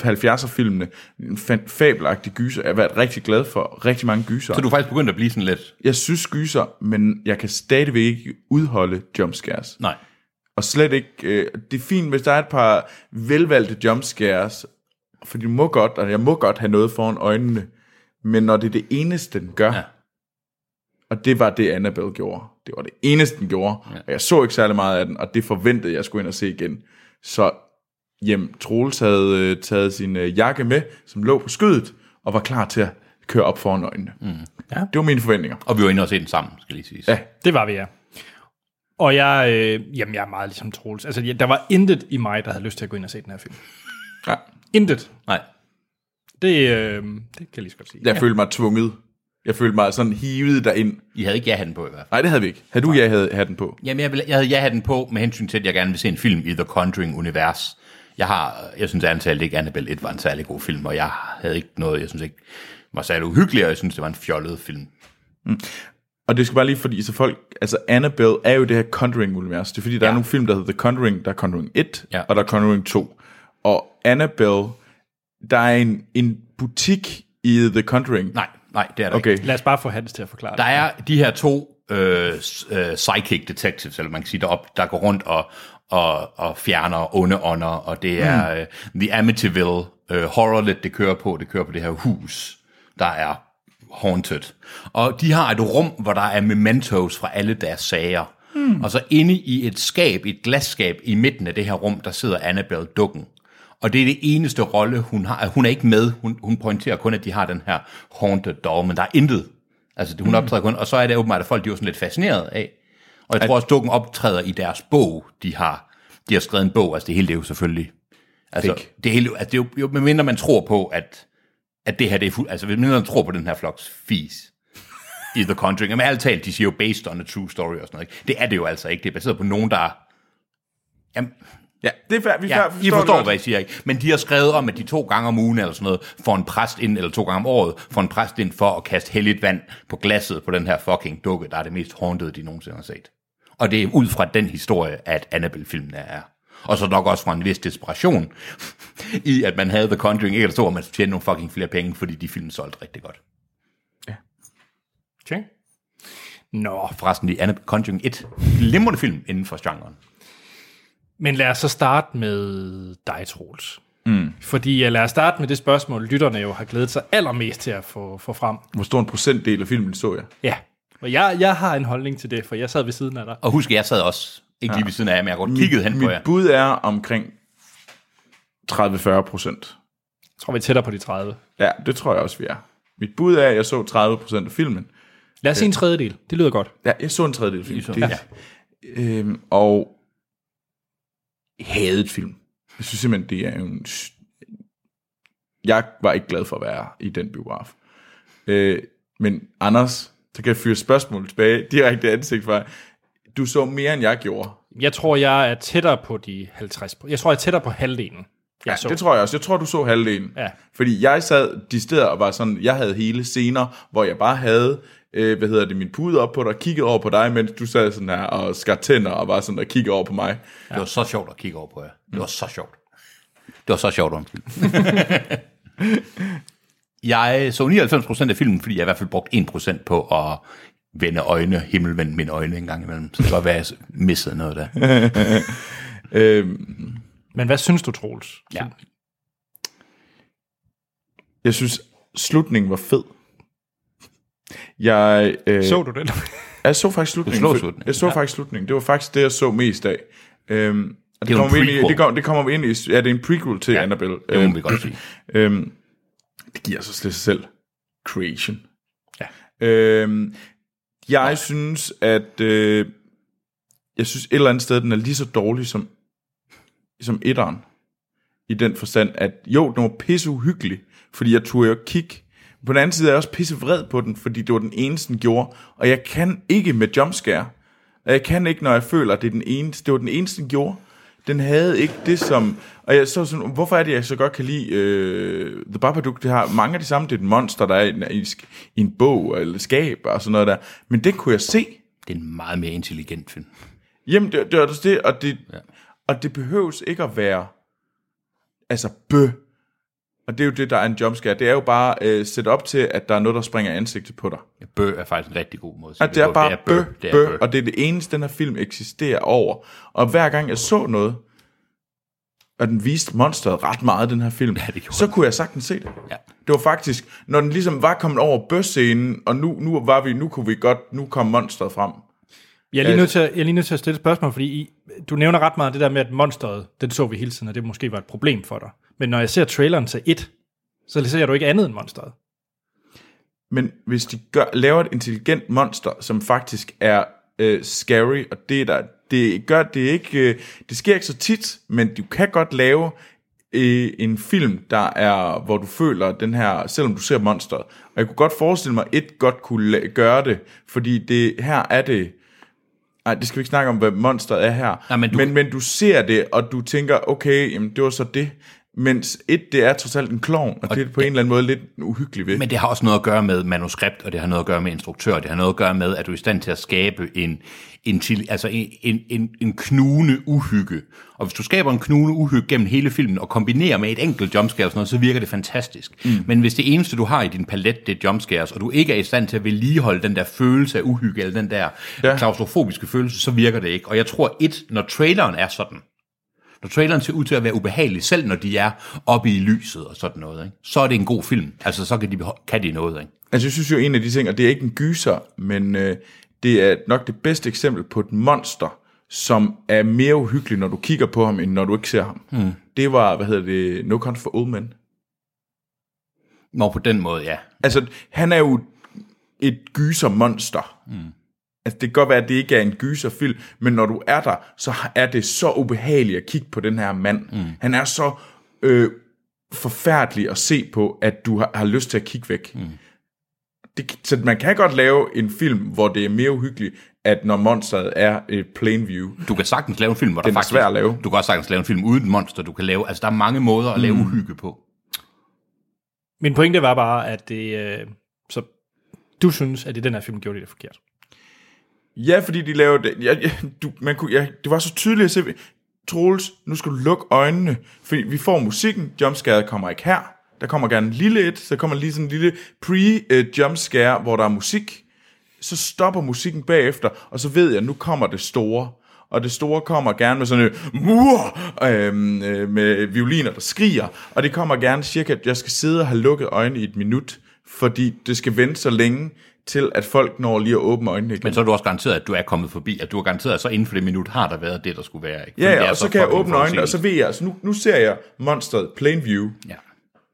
C: 70'er-filmene, en fan- fabelagtig gyser, jeg har været rigtig glad for rigtig mange gyser.
B: Så du er faktisk begyndt at blive sådan lidt...
C: Jeg synes gyser, men jeg kan stadigvæk ikke udholde jumpscares.
B: Nej.
C: Og slet ikke... Øh, det er fint, hvis der er et par velvalgte jumpscares, for de må godt, og jeg må godt have noget foran øjnene, men når det er det eneste, den gør,
B: Ja.
C: ja. og det var det, Annabelle gjorde. Det var det eneste, den gjorde, ja. og jeg så ikke særlig meget af den, og det forventede jeg skulle ind og se igen. Så hjem, Troels havde øh, taget sin øh, jakke med, som lå på skødet, og var klar til at køre op foran øjnene. Mm. Ja. Det var mine forventninger.
B: Og vi var inde og se den sammen, skal lige siges.
C: Ja.
A: Det var vi, ja. Og jeg, øh, jamen, jeg er meget ligesom Troels. Altså, jeg, der var intet i mig, der havde lyst til at gå ind og se den her film.
C: Ja.
A: Intet.
B: Nej.
A: Det, øh, det kan jeg lige så godt sige.
C: Jeg ja. følte mig tvunget. Jeg følte mig sådan hivet derind.
B: I havde ikke ja-hatten på i hvert fald.
C: Nej, det havde vi ikke. Havde du jeg havde hatten på?
B: Jamen, jeg, vil, jeg havde ja-hatten på med hensyn til, at jeg gerne vil se en film i The Conjuring-univers. Jeg har, jeg synes antallet ikke, Annabelle 1 var en særlig god film, og jeg havde ikke noget, jeg synes ikke var særlig uhyggelig, og jeg synes, det var en fjollet film.
C: Og det skal bare lige, fordi så folk, altså Annabelle er jo det her Conjuring-univers. Det er fordi, der ja. er nogle film, der hedder The Conjuring, der er Conjuring 1,
B: Ja.
C: ja. og der er Conjuring 2. Og Annabelle, der er en, en butik i The Conjuring.
B: Nej, nej, det er der
C: Okay.
B: ikke.
A: Lad os bare få Hans til at forklare
B: Der
A: det.
B: er de her to øh, s- øh, psychic detectives, eller man kan sige derop, der går rundt og, og, og fjerner onde ånder, og det er øh, The Amityville øh, Horrorlet, det kører på. Det kører på det her hus, der er haunted. Og de har et rum, hvor der er mementos fra alle deres sager. Mm. Og så inde i et skab, et glasskab i midten af det her rum, der sidder Annabelle Dukken. Og det er det eneste rolle, hun har. Hun er ikke med. Hun, hun pointerer kun, at de har den her haunted doll, men der er intet. Altså, hun optræder kun. Og så er det åbenbart, at folk de er jo sådan lidt fascineret af. Og jeg tror også, dukken optræder i deres bog, de har. De har skrevet en bog. Altså, det hele det er jo selvfølgelig... Altså, det hele, altså, det er jo, jo, medmindre man tror på, at, at det her, det er fuld, altså, medmindre man tror på den her floks fis, i The Conjuring. Men alt talt, de siger jo based on a true story og sådan noget. Ikke? Det er det jo altså ikke. Det er baseret på nogen, der... er- Jamen,
C: Ja, det er færdigt. Vi
B: ja,
C: ja,
B: I forstår, hvad jeg siger, ikke? Men de har skrevet om, at de to gange om ugen eller sådan noget, får en præst ind, eller to gange om året, får en præst ind for at kaste helligt vand på glasset på den her fucking dukke, der er det mest haunted, de nogensinde har set. Og det er ud fra den historie, at Annabelle-filmen er. Og så nok også fra en vis desperation i, at man havde The Conjuring 1 og 2, og man skulle tjene nogle fucking flere penge, fordi de film solgte rigtig godt.
A: Okay. Nå,
B: Forresten, de Anna Conjuring 1. Glimrende film inden for genren.
A: men lad os så starte med dig, Troels. Mm. Fordi øh, lad os starte med det spørgsmål, lytterne jo har glædet sig allermest til at få, få frem.
C: Hvor stor en procentdel af filmen så jeg?
A: Ja. Og jeg, jeg har en holdning til det, for jeg sad ved siden af dig.
B: Og husk, jeg sad også, ikke lige ved siden af jer, men jeg har godt kigget hen
C: mit
B: på jer.
C: bud er omkring 30-40 procent.
A: Jeg tror, vi er tættere på de 30.
C: Ja, det tror jeg også, vi er. Mit bud er, at jeg så 30 procent af filmen.
A: Lad os sige en tredjedel. Det lyder godt.
C: Ja, jeg så en tredjedel af
B: I så-
C: filmen. Det, øhm, og hadet film. Jeg synes simpelthen, det er en... s- Jeg var ikke glad for at være i den biograf. Øh, men Anders, så kan jeg fyre spørgsmål tilbage direkte i ansigt fra dig. Du så mere, end jeg gjorde.
A: Jeg tror, jeg er tættere på de 50. Jeg tror, jeg er tættere på halvdelen. Jeg
C: Ja,
A: så.
C: det tror jeg også. Jeg tror, du så halvdelen.
A: Ja.
C: Fordi jeg sad de steder og var sådan, jeg havde hele scener, hvor jeg bare havde, øh, hvad hedder det, min pude op på dig, kiggede over på dig, mens du sad sådan her og skar tænder og var sådan og kiggede over på mig.
B: Det var så sjovt at kigge over på jer. Det var så sjovt. Det var så sjovt, undskyld. jeg så 99% af filmen, fordi jeg i hvert fald brugte 1% på at vende øjne, himmelvende mine øjne en gang imellem. Så det kan godt være, at jeg missede noget der.
C: Øh,
A: Men hvad synes du, Troels?
B: Ja.
C: jeg synes, slutningen var fed. Jeg, øh,
A: Så du det?
C: jeg så faktisk slutningen.
B: Du så
C: for-
B: slutningen,
C: Jeg så ja. faktisk slutningen. Det var faktisk det, jeg så mest af. Øhm,
B: Det
C: og det,
B: er jo en
C: kommer vi ind i,
B: prequel.
C: det, kommer, det kommer vi ind i. Ja, det er en prequel til ja, Annabelle.
B: Det må vi godt sige.
C: Øhm, det giver så slet sig selv. Creation. Ja. Øhm, jeg Nej. synes, at... Øh, jeg synes et eller andet sted, den er lige så dårlig som, som etteren. i den forstand, at jo, den var pisseuhyggelig, fordi jeg turde jo ikke kigge. På den anden side er jeg også pissevred på den, fordi det var den eneste, den gjorde, og jeg kan ikke med jumpscare. Og jeg kan ikke, når jeg føler, at det, er den eneste, det var den eneste, den gjorde. Den havde ikke det som... Og jeg så sådan, hvorfor er det, jeg så godt kan lide øh, The Babadook? Det har mange af de samme. Det er et monster, der er i en, i en sk- i en bog eller skab og sådan noget der. Men det kunne jeg se.
B: Det er en meget mere intelligent film.
C: Jamen, det, det er også det, og det, ja. og det behøves ikke at være, altså, bø. Og det er jo det, der er en jumpscare. Det er jo bare øh, sæt op til, at der er noget, der springer i ansigtet på dig.
B: Bø er faktisk en rigtig god måde. at sige
C: Og det er
B: på.
C: bare bø,
B: Det er
C: bø,
B: bø.
C: og det er det eneste, den her film eksisterer over. Og hver gang jeg så noget, og den viste monsteret ret meget, den her film, ja,
B: det gjorde
C: så kunne jeg sagtens se det.
B: Ja.
C: Det var faktisk, når den ligesom var kommet over bøsscenen, og nu, nu var vi, nu kunne vi godt, nu kom monsteret frem.
A: Jeg er lige nødt til, at- jeg er lige nødt til at stille et spørgsmål, fordi I, du nævner ret meget det der med, at monsteret, den så vi hele tiden, og det måske var et problem for dig. Men når jeg ser traileren til 1, så ser du ikke andet end monsteret.
C: Men hvis de gør, laver et intelligent monster, som faktisk er øh, scary, og det er der, det gør det er ikke, øh, det sker ikke så tit, men du kan godt lave øh, en film, der er, hvor du føler den her, selvom du ser monsteret. Og jeg kunne godt forestille mig, at et godt kunne la- gøre det, fordi det her er det, Nej, det skal vi ikke snakke om, hvad monsteret er her.
B: Nej, men du-
C: Men, men du ser det, og du tænker, okay, jamen, det var så det. Mens et, det er trods alt en klovn, og, og det er på en eller anden måde lidt uhyggeligt ved.
B: Men det har også noget at gøre med manuskript, og det har noget at gøre med instruktør, og det har noget at gøre med, at du er i stand til at skabe en, en, til, altså en, en, en, en knugende uhygge. Og hvis du skaber en knugende uhygge gennem hele filmen, og kombinerer med et enkelt jumpscare og sådan noget, så virker det fantastisk. Mm. Men hvis det eneste, du har i din palet, det er jumpscares, og du ikke er i stand til at vedligeholde den der følelse af uhygge, eller den der ja. klaustrofobiske følelse, så virker det ikke. Og jeg tror, et, når traileren er sådan, når traileren ser ud til at være ubehagelig, selv når de er oppe i lyset og sådan noget, ikke? så er det en god film. Altså, så kan de, beho- kan de noget, ikke?
C: Altså, jeg synes jo, en af de ting, og det er ikke en gyser, men øh, det er nok det bedste eksempel på et monster, som er mere uhyggelig, når du kigger på ham, end når du ikke ser ham. Mm. Det var, hvad hedder det, No Country for Old Men.
B: Nå, på den måde, ja.
C: Altså, han er jo et gysermonster. Mm. Altså, det kan godt være, at det ikke er en gyserfilm, men når du er der, så er det så ubehageligt at kigge på den her mand. Mm. Han er så øh, forfærdelig at se på, at du har, har lyst til at kigge væk. Mm. Det, så man kan godt lave en film, hvor det er mere uhyggeligt, at når monsteret er et plain view.
B: Du kan sagtens lave en film, hvor
C: Den
B: der
C: er
B: faktisk...
C: svær at lave.
B: Du kan også sagtens lave en film uden et monster, du kan lave... Altså, der er mange måder at lave mm. uhygge på.
A: Min pointe var bare, at det, øh, så du synes, at i den her film gjorde de det forkert.
C: Ja, fordi de lavede det. Ja, ja, du, man kunne, ja, det var så tydeligt at se. Troels, nu skal du lukke øjnene, fordi vi får musikken. Jumpscare kommer ikke her. Der kommer gerne en lille et, så kommer lige sådan en lille pre-jumpscare, hvor der er musik. Så stopper musikken bagefter, og så ved jeg, at nu kommer det store. Og det store kommer gerne med sådan en mur, øhm, øh, med violiner, der skriger. Og det kommer gerne cirka, at jeg skal sidde og have lukket øjnene i et minut, fordi det skal vente så længe, til at folk når lige at åbne øjnene igen.
B: Men så er du også garanteret, at du er kommet forbi, at du er garanteret, at så inden for det minut har der været det, der skulle være. Ikke? Fordi
C: Ja,
B: det
C: ja,
B: er
C: og så, kan jeg
B: fucking
C: åbne øjnene, og så
B: forudsigeligt.
C: ved jeg, altså nu, nu ser jeg monsteret plain view,
B: Ja.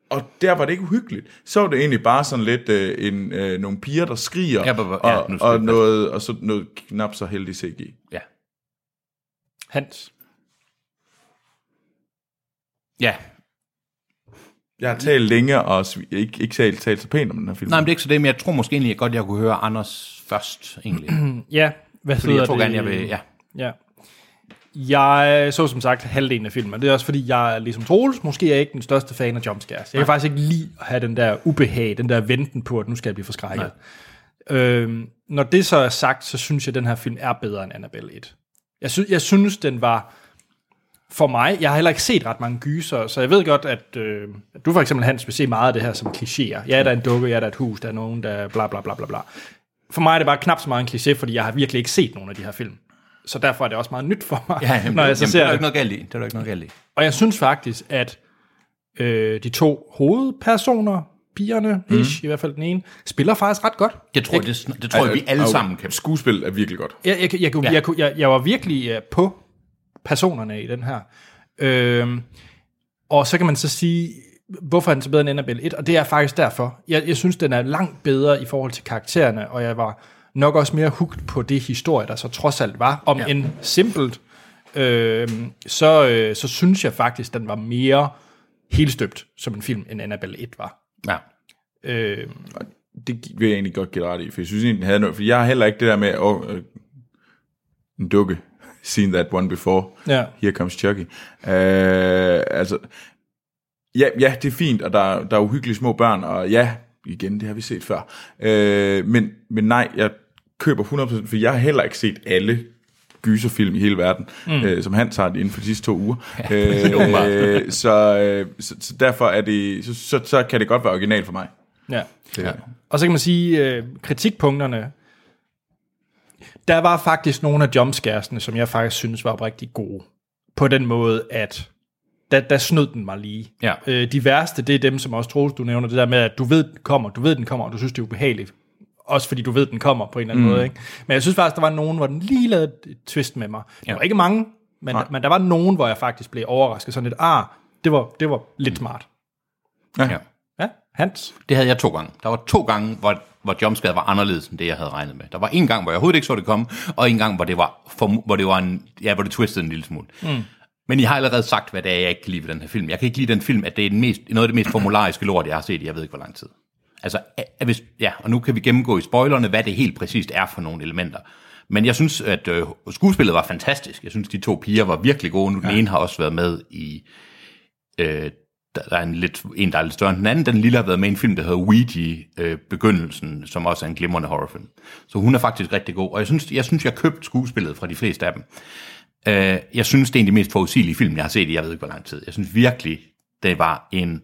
C: og der var det ikke uhyggeligt. Så var det egentlig bare sådan lidt øh, en, øh, nogle piger, der skriger,
B: Ja, hvor- ja,
C: og,
B: nu skal
C: og,
B: jeg-
C: noget, og så noget knap så heldig CG.
B: ja.
A: Hans,
B: Ja,
C: Jeg har talt længe, og sv- ikke, ikke talt, talt så pænt om den her film.
B: Nej, men det er ikke så det, men jeg tror måske egentlig godt, jeg kunne høre Anders først, egentlig.
A: ja, hvad
B: Fordi
A: hedder
B: jeg tror
A: det?
B: gerne, jeg vil... Ja.
A: Ja. Jeg så som sagt halvdelen af filmen, og det er også fordi, jeg er ligesom Troels, måske er jeg ikke den største fan af jumpscares. Jeg kan faktisk ikke lide at have den der ubehag, den der venten på, at nu skal jeg blive forskrækket. Øhm, når det så er sagt, så synes jeg, at den her film er bedre end Annabelle 1. Jeg, sy- jeg synes, den var for mig, jeg har heller ikke set ret mange gyser, så jeg ved godt, at, øh, at du for eksempel, Hans, vil se meget af det her som klichéer. Ja, der er en dukke, ja, der er et hus, der er nogen, der bla bla bla bla bla. For mig er det bare knap så meget en kliché, fordi jeg har virkelig ikke set nogen af de her film. Så derfor er det også meget nyt for mig,
B: Ja, jamen,
A: når jeg
B: det,
A: så
B: jamen, det
A: ser
B: er der
A: det.
B: ikke noget galt i. Det er der ikke noget galt i.
A: Og jeg synes faktisk, at øh, de to hovedpersoner, pigerne,
B: Mhm.
A: mm. ish, i hvert fald den ene, spiller faktisk ret godt.
B: Jeg tror, det, sn- det tror jeg, vi alle
C: Og
B: sammen kan.
C: Skuespil er virkelig godt.
A: Jeg, jeg, jeg, jeg, jeg, jeg, jeg, jeg var virkelig øh, på personerne i den her. Øhm, og så kan man så sige, hvorfor er den så bedre end Annabelle 1? Og det er faktisk derfor. Jeg, jeg synes, den er langt bedre i forhold til karaktererne, og jeg var nok også mere hugt på det historie, der så trods alt var. Om ja. en simpelt, øhm, så, øh, så synes jeg faktisk, den var mere helt støbt som en film, en Annabelle 1 var.
B: Ja.
A: Øh,
C: det gi- vil jeg egentlig godt give dig ret i, for jeg synes egentlig, den havde noget. For jeg har heller ikke det der med, åh, øh, en dukke, seen that one before,
A: Ja.
C: here comes Chucky. Øh, altså, ja, ja, det er fint, og der, er- der er uhyggelige små børn, og ja, igen, det har vi set før. Øh, men, men nej, jeg køber 100%, for jeg har heller ikke set alle gyserfilm i hele verden, mm. øh, som han tager det inden for de sidste to uger.
B: åbenbart.
C: øh, så, øh, så, så derfor er det, så, så, så kan det godt være original for mig.
A: ja.
B: ja.
A: Og så kan man sige, øh, kritikpunkterne, der var faktisk nogle af jumpscaresene, som jeg faktisk synes var rigtig gode. På den måde, at der, der snød den mig lige.
B: Ja.
A: Øh, de værste, det er dem, som også Troels, du nævner, det der med, at du ved, den kommer, du ved, den kommer, og du synes, det er ubehageligt. Også fordi du ved, den kommer på en eller anden mm. måde. Ikke? Men jeg synes faktisk, der var nogen, hvor den lige lavede et twist med mig. Der var ikke mange, men, men der var nogen, hvor jeg faktisk blev overrasket. Sådan lidt, ah, det var, det var lidt smart.
B: ja.
A: Ja, Hans?
B: Det havde jeg to gange. Der var to gange, hvor, hvor jumpscare var anderledes end det, jeg havde regnet med. Der var en gang, hvor jeg overhovedet ikke så det komme, og en gang, hvor det var, for, hvor det var en, ja, hvor det twistede en lille smule. Mm. Men I har allerede sagt, hvad det er, jeg ikke kan lide ved den her film. Jeg kan ikke lide den film, at det er den mest, noget af det mest formulariske lort, jeg har set i jeg ved ikke hvor lang tid. Altså, at- at hvis, ja, og nu kan vi gennemgå i spoilerne, hvad det helt præcist er for nogle elementer. Men jeg synes, at øh, skuespillet var fantastisk. Jeg synes, de to piger var virkelig gode. Nu, den ene har også været med i øh, der, der er en, lidt, en, der er lidt større end den anden. Den lille har været med i en film, der hedder Ouija, øh, Begyndelsen, som også er en glimrende horrorfilm. Så hun er faktisk rigtig god, og jeg synes, jeg, synes, jeg købte skuespillet fra de fleste af dem. Øh, jeg synes, det er en af de mest forudsigelige film, jeg har set i, jeg ved ikke hvor lang tid. Jeg synes virkelig, det var en...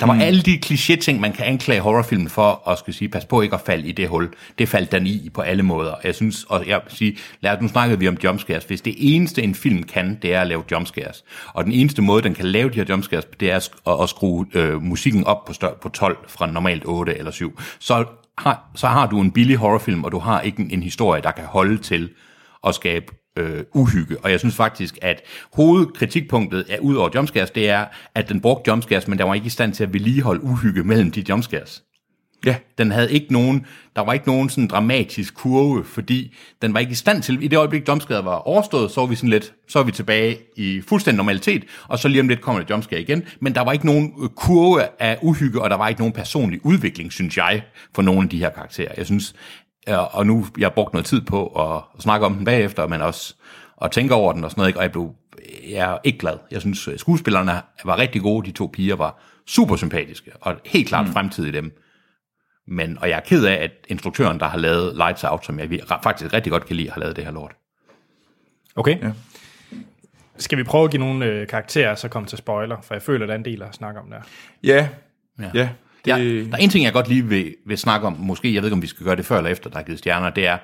B: Der var mm. alle de kliché-ting, man kan anklage horrorfilmen for, og skal sige, pas på ikke at falde i det hul. Det faldt den i på alle måder. Jeg synes, og jeg vil sige, lad os, nu snakkede vi om jumpscares. Hvis det eneste, en film kan, det er at lave jumpscares. Og den eneste måde, den kan lave de her jumpscares, på, det er at, sk- at, at skrue øh, musikken op på, stør, på 12 fra normalt 8 eller 7. Så har, så har du en billig horrorfilm, og du har ikke en, en historie, der kan holde til at skabe øh, uhygge. Og jeg synes faktisk, at hovedkritikpunktet er, ud over jumpscares, det er, at den brugte jumpscares, men der var ikke i stand til at vedligeholde uhygge mellem de jumpscares.
C: Ja.
B: Den havde ikke nogen, der var ikke nogen sådan dramatisk kurve, fordi den var ikke i stand til, i det øjeblik jumpscare var overstået, så var vi sådan lidt, så var vi tilbage i fuldstændig normalitet, og så lige om lidt kommer der jumpscare igen, men der var ikke nogen øh, kurve af uhygge, og der var ikke nogen personlig udvikling, synes jeg, for nogle af de her karakterer. Jeg synes, øh, og nu jeg har brugt noget tid på at, at snakke om den bagefter, men også at tænke over den og sådan noget, ikke? og jeg blev jeg er ikke glad. Jeg synes, øh, skuespillerne var rigtig gode, de to piger var super sympatiske, og helt klart mm. fremtid i dem. Men, og jeg er ked af, at instruktøren, der har lavet Lights Out, som jeg vir- faktisk rigtig godt kan lide, har lavet det her lort.
A: Okay. Ja. Skal vi prøve at give nogle øh, karakterer, og så komme til spoiler? For jeg føler, der er en del at snakke om der.
C: Ja. Ja. ja.
B: Det... Jeg,
C: Det,
B: der er en ting, jeg godt lige vil, vil snakke om, måske, jeg ved ikke, om vi skal gøre det før eller efter, der er givet stjerner, det er,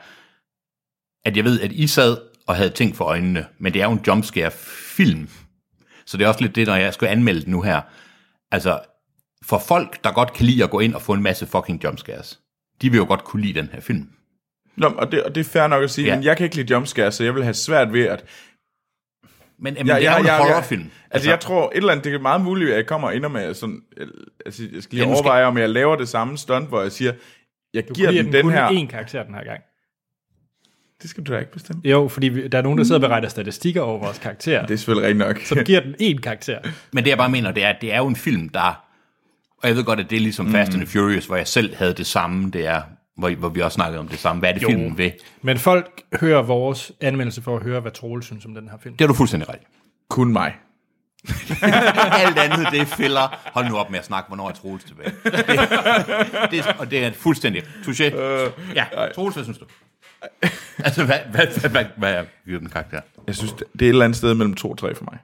B: at jeg ved, at I sad og havde ting for øjnene, men det er jo en jumpscare-film. Så det er også lidt det, når jeg skal anmelde den nu her. Altså, for folk, der godt kan lide at gå ind og få en masse fucking jumpscares, de vil jo godt kunne lide den her film.
C: Nå, og, det, og det er fair nok at sige,
B: Ja.
C: ja. men jeg kan ikke lide jumpscare, så jeg vil have svært ved at...
B: Men, men ja, det er jo en horrorfilm.
C: Jeg, altså, altså, jeg tror et eller andet, det er meget muligt, at jeg kommer ind og med sådan... Altså, jeg skal lige
B: Ja, nu skal-
C: overveje, om jeg laver det samme stunt, hvor jeg siger, jeg
A: Du
C: giver
A: kunne
C: den den her...
A: én karakter den her gang.
C: Det skal du da ikke bestemme.
A: Jo, fordi vi, der er nogen, der sidder og beregner statistikker over vores karakterer.
C: Det er selvfølgelig rigtigt nok.
A: Så du giver den én karakter.
B: Men det jeg bare mener, det er, at det er jo en film, der... Og jeg ved godt, at det er ligesom Fast and the Furious, hvor jeg selv havde det samme, det er, hvor, hvor vi også snakkede om det samme. Hvad er det, jo. filmen ved?
A: Men folk hører vores anmeldelse for at høre, hvad Troel synes om den her film.
B: Det er du fuldstændig ret. i.
C: Kun mig.
B: Alt andet, det er filler. Hold nu op med at snakke, hvornår er Troels tilbage. Det, det, og det er fuldstændig touché. Ja, Troels, hvad synes du? Altså, hvad, hvad, hvad, hvad, hvad giver den karakter?
C: Jeg synes, det det er et eller andet sted mellem 2 og 3 for mig.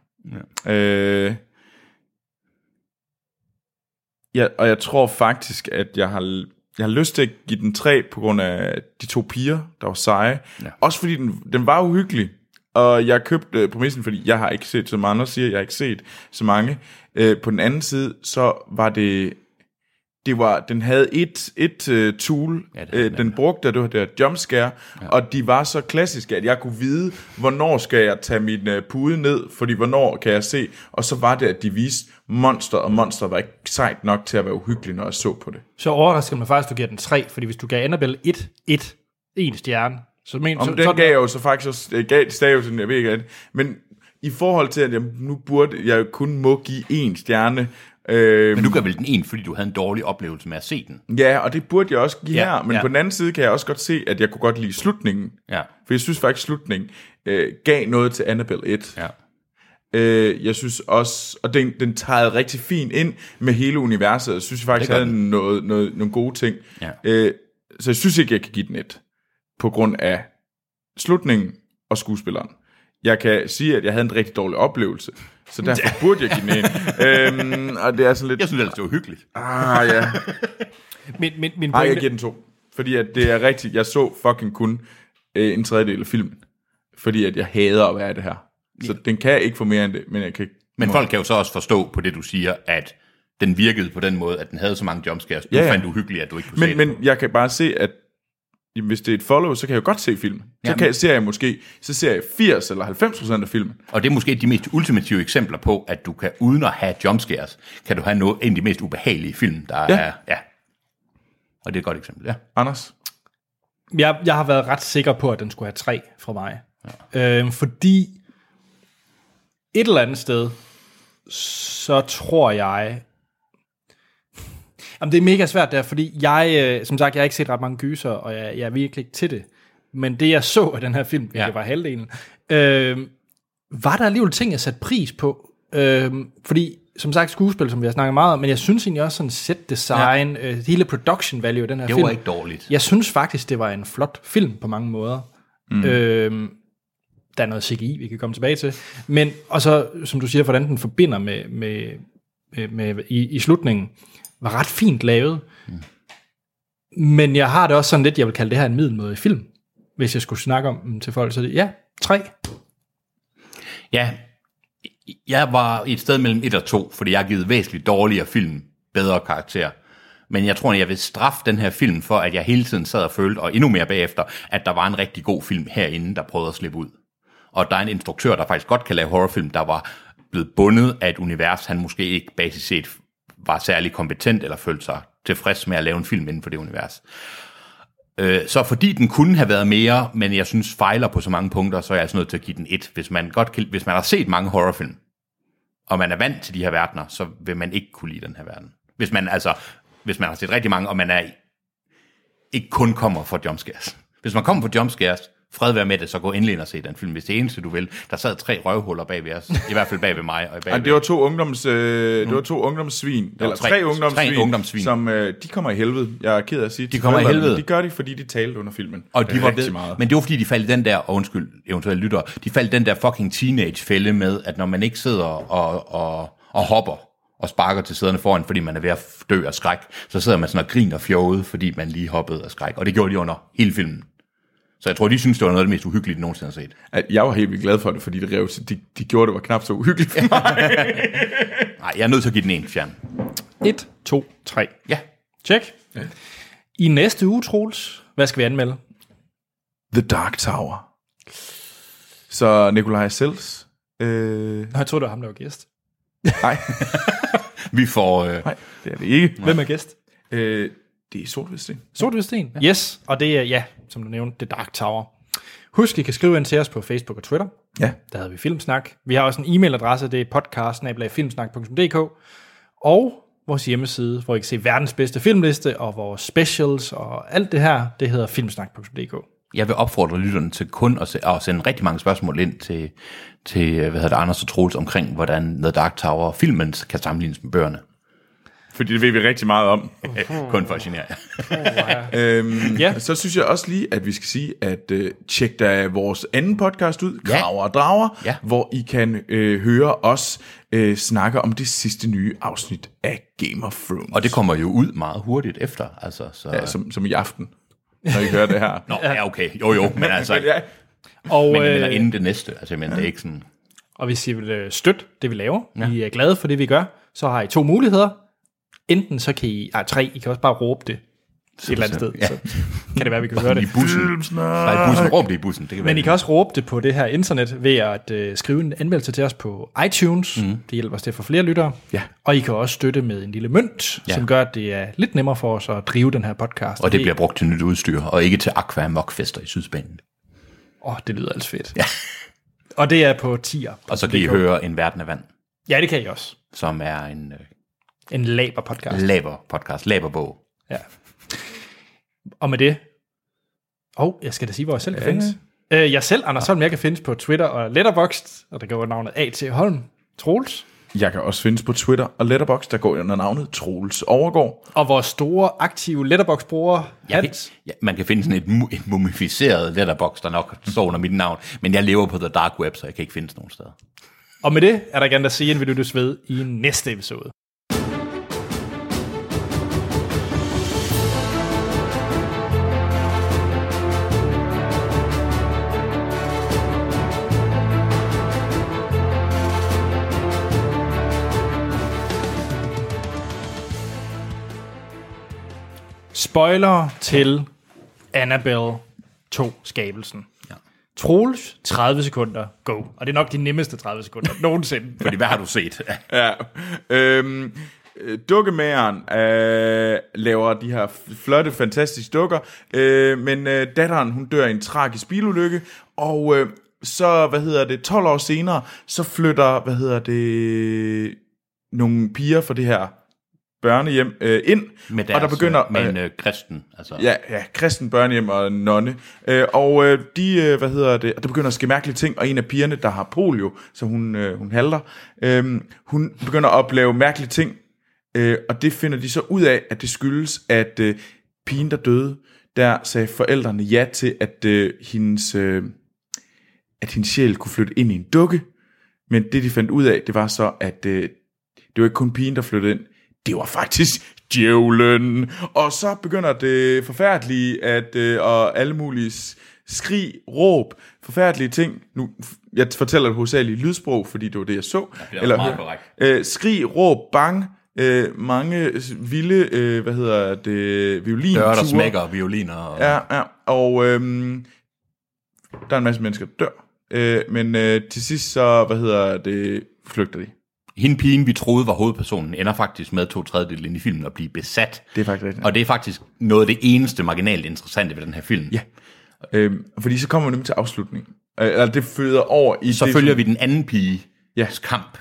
C: Ja. Øh, ja, og jeg tror faktisk, at jeg har, jeg har lyst til at give den 3 på grund af de to piger, der var seje. Ja. Også fordi den, den var uhyggelig. Og jeg købte øh, præmissen, fordi jeg har ikke set, som andre siger, jeg har ikke set så mange. Øh, på den anden side, så var det... Det var, den havde et, et uh, tool,
B: Ja,
C: ja,
B: det havde den
C: øh, den brugte, og det var det her jumpscare, ja. og de var så klassiske, at jeg kunne vide, hvornår skal jeg tage min øh, pude ned, fordi hvornår kan jeg se, og så var det, at de viste monster, og monster var ikke sejt nok til at være uhyggelig, når jeg så på det.
A: Så overrasker mig faktisk, at du giver den 3, fordi hvis du gav Annabelle 1, 1, 1 stjerne, så, men,
C: Om
A: så,
C: den
A: så,
C: gav jeg jo så faktisk også, øh, gav, det sagde jeg jo sådan, jeg ved ikke, at, men i forhold til, at jeg nu burde jeg kun må give en stjerne. Øh,
B: Men du gør vel den en, fordi du havde en dårlig oplevelse med at se den.
C: Ja, og det burde jeg også give
B: Ja,
C: ja, her, men
B: ja.
C: ja. på den anden side kan jeg også godt se, at jeg kunne godt lide slutningen.
B: Ja.
C: For jeg synes faktisk, slutningen øh, gav noget til Annabelle 1.
B: Ja.
C: Øh, jeg synes også, og den, den tegede rigtig fint ind med hele universet. Jeg synes jeg faktisk,
B: Det gør
C: havde noget, noget, nogle gode ting.
B: Ja.
C: Øh, så jeg synes ikke, jeg kan give den et, på grund af slutningen og skuespilleren. Jeg kan sige, at jeg havde en rigtig dårlig oplevelse, så derfor burde jeg give den en. øhm, og det er sådan lidt...
B: Jeg synes ellers, det var hyggeligt.
C: Ah, ja.
A: Min, min, min
C: Nej, jeg
A: pointe,
C: giver den to. Fordi at det er rigtigt, jeg så fucking kun øh, en tredjedel af filmen. Fordi at jeg hader at være i det her. Så den kan ikke få mere end det, men jeg kan ikke...
B: Men folk kan jo så også forstå på det, du siger, at den virkede på den måde, at den havde så mange jumpscares. Du
C: Ja,
B: ja,
C: ja.
B: fandt uhyggeligt, at du ikke kunne se
C: Men,
B: det.
C: men jeg kan bare se, at jamen, hvis det er et follow, så kan jeg jo godt se filmen. Så kan, ser jeg måske, så ser jeg 80 eller 90 procent af filmen.
B: Og det er måske de mest ultimative eksempler på, at du kan, uden at have jumpscares, kan du have noget, en af de mest ubehagelige film, der ja.
C: Ja.
B: er... Ja. Og det er et godt eksempel, ja.
C: Anders?
A: jeg, jeg har været ret sikker på, at den skulle have tre fra mig. Ja. Øhm, fordi et eller andet sted, så tror jeg... Jamen, det er mega svært der, fordi jeg, øh, som sagt, jeg har ikke set ret mange gyser, og jeg, jeg er virkelig ikke til det. Men det, jeg så af den her film, hvilket
B: Ja.
A: ja. var halvdelen, øh, var der alligevel ting, jeg satte pris på. Øh, fordi, som sagt, skuespil, som vi har snakket meget om, men jeg synes egentlig også sådan set design, ja. øh, hele production value i den her
B: Det
A: film.
B: var ikke dårligt.
A: Jeg synes faktisk, det var en flot film på mange måder. Mm. Øhm, der er noget CGI, vi kan komme tilbage til. Men, og så, som du siger, hvordan den forbinder med, med, med, med i, i slutningen, var ret fint lavet. Mm. Men jeg har det også sådan lidt, jeg vil kalde det her en middelmåde film. Hvis jeg skulle snakke om dem til folk, så er det, ja, tre.
B: Ja, jeg var et sted mellem 1 og 2, fordi jeg har givet væsentligt dårligere film bedre karakter. Men jeg tror, at jeg vil straffe den her film for, at jeg hele tiden sad og følte, og endnu mere bagefter, at der var en rigtig god film herinde, der prøvede at slippe ud. Og der er en instruktør, der faktisk godt kan lave horrorfilm, der var blevet bundet af et univers, han måske ikke basis set var særlig kompetent eller følte sig tilfreds med at lave en film inden for det univers. Øh, Så fordi den kunne have været mere, men jeg synes fejler på så mange punkter, så er jeg altså nødt til at give den et. Hvis man, godt kan, hvis man har set mange horrorfilm, og man er vant til de her verdener, så vil man ikke kunne lide den her verden. Hvis man, altså, hvis man har set rigtig mange, og man er ikke kun kommer for jumpscares. Hvis man kommer for jumpscares, fred være med det, så gå endelig ind og se den film, hvis det er eneste du vil. Der sad tre røvhuller bag ved os, i hvert fald bag ved mig. Og bag
C: Ej,
B: ved
C: det var to ungdoms, øh, det var to ungdomssvin, eller
B: Mm. tre-
C: tre,
B: tre
C: ungdomssvin,
B: ungdomssvin.
C: som øh, de kommer i helvede. Jeg er ked af at sige. De
B: kommer i helvede.
C: De gør det, fordi de talte under filmen.
B: Og de var
C: rigtig
B: ved,
C: meget.
B: Men det var fordi, de faldt i den der, og undskyld eventuelle lyttere, de faldt i den der fucking teenage-fælde med, at når man ikke sidder og, og, og hopper og sparker til sæderne foran, fordi man er ved at f- dø af skræk, så sidder man sådan og griner fjollet, fordi man lige hoppede af skræk. Og det gjorde de under hele filmen. Så jeg tror, de synes, det var noget af det mest uhyggelige, de nogensinde har set.
C: At jeg var helt vildt glad for det, fordi det rev, de, de gjorde det var knap så uhyggeligt for mig.
B: Nej, jeg er nødt til at give den en fjern.
A: Et, to, tre.
B: Ja,
A: Tjek. Ja. I næste uge, Troels, hvad skal vi anmelde?
C: The Dark Tower. Så Nikolaj Sels. Øh,
A: Nå, jeg troede, det var ham, der var gæst.
C: nej,
B: vi får... Øh,
C: nej, det er det ikke.
A: Hvem er gæst?
C: Øh, det er sortvisting.
A: Sortvedsten? Ja. Yes, og det er, ja, som du nævnte, The Dark Tower. Husk, I kan skrive ind til os på Facebook og Twitter.
C: Ja.
A: Der havde vi Filmsnak. Vi har også en e-mailadresse, det er podcast Og vores hjemmeside, hvor I kan se verdens bedste filmliste og vores specials og alt det her, det hedder filmsnak.dk.
B: jeg vil opfordre lytterne til kun at, se, at sende rigtig mange spørgsmål ind til, til øh, hvad hedder det, Anders og Troels omkring, hvordan The Dark Tower filmen kan sammenlignes med bøgerne.
C: Fordi det ved vi rigtig meget om.
B: Kun for at genere jer.
C: Øhm,
A: Ja.
C: ja. Så synes jeg også lige, at vi skal sige, at øh, tjek da vores anden podcast ud,
B: Ja.
C: Kraver og Drager,
B: Ja.
C: hvor I kan øh, høre os øh, snakke om det sidste nye afsnit af Game of Thrones.
B: Og det kommer jo ud meget hurtigt efter, altså. Så...
C: ja, som, som i aften, når I hører det her.
B: Nå, ja, okay. Jo, jo, men altså...
C: Men ja,
A: Og,
B: Men eller
A: øh,
B: inden det næste, altså, men det er ikke sådan...
A: Og hvis I vil øh, støtte det, vi laver, ja. I er glade for det, vi gør, så har I to muligheder. Enten så kan I, ah, tre, I kan også bare råbe det et eller andet sted.
B: ja.
A: Ja. Så kan det være, vi kan høre
B: I
A: det.
B: bussen. Nej, i bussen. Råb det i bussen. Det kan være
A: Men I kan også råbe det på det her internet ved at øh, skrive en anmeldelse til os på iTunes. Mm. Det hjælper os til at få flere lyttere.
C: Ja.
A: Og I kan også støtte med en lille mønt,
B: Ja.
A: ja. som gør, at det er lidt nemmere for os at drive den her podcast.
B: Og det bliver brugt til nyt udstyr, og ikke til aqua fester i Sydspanien.
A: Åh, oh, det lyder altså fedt. Ja. Og det er på 10'er.
B: Og så kan I høre En Verden af Vand,
A: Ja, det kan I også.
B: som er en øh,
A: En laber podcast.
B: laber-podcast, laberbog.
A: Ja. Og med det... Og jeg skal da sige, hvor jeg selv kan findes. Øh, jeg selv, Anders Holm, jeg kan findes på Twitter og Letterboxd, og der går navnet A.T. Holm. Troels.
C: Jeg kan også findes på Twitter og Letterboxd, der går jeg under navnet Troels Overgaard.
A: Og vores store, aktive Letterboxd-bruger,
B: Jeg
A: Hans.
B: kan, ja, man kan finde sådan et, mu- et mumificeret letterbox, der nok står under mit navn, men jeg lever på The Dark Web, så jeg kan ikke findes nogen steder.
A: Og med det er der gerne at sige, at vi lyttes ved i næste episode. Spoiler til Annabelle 2 skabelsen. Ja. Troels, 30 sekunder, go. Og det er nok de nemmeste 30 sekunder nogensinde.
B: Fordi hvad har du set?
C: Ja. Øhm, øh, dukkemageren øh, laver de her f- flotte, fantastiske dukker, øh, men øh, datteren, hun dør i en tragisk bilulykke, og øh, så, hvad hedder det, 12 år senere, så flytter, hvad hedder det, nogle piger fra det her børnehjem øh, ind,
B: Med
C: og der begynder...
B: Med en øh, kristen, altså.
C: Ja, ja, kristen børnehjem og en nonne. Øh, og øh, de, øh, hvad hedder det, der begynder at ske mærkelige ting, og en af pigerne, der har polio, så hun, øh, hun halter, øh, hun begynder at opleve mærkelige ting, øh, og det finder de så ud af, at det skyldes, at øh, pigen, der døde, der sagde forældrene ja til, at, øh, hendes, øh, at hendes sjæl kunne flytte ind i en dukke, men det, de fandt ud af, det var så, at øh, det var ikke kun pigen, der flyttede ind. Det var faktisk djævlen. Og så begynder det forfærdelige, at, øh, og alle mulige s- skrig, råb, forfærdelige ting. Nu, f- jeg fortæller det hovedsageligt i lydsprog, fordi det var det, jeg så.
B: det er meget korrekt.
C: Øh, skrig, råb, bang, øh, mange s- vilde, øh, hvad hedder det, violin
B: Døre, der smækker, violiner og...
C: Ja, ja. Og øhm, der er en masse mennesker, der dør. Øh, men øh, til sidst så, hvad hedder det, flygter de.
B: Hende pigen, vi troede var hovedpersonen, ender faktisk med to tredjedel ind i filmen at blive besat.
C: Det er faktisk rigtigt.
B: Og det er faktisk noget af det eneste marginalt interessante ved den her film.
C: Ja. Øhm, fordi så kommer vi nemlig til afslutningen. Øh, eller det føder over i...
B: Så
C: det,
B: følger vi den anden piges
C: Ja.
B: kamp.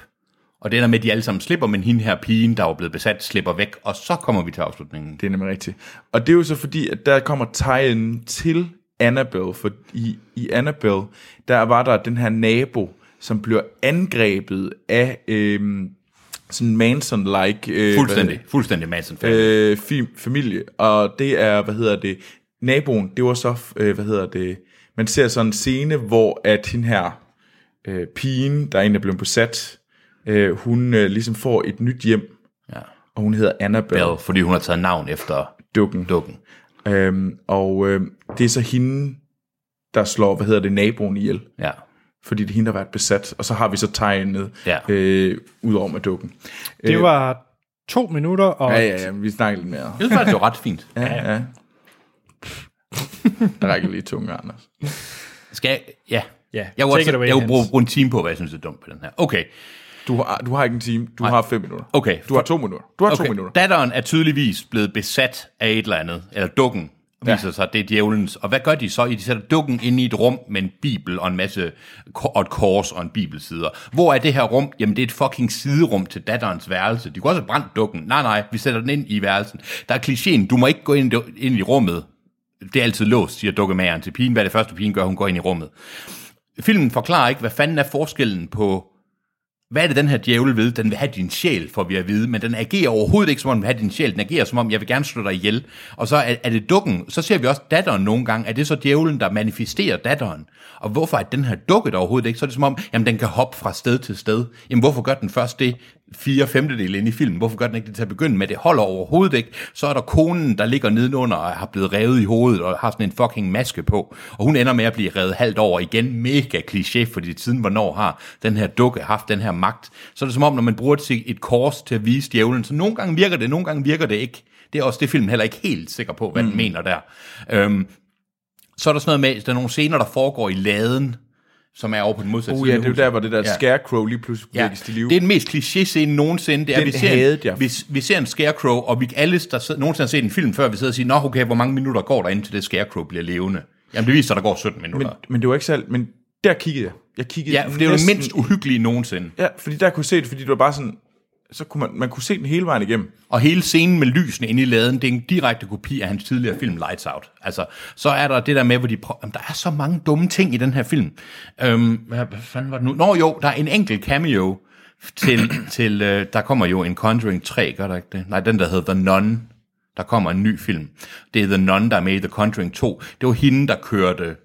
B: Og det ender med, at de alle sammen slipper, men hende her pigen, der var blevet besat, slipper væk, og så kommer vi til afslutningen.
C: Det er nemlig rigtigt. Og det er jo så fordi, at der kommer tegnen til Annabelle, for i, i Annabelle, der var der den her nabo, som bliver angrebet af øhm, sådan Manson-like... Øh,
B: Fuldstændig, fuldstændig Madsen øh,
C: øh, fi- familie, og det er, hvad hedder det, naboen, det var så, øh, hvad hedder det, man ser sådan en scene, hvor at hende her, øh, pigen, der egentlig er blevet besat, øh, hun øh, ligesom får et nyt hjem,
B: Ja.
C: og hun hedder Annabelle
B: Bell, fordi hun har taget navn efter
C: Dukken.
B: dukken.
C: Øhm, og øh, det er så hende, der slår, hvad hedder det, naboen ihjel,
B: Ja.
C: fordi det er hende, der har været besat, og så har vi så tegnet
B: Ja.
C: øh, ud over med dukken.
A: Det var to minutter og...
C: Ja, ja, ja, vi snakker lidt mere.
B: Jeg synes faktisk, det var ret fint.
C: Ja, ja. Der rækker lige tunge, Anders.
B: Skal jeg? Ja.
A: Ja,
B: Jeg
A: take it away,
B: vil, jeg vil
A: Hans.
B: bruge, bruge en time på, hvad jeg synes er dumt på den her. Okay,
C: Du har, du har ikke en time. Du Nej. har fem minutter.
B: Okay.
C: Du har to minutter. Du har okay. to minutter.
B: Datteren er tydeligvis blevet besat af et eller andet, eller dukken viser ja. sig, at det er djævelens. Og hvad gør de så? De sætter dukken ind i et rum med en bibel og en masse og et kors og en bibelsider. Hvor er det her rum? Jamen, det er et fucking siderum til datterens værelse. De kunne også have brændt dukken. Nej, nej, vi sætter den ind i værelsen. Der er klichéen, du må ikke gå ind, i- ind i rummet. Det er altid låst, siger dukkemageren til pigen. Hvad er det første, pigen gør? Hun går ind i rummet. Filmen forklarer ikke, hvad fanden er forskellen på hvad er det, den her djævel ved? Den vil have din sjæl, får vi at vide, men den agerer overhovedet ikke, som om den vil have din sjæl. Den agerer, som om, jeg vil gerne slå dig ihjel. Og så er, er det dukken. Så ser vi også datteren nogle gange. Er det så djævlen, der manifesterer datteren? Og hvorfor er den her dukket overhovedet ikke? Så er det som om, jamen den kan hoppe fra sted til sted. Jamen hvorfor gør den først det fire femtedel ind i filmen? Hvorfor gør den ikke det til at begynde med? Det holder overhovedet ikke. Så er der konen, der ligger nedenunder og har blevet revet i hovedet og har sådan en fucking maske på. Og hun ender med at blive revet halvt over igen. Mega kliché, fordi siden hvornår har den her dukke haft den her magt? Så er det som om, når man bruger et, et kors til at vise djævlen, så nogle gange virker det, nogle gange virker det ikke. Det er også det, filmen heller ikke helt sikker på, hvad mm. den mener der. Øhm, så er der sådan noget med, at der er nogle scener, der foregår i laden, som er over på den modsatte
C: Uh,
B: side
C: ja,
B: af
C: det er jo
B: huset.
C: der, hvor det der
B: Ja.
C: ja. scarecrow lige pludselig ja.
B: Ja,
C: lægges til live.
B: det er den mest kliché-scene nogensinde. Det er,
C: Den
B: vi ser,
C: hadede
B: en,
C: jeg.
B: vi, vi ser en scarecrow, og vi alle, der sidder, nogensinde har set en film før, vi sidder og siger, nå okay, hvor mange minutter går der, indtil det scarecrow bliver levende? Jamen det viser sig, der går 17 minutter.
C: men, men det var ikke særlig... Men der kiggede jeg. Jeg kiggede
B: Ja, for det er jo det
C: næsten-
B: mindst uhyggelige nogensinde.
C: Ja, fordi der kunne jeg se det, fordi det var bare sådan, så kunne man, man kunne se den hele vejen igennem.
B: Og hele scenen med lysene inde i laden, det er en direkte kopi af hans tidligere film Lights Out. Altså, så er der det der med, hvor de prøver... Jamen, der er så mange dumme ting i den her film. Øhm, hvad, hvad fanden var det nu? Nå jo, der er en enkelt cameo til... til øh, der kommer jo en Conjuring 3, gør der ikke det? Nej, den der hedder The Nun. Der kommer en ny film. Det er The Nun, der er med i The Conjuring 2. Det var hende, der kørte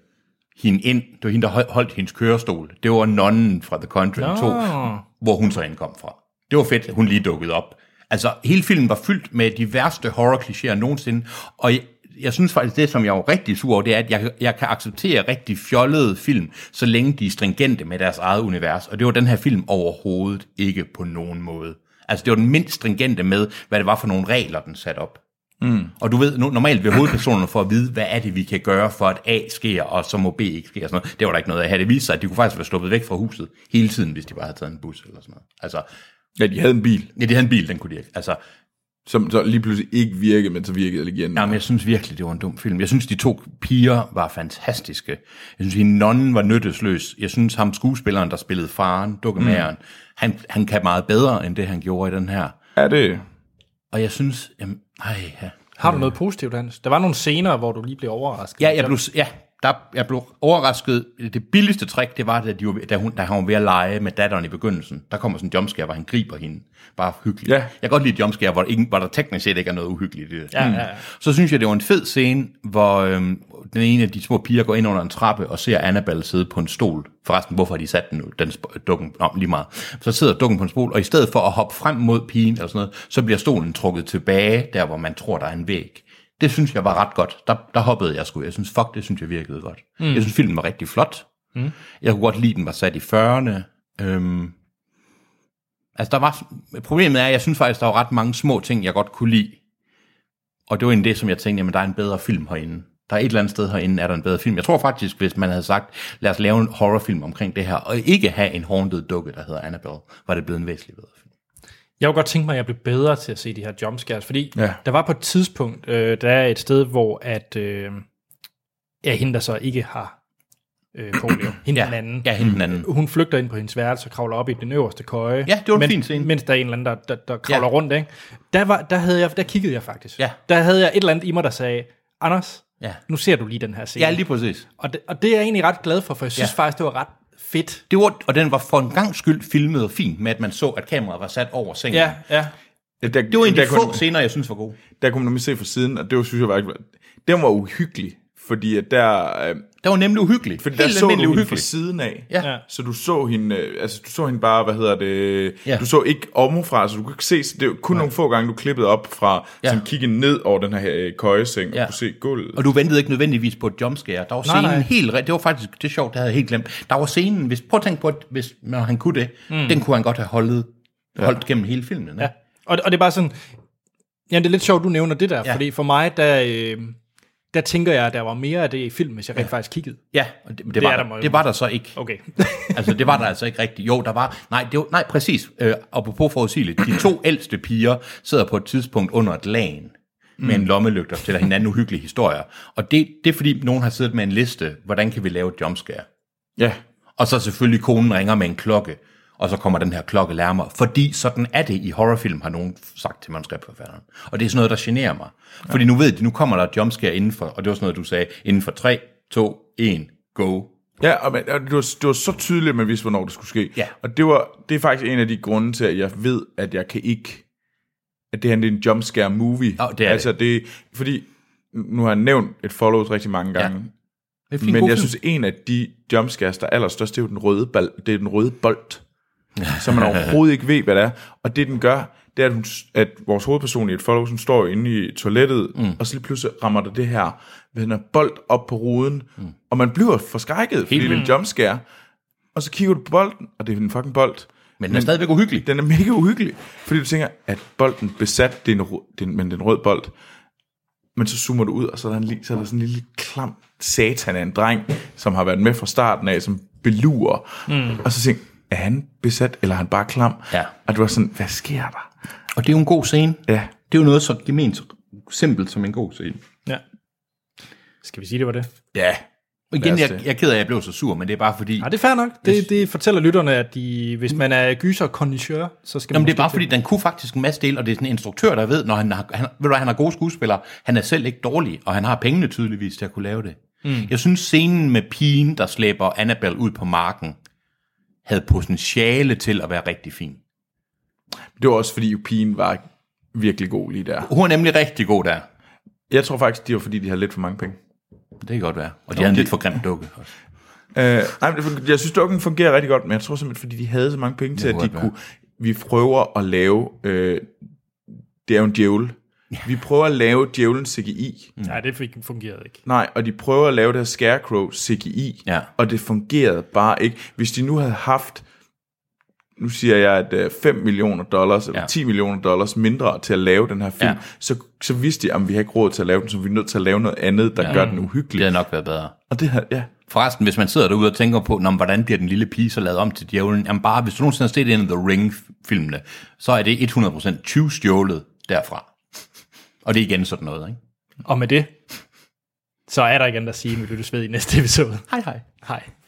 B: hende ind. Det var hende, der hol- holdt hendes kørestol. Det var nonnen fra The Conjuring no. 2, hvor hun så indkom fra. Det var fedt, at hun lige dukkede op. Altså, hele filmen var fyldt med de værste horror-klichéer nogensinde, og jeg, jeg synes faktisk, det, som jeg er rigtig sur over, det er, at jeg, jeg kan acceptere rigtig fjollede film, så længe de er stringente med deres eget univers, og det var den her film overhovedet ikke på nogen måde. Altså, det var den mindst stringente med, hvad det var for nogle regler, den satte op. Og du ved, nu- normalt vil hovedpersonerne få at vide, hvad er det, vi kan gøre for, at A sker, og så må B ikke ske, og sådan noget. Det var der ikke noget af. Havde det vist sig, at de kunne faktisk være sluppet væk fra huset hele tiden, hvis de bare havde taget en bus eller sådan noget. Altså,
C: Ja, de havde en bil,
B: ja, det havde en bil, den kunne de ikke. Altså,
C: som så lige pludselig ikke virkede, men så virkede det igen.
B: jamen, jeg synes virkelig, det var en dum film. Jeg synes, de to piger var fantastiske. Jeg synes, hende nonnen var nyttesløs. Jeg synes, ham skuespilleren, der spillede faren, dukkemageren, mm. han, han kan meget bedre, end det, han gjorde i den her.
C: Er det?
B: Og jeg synes, jamen, ej, ja.
A: Har du noget positivt, Hans? Der var nogle scener, hvor du lige blev overrasket.
B: Ja, jeg blev, ja der, jeg blev overrasket. Det billigste trick, det var, da, de var, da, hun, da han var ved at lege med datteren i begyndelsen. Der kommer sådan en jumpscare, hvor han griber hende. Bare hyggeligt.
C: Ja.
B: Jeg kan godt lide jumpscare, hvor, der ingen, hvor der teknisk set ikke er noget uhyggeligt i det. Mm.
A: Ja, ja, ja.
B: Så synes jeg, det var en fed scene, hvor øhm, den ene af de små piger går ind under en trappe og ser Annabelle sidde på en stol. Forresten, hvorfor har de sat den, nu? den sp- dukken om lige meget? Så sidder dukken på en stol, og i stedet for at hoppe frem mod pigen eller sådan noget, så bliver stolen trukket tilbage, der hvor man tror, der er en væg. Det synes jeg var ret godt. Der, der hoppede jeg sgu. Jeg synes, fuck, det synes jeg virkede godt. Mm. Jeg synes, filmen var rigtig flot. Mm. Jeg kunne godt lide, den var sat i 40'erne. Øhm, altså, der var, problemet er, at jeg synes faktisk, der var ret mange små ting, jeg godt kunne lide. Og det var egentlig det, som jeg tænkte, jamen der er en bedre film herinde. Der er et eller andet sted herinde, er der en bedre film. Jeg tror faktisk, hvis man havde sagt, lad os lave en horrorfilm omkring det her, og ikke have en haunted dukke, der hedder Annabelle, var det blevet en væsentlig bedre film.
A: Jeg kunne godt tænke mig, at jeg blev bedre til at se de her jumpscares, fordi
C: Ja.
A: ja. der var på et tidspunkt, øh, der er et sted, hvor at, øh, ja, hende, der så ikke har øh, polio, hende ja. den anden,
B: Ja, hende den anden.
A: hun flygter ind på hendes værelse og kravler op i den øverste køje.
B: Ja, det var en fin scene.
A: Mens der er en eller anden, der, der, der kravler
B: Ja.
A: ja. rundt, ikke? Der, var, der, havde jeg, der kiggede jeg faktisk.
B: Ja.
A: Der havde jeg et eller andet i mig, der sagde, Anders,
B: Ja.
A: nu ser du lige den her scene.
B: Ja, lige præcis.
A: og, det, og det er jeg egentlig ret glad for, for jeg synes
B: Ja.
A: ja. faktisk, det var ret fedt.
B: Det var, og den var for en gang skyld filmet fint med, at man så, at kameraet var sat over sengen.
A: Ja, ja.
C: Ja, der,
B: Det var en af
C: der
B: de få
C: kunne,
B: scener, jeg synes var gode.
C: der kunne man nemlig se fra siden, og det var, synes jeg var ikke... Den var uhyggelig, fordi at der... Øh,
B: Det var nemlig uhyggeligt.
C: fordi der
B: Helt
C: så du
B: almindelig
C: hende fra
B: uhyggeligt.
C: siden af.
B: Ja. Ja.
C: Så du så hende, øh, altså du så hende bare, hvad hedder det,
B: Ja.
C: ja. du så ikke omfra, så du kunne ikke se, så det var kun nogle få gange, du klippede op fra,
B: Ja.
C: ja. sådan kigge ned over den her øh, køjeseng, ja.
B: Ja.
C: og kunne se gulvet.
B: Og du ventede ikke nødvendigvis på et jumpscare. Der var scenen nej.
A: nej.
B: helt... ri- Det var faktisk det er sjovt, det havde jeg helt glemt. Der var scenen, hvis, prøv at tænke på, at hvis, når han kunne det, mm. den kunne han godt have holdt, holdt ja. gennem hele filmen. Ja.
A: Ja. Og, og det er bare sådan, ja, det er lidt sjovt, du nævner det der,
B: Ja.
A: ja. fordi for mig, der, øh, der tænker jeg, at der var mere af det i film, hvis jeg rent ja. faktisk kiggede.
B: ja og det, det,
A: Det
B: var,
A: er
B: der,
A: der meget.
B: det var der så ikke.
A: Okay.
B: altså, det var der altså ikke rigtigt. Jo, der var... Nej, det var, nej præcis. Øh, apropos forudsigeligt. De to ældste piger sidder på et tidspunkt under et lagen med en lommelygte og fortæller hinanden uhyggelige historier. Og det, det er fordi, nogen har siddet med en liste. Hvordan kan vi lave et jumpscare?
C: Ja.
B: Og så selvfølgelig konen ringer med en klokke, og så kommer den her klokke lærmere, fordi sådan er det i horrorfilm, har nogen sagt til manuskriptforfatteren. Og det er sådan noget, der generer mig. Fordi nu ved de, nu kommer der et jumpscare indenfor, og det var sådan noget, du sagde, inden for 3, 2, 1, go.
C: Ja, og, man, og det, var, det var så tydeligt, at man vidste, hvornår det skulle ske.
B: Ja.
C: Og det, var, det er faktisk en af de grunde til, at jeg ved, at jeg kan ikke... At det her det er en jumpscare movie.
B: Ja, det er
C: altså, det. det fordi, nu har jeg nævnt et follows rigtig mange gange. Ja,
B: Det er
C: men jeg
B: god film.
C: synes, en af de jumpscares, der er allerstørst, det er jo den røde, bal, det er den røde bold. som man overhovedet ikke ved, hvad det er. Og det, den gør, det er, at, hun, at vores hovedperson i et follows, hun står jo inde i toilettet, mm. og så lige pludselig rammer der det her med den her bold op på ruden, mm. og man bliver forskrækket, fordi det er en jumpscare. Og så kigger du på bolden, og det er en fucking bold.
B: Men den er stadigvæk uhyggelig.
C: Den er mega uhyggelig, fordi du tænker, at bolden besat, det er en, ru- det er en, men det er en rød bold. Men så zoomer du ud, og så er der, en, li- så er der sådan en lille klam satan af en dreng, som har været med fra starten af, som belurer. Mm. Og så tænker jeg, er han besat, eller er han bare klam?
B: Ja.
C: Og du var sådan, hvad sker der?
B: Og det er jo en god scene.
C: Ja,
B: Det er jo noget så gement simpelt som en god scene.
A: ja. Skal vi sige, det var det?
C: ja.
B: Og igen,
C: Værste.
B: jeg, jeg er ked af, at jeg blev så sur, men det er bare fordi...
A: Nej, det er fair nok. Det, det fortæller lytterne, at de, hvis man er gyser kondisør, så skal
B: Jamen,
A: man...
B: det er bare fordi, den kunne faktisk en masse del, og det er sådan en instruktør, der ved, når han har, han, ved du hvad, han har gode skuespillere, han er selv ikke dårlig, og han har pengene tydeligvis til at kunne lave det. Mm. Jeg synes, scenen med pigen, der slæber Annabelle ud på marken, havde potentiale til at være rigtig fin.
C: Det var også fordi pigen var virkelig god lige der.
B: Hun er nemlig rigtig god der.
C: Jeg tror faktisk, det var fordi, de havde lidt for mange penge.
B: Det kan godt være. Og de havde en lidt for grim dukke. også.
C: Øh, nej, men det- jeg synes, dukken fungerer rigtig godt, men jeg tror simpelthen, fordi de havde så mange penge til, at
B: kunne
C: de
B: godt
C: kunne... Vi prøver at lave... Øh, det er jo en djævel. Vi prøver at lave djævelens CGI.
A: Nej, det fik- fungerede ikke.
C: Nej, og de prøver at lave det her Scarecrow CGI,
B: Ja.
C: og det fungerede bare ikke. Hvis de nu havde haft, nu siger jeg, at øh, 5 millioner dollars, eller
B: Ja.
C: 10 millioner dollars mindre til at lave den her film,
B: Ja.
C: så, så vidste de, at vi har ikke råd til at lave den, så vi er nødt til at lave noget andet, der ja. gør den
B: Det
C: uhyggelig.
B: havde nok været bedre.
C: Og det her, ja.
B: Forresten, hvis man sidder derude og tænker på, Nå, men hvordan bliver den lille pige så lavet om til djævlen? Jamen bare, hvis du nogensinde har set en af The Ring-filmene, så er det 100% tyvstjålet derfra. Og det er igen sådan noget, ikke?
A: Og med det, så er der ikke andet at sige, vi lyttes ved i næste episode.
B: Hej hej.
A: Hej.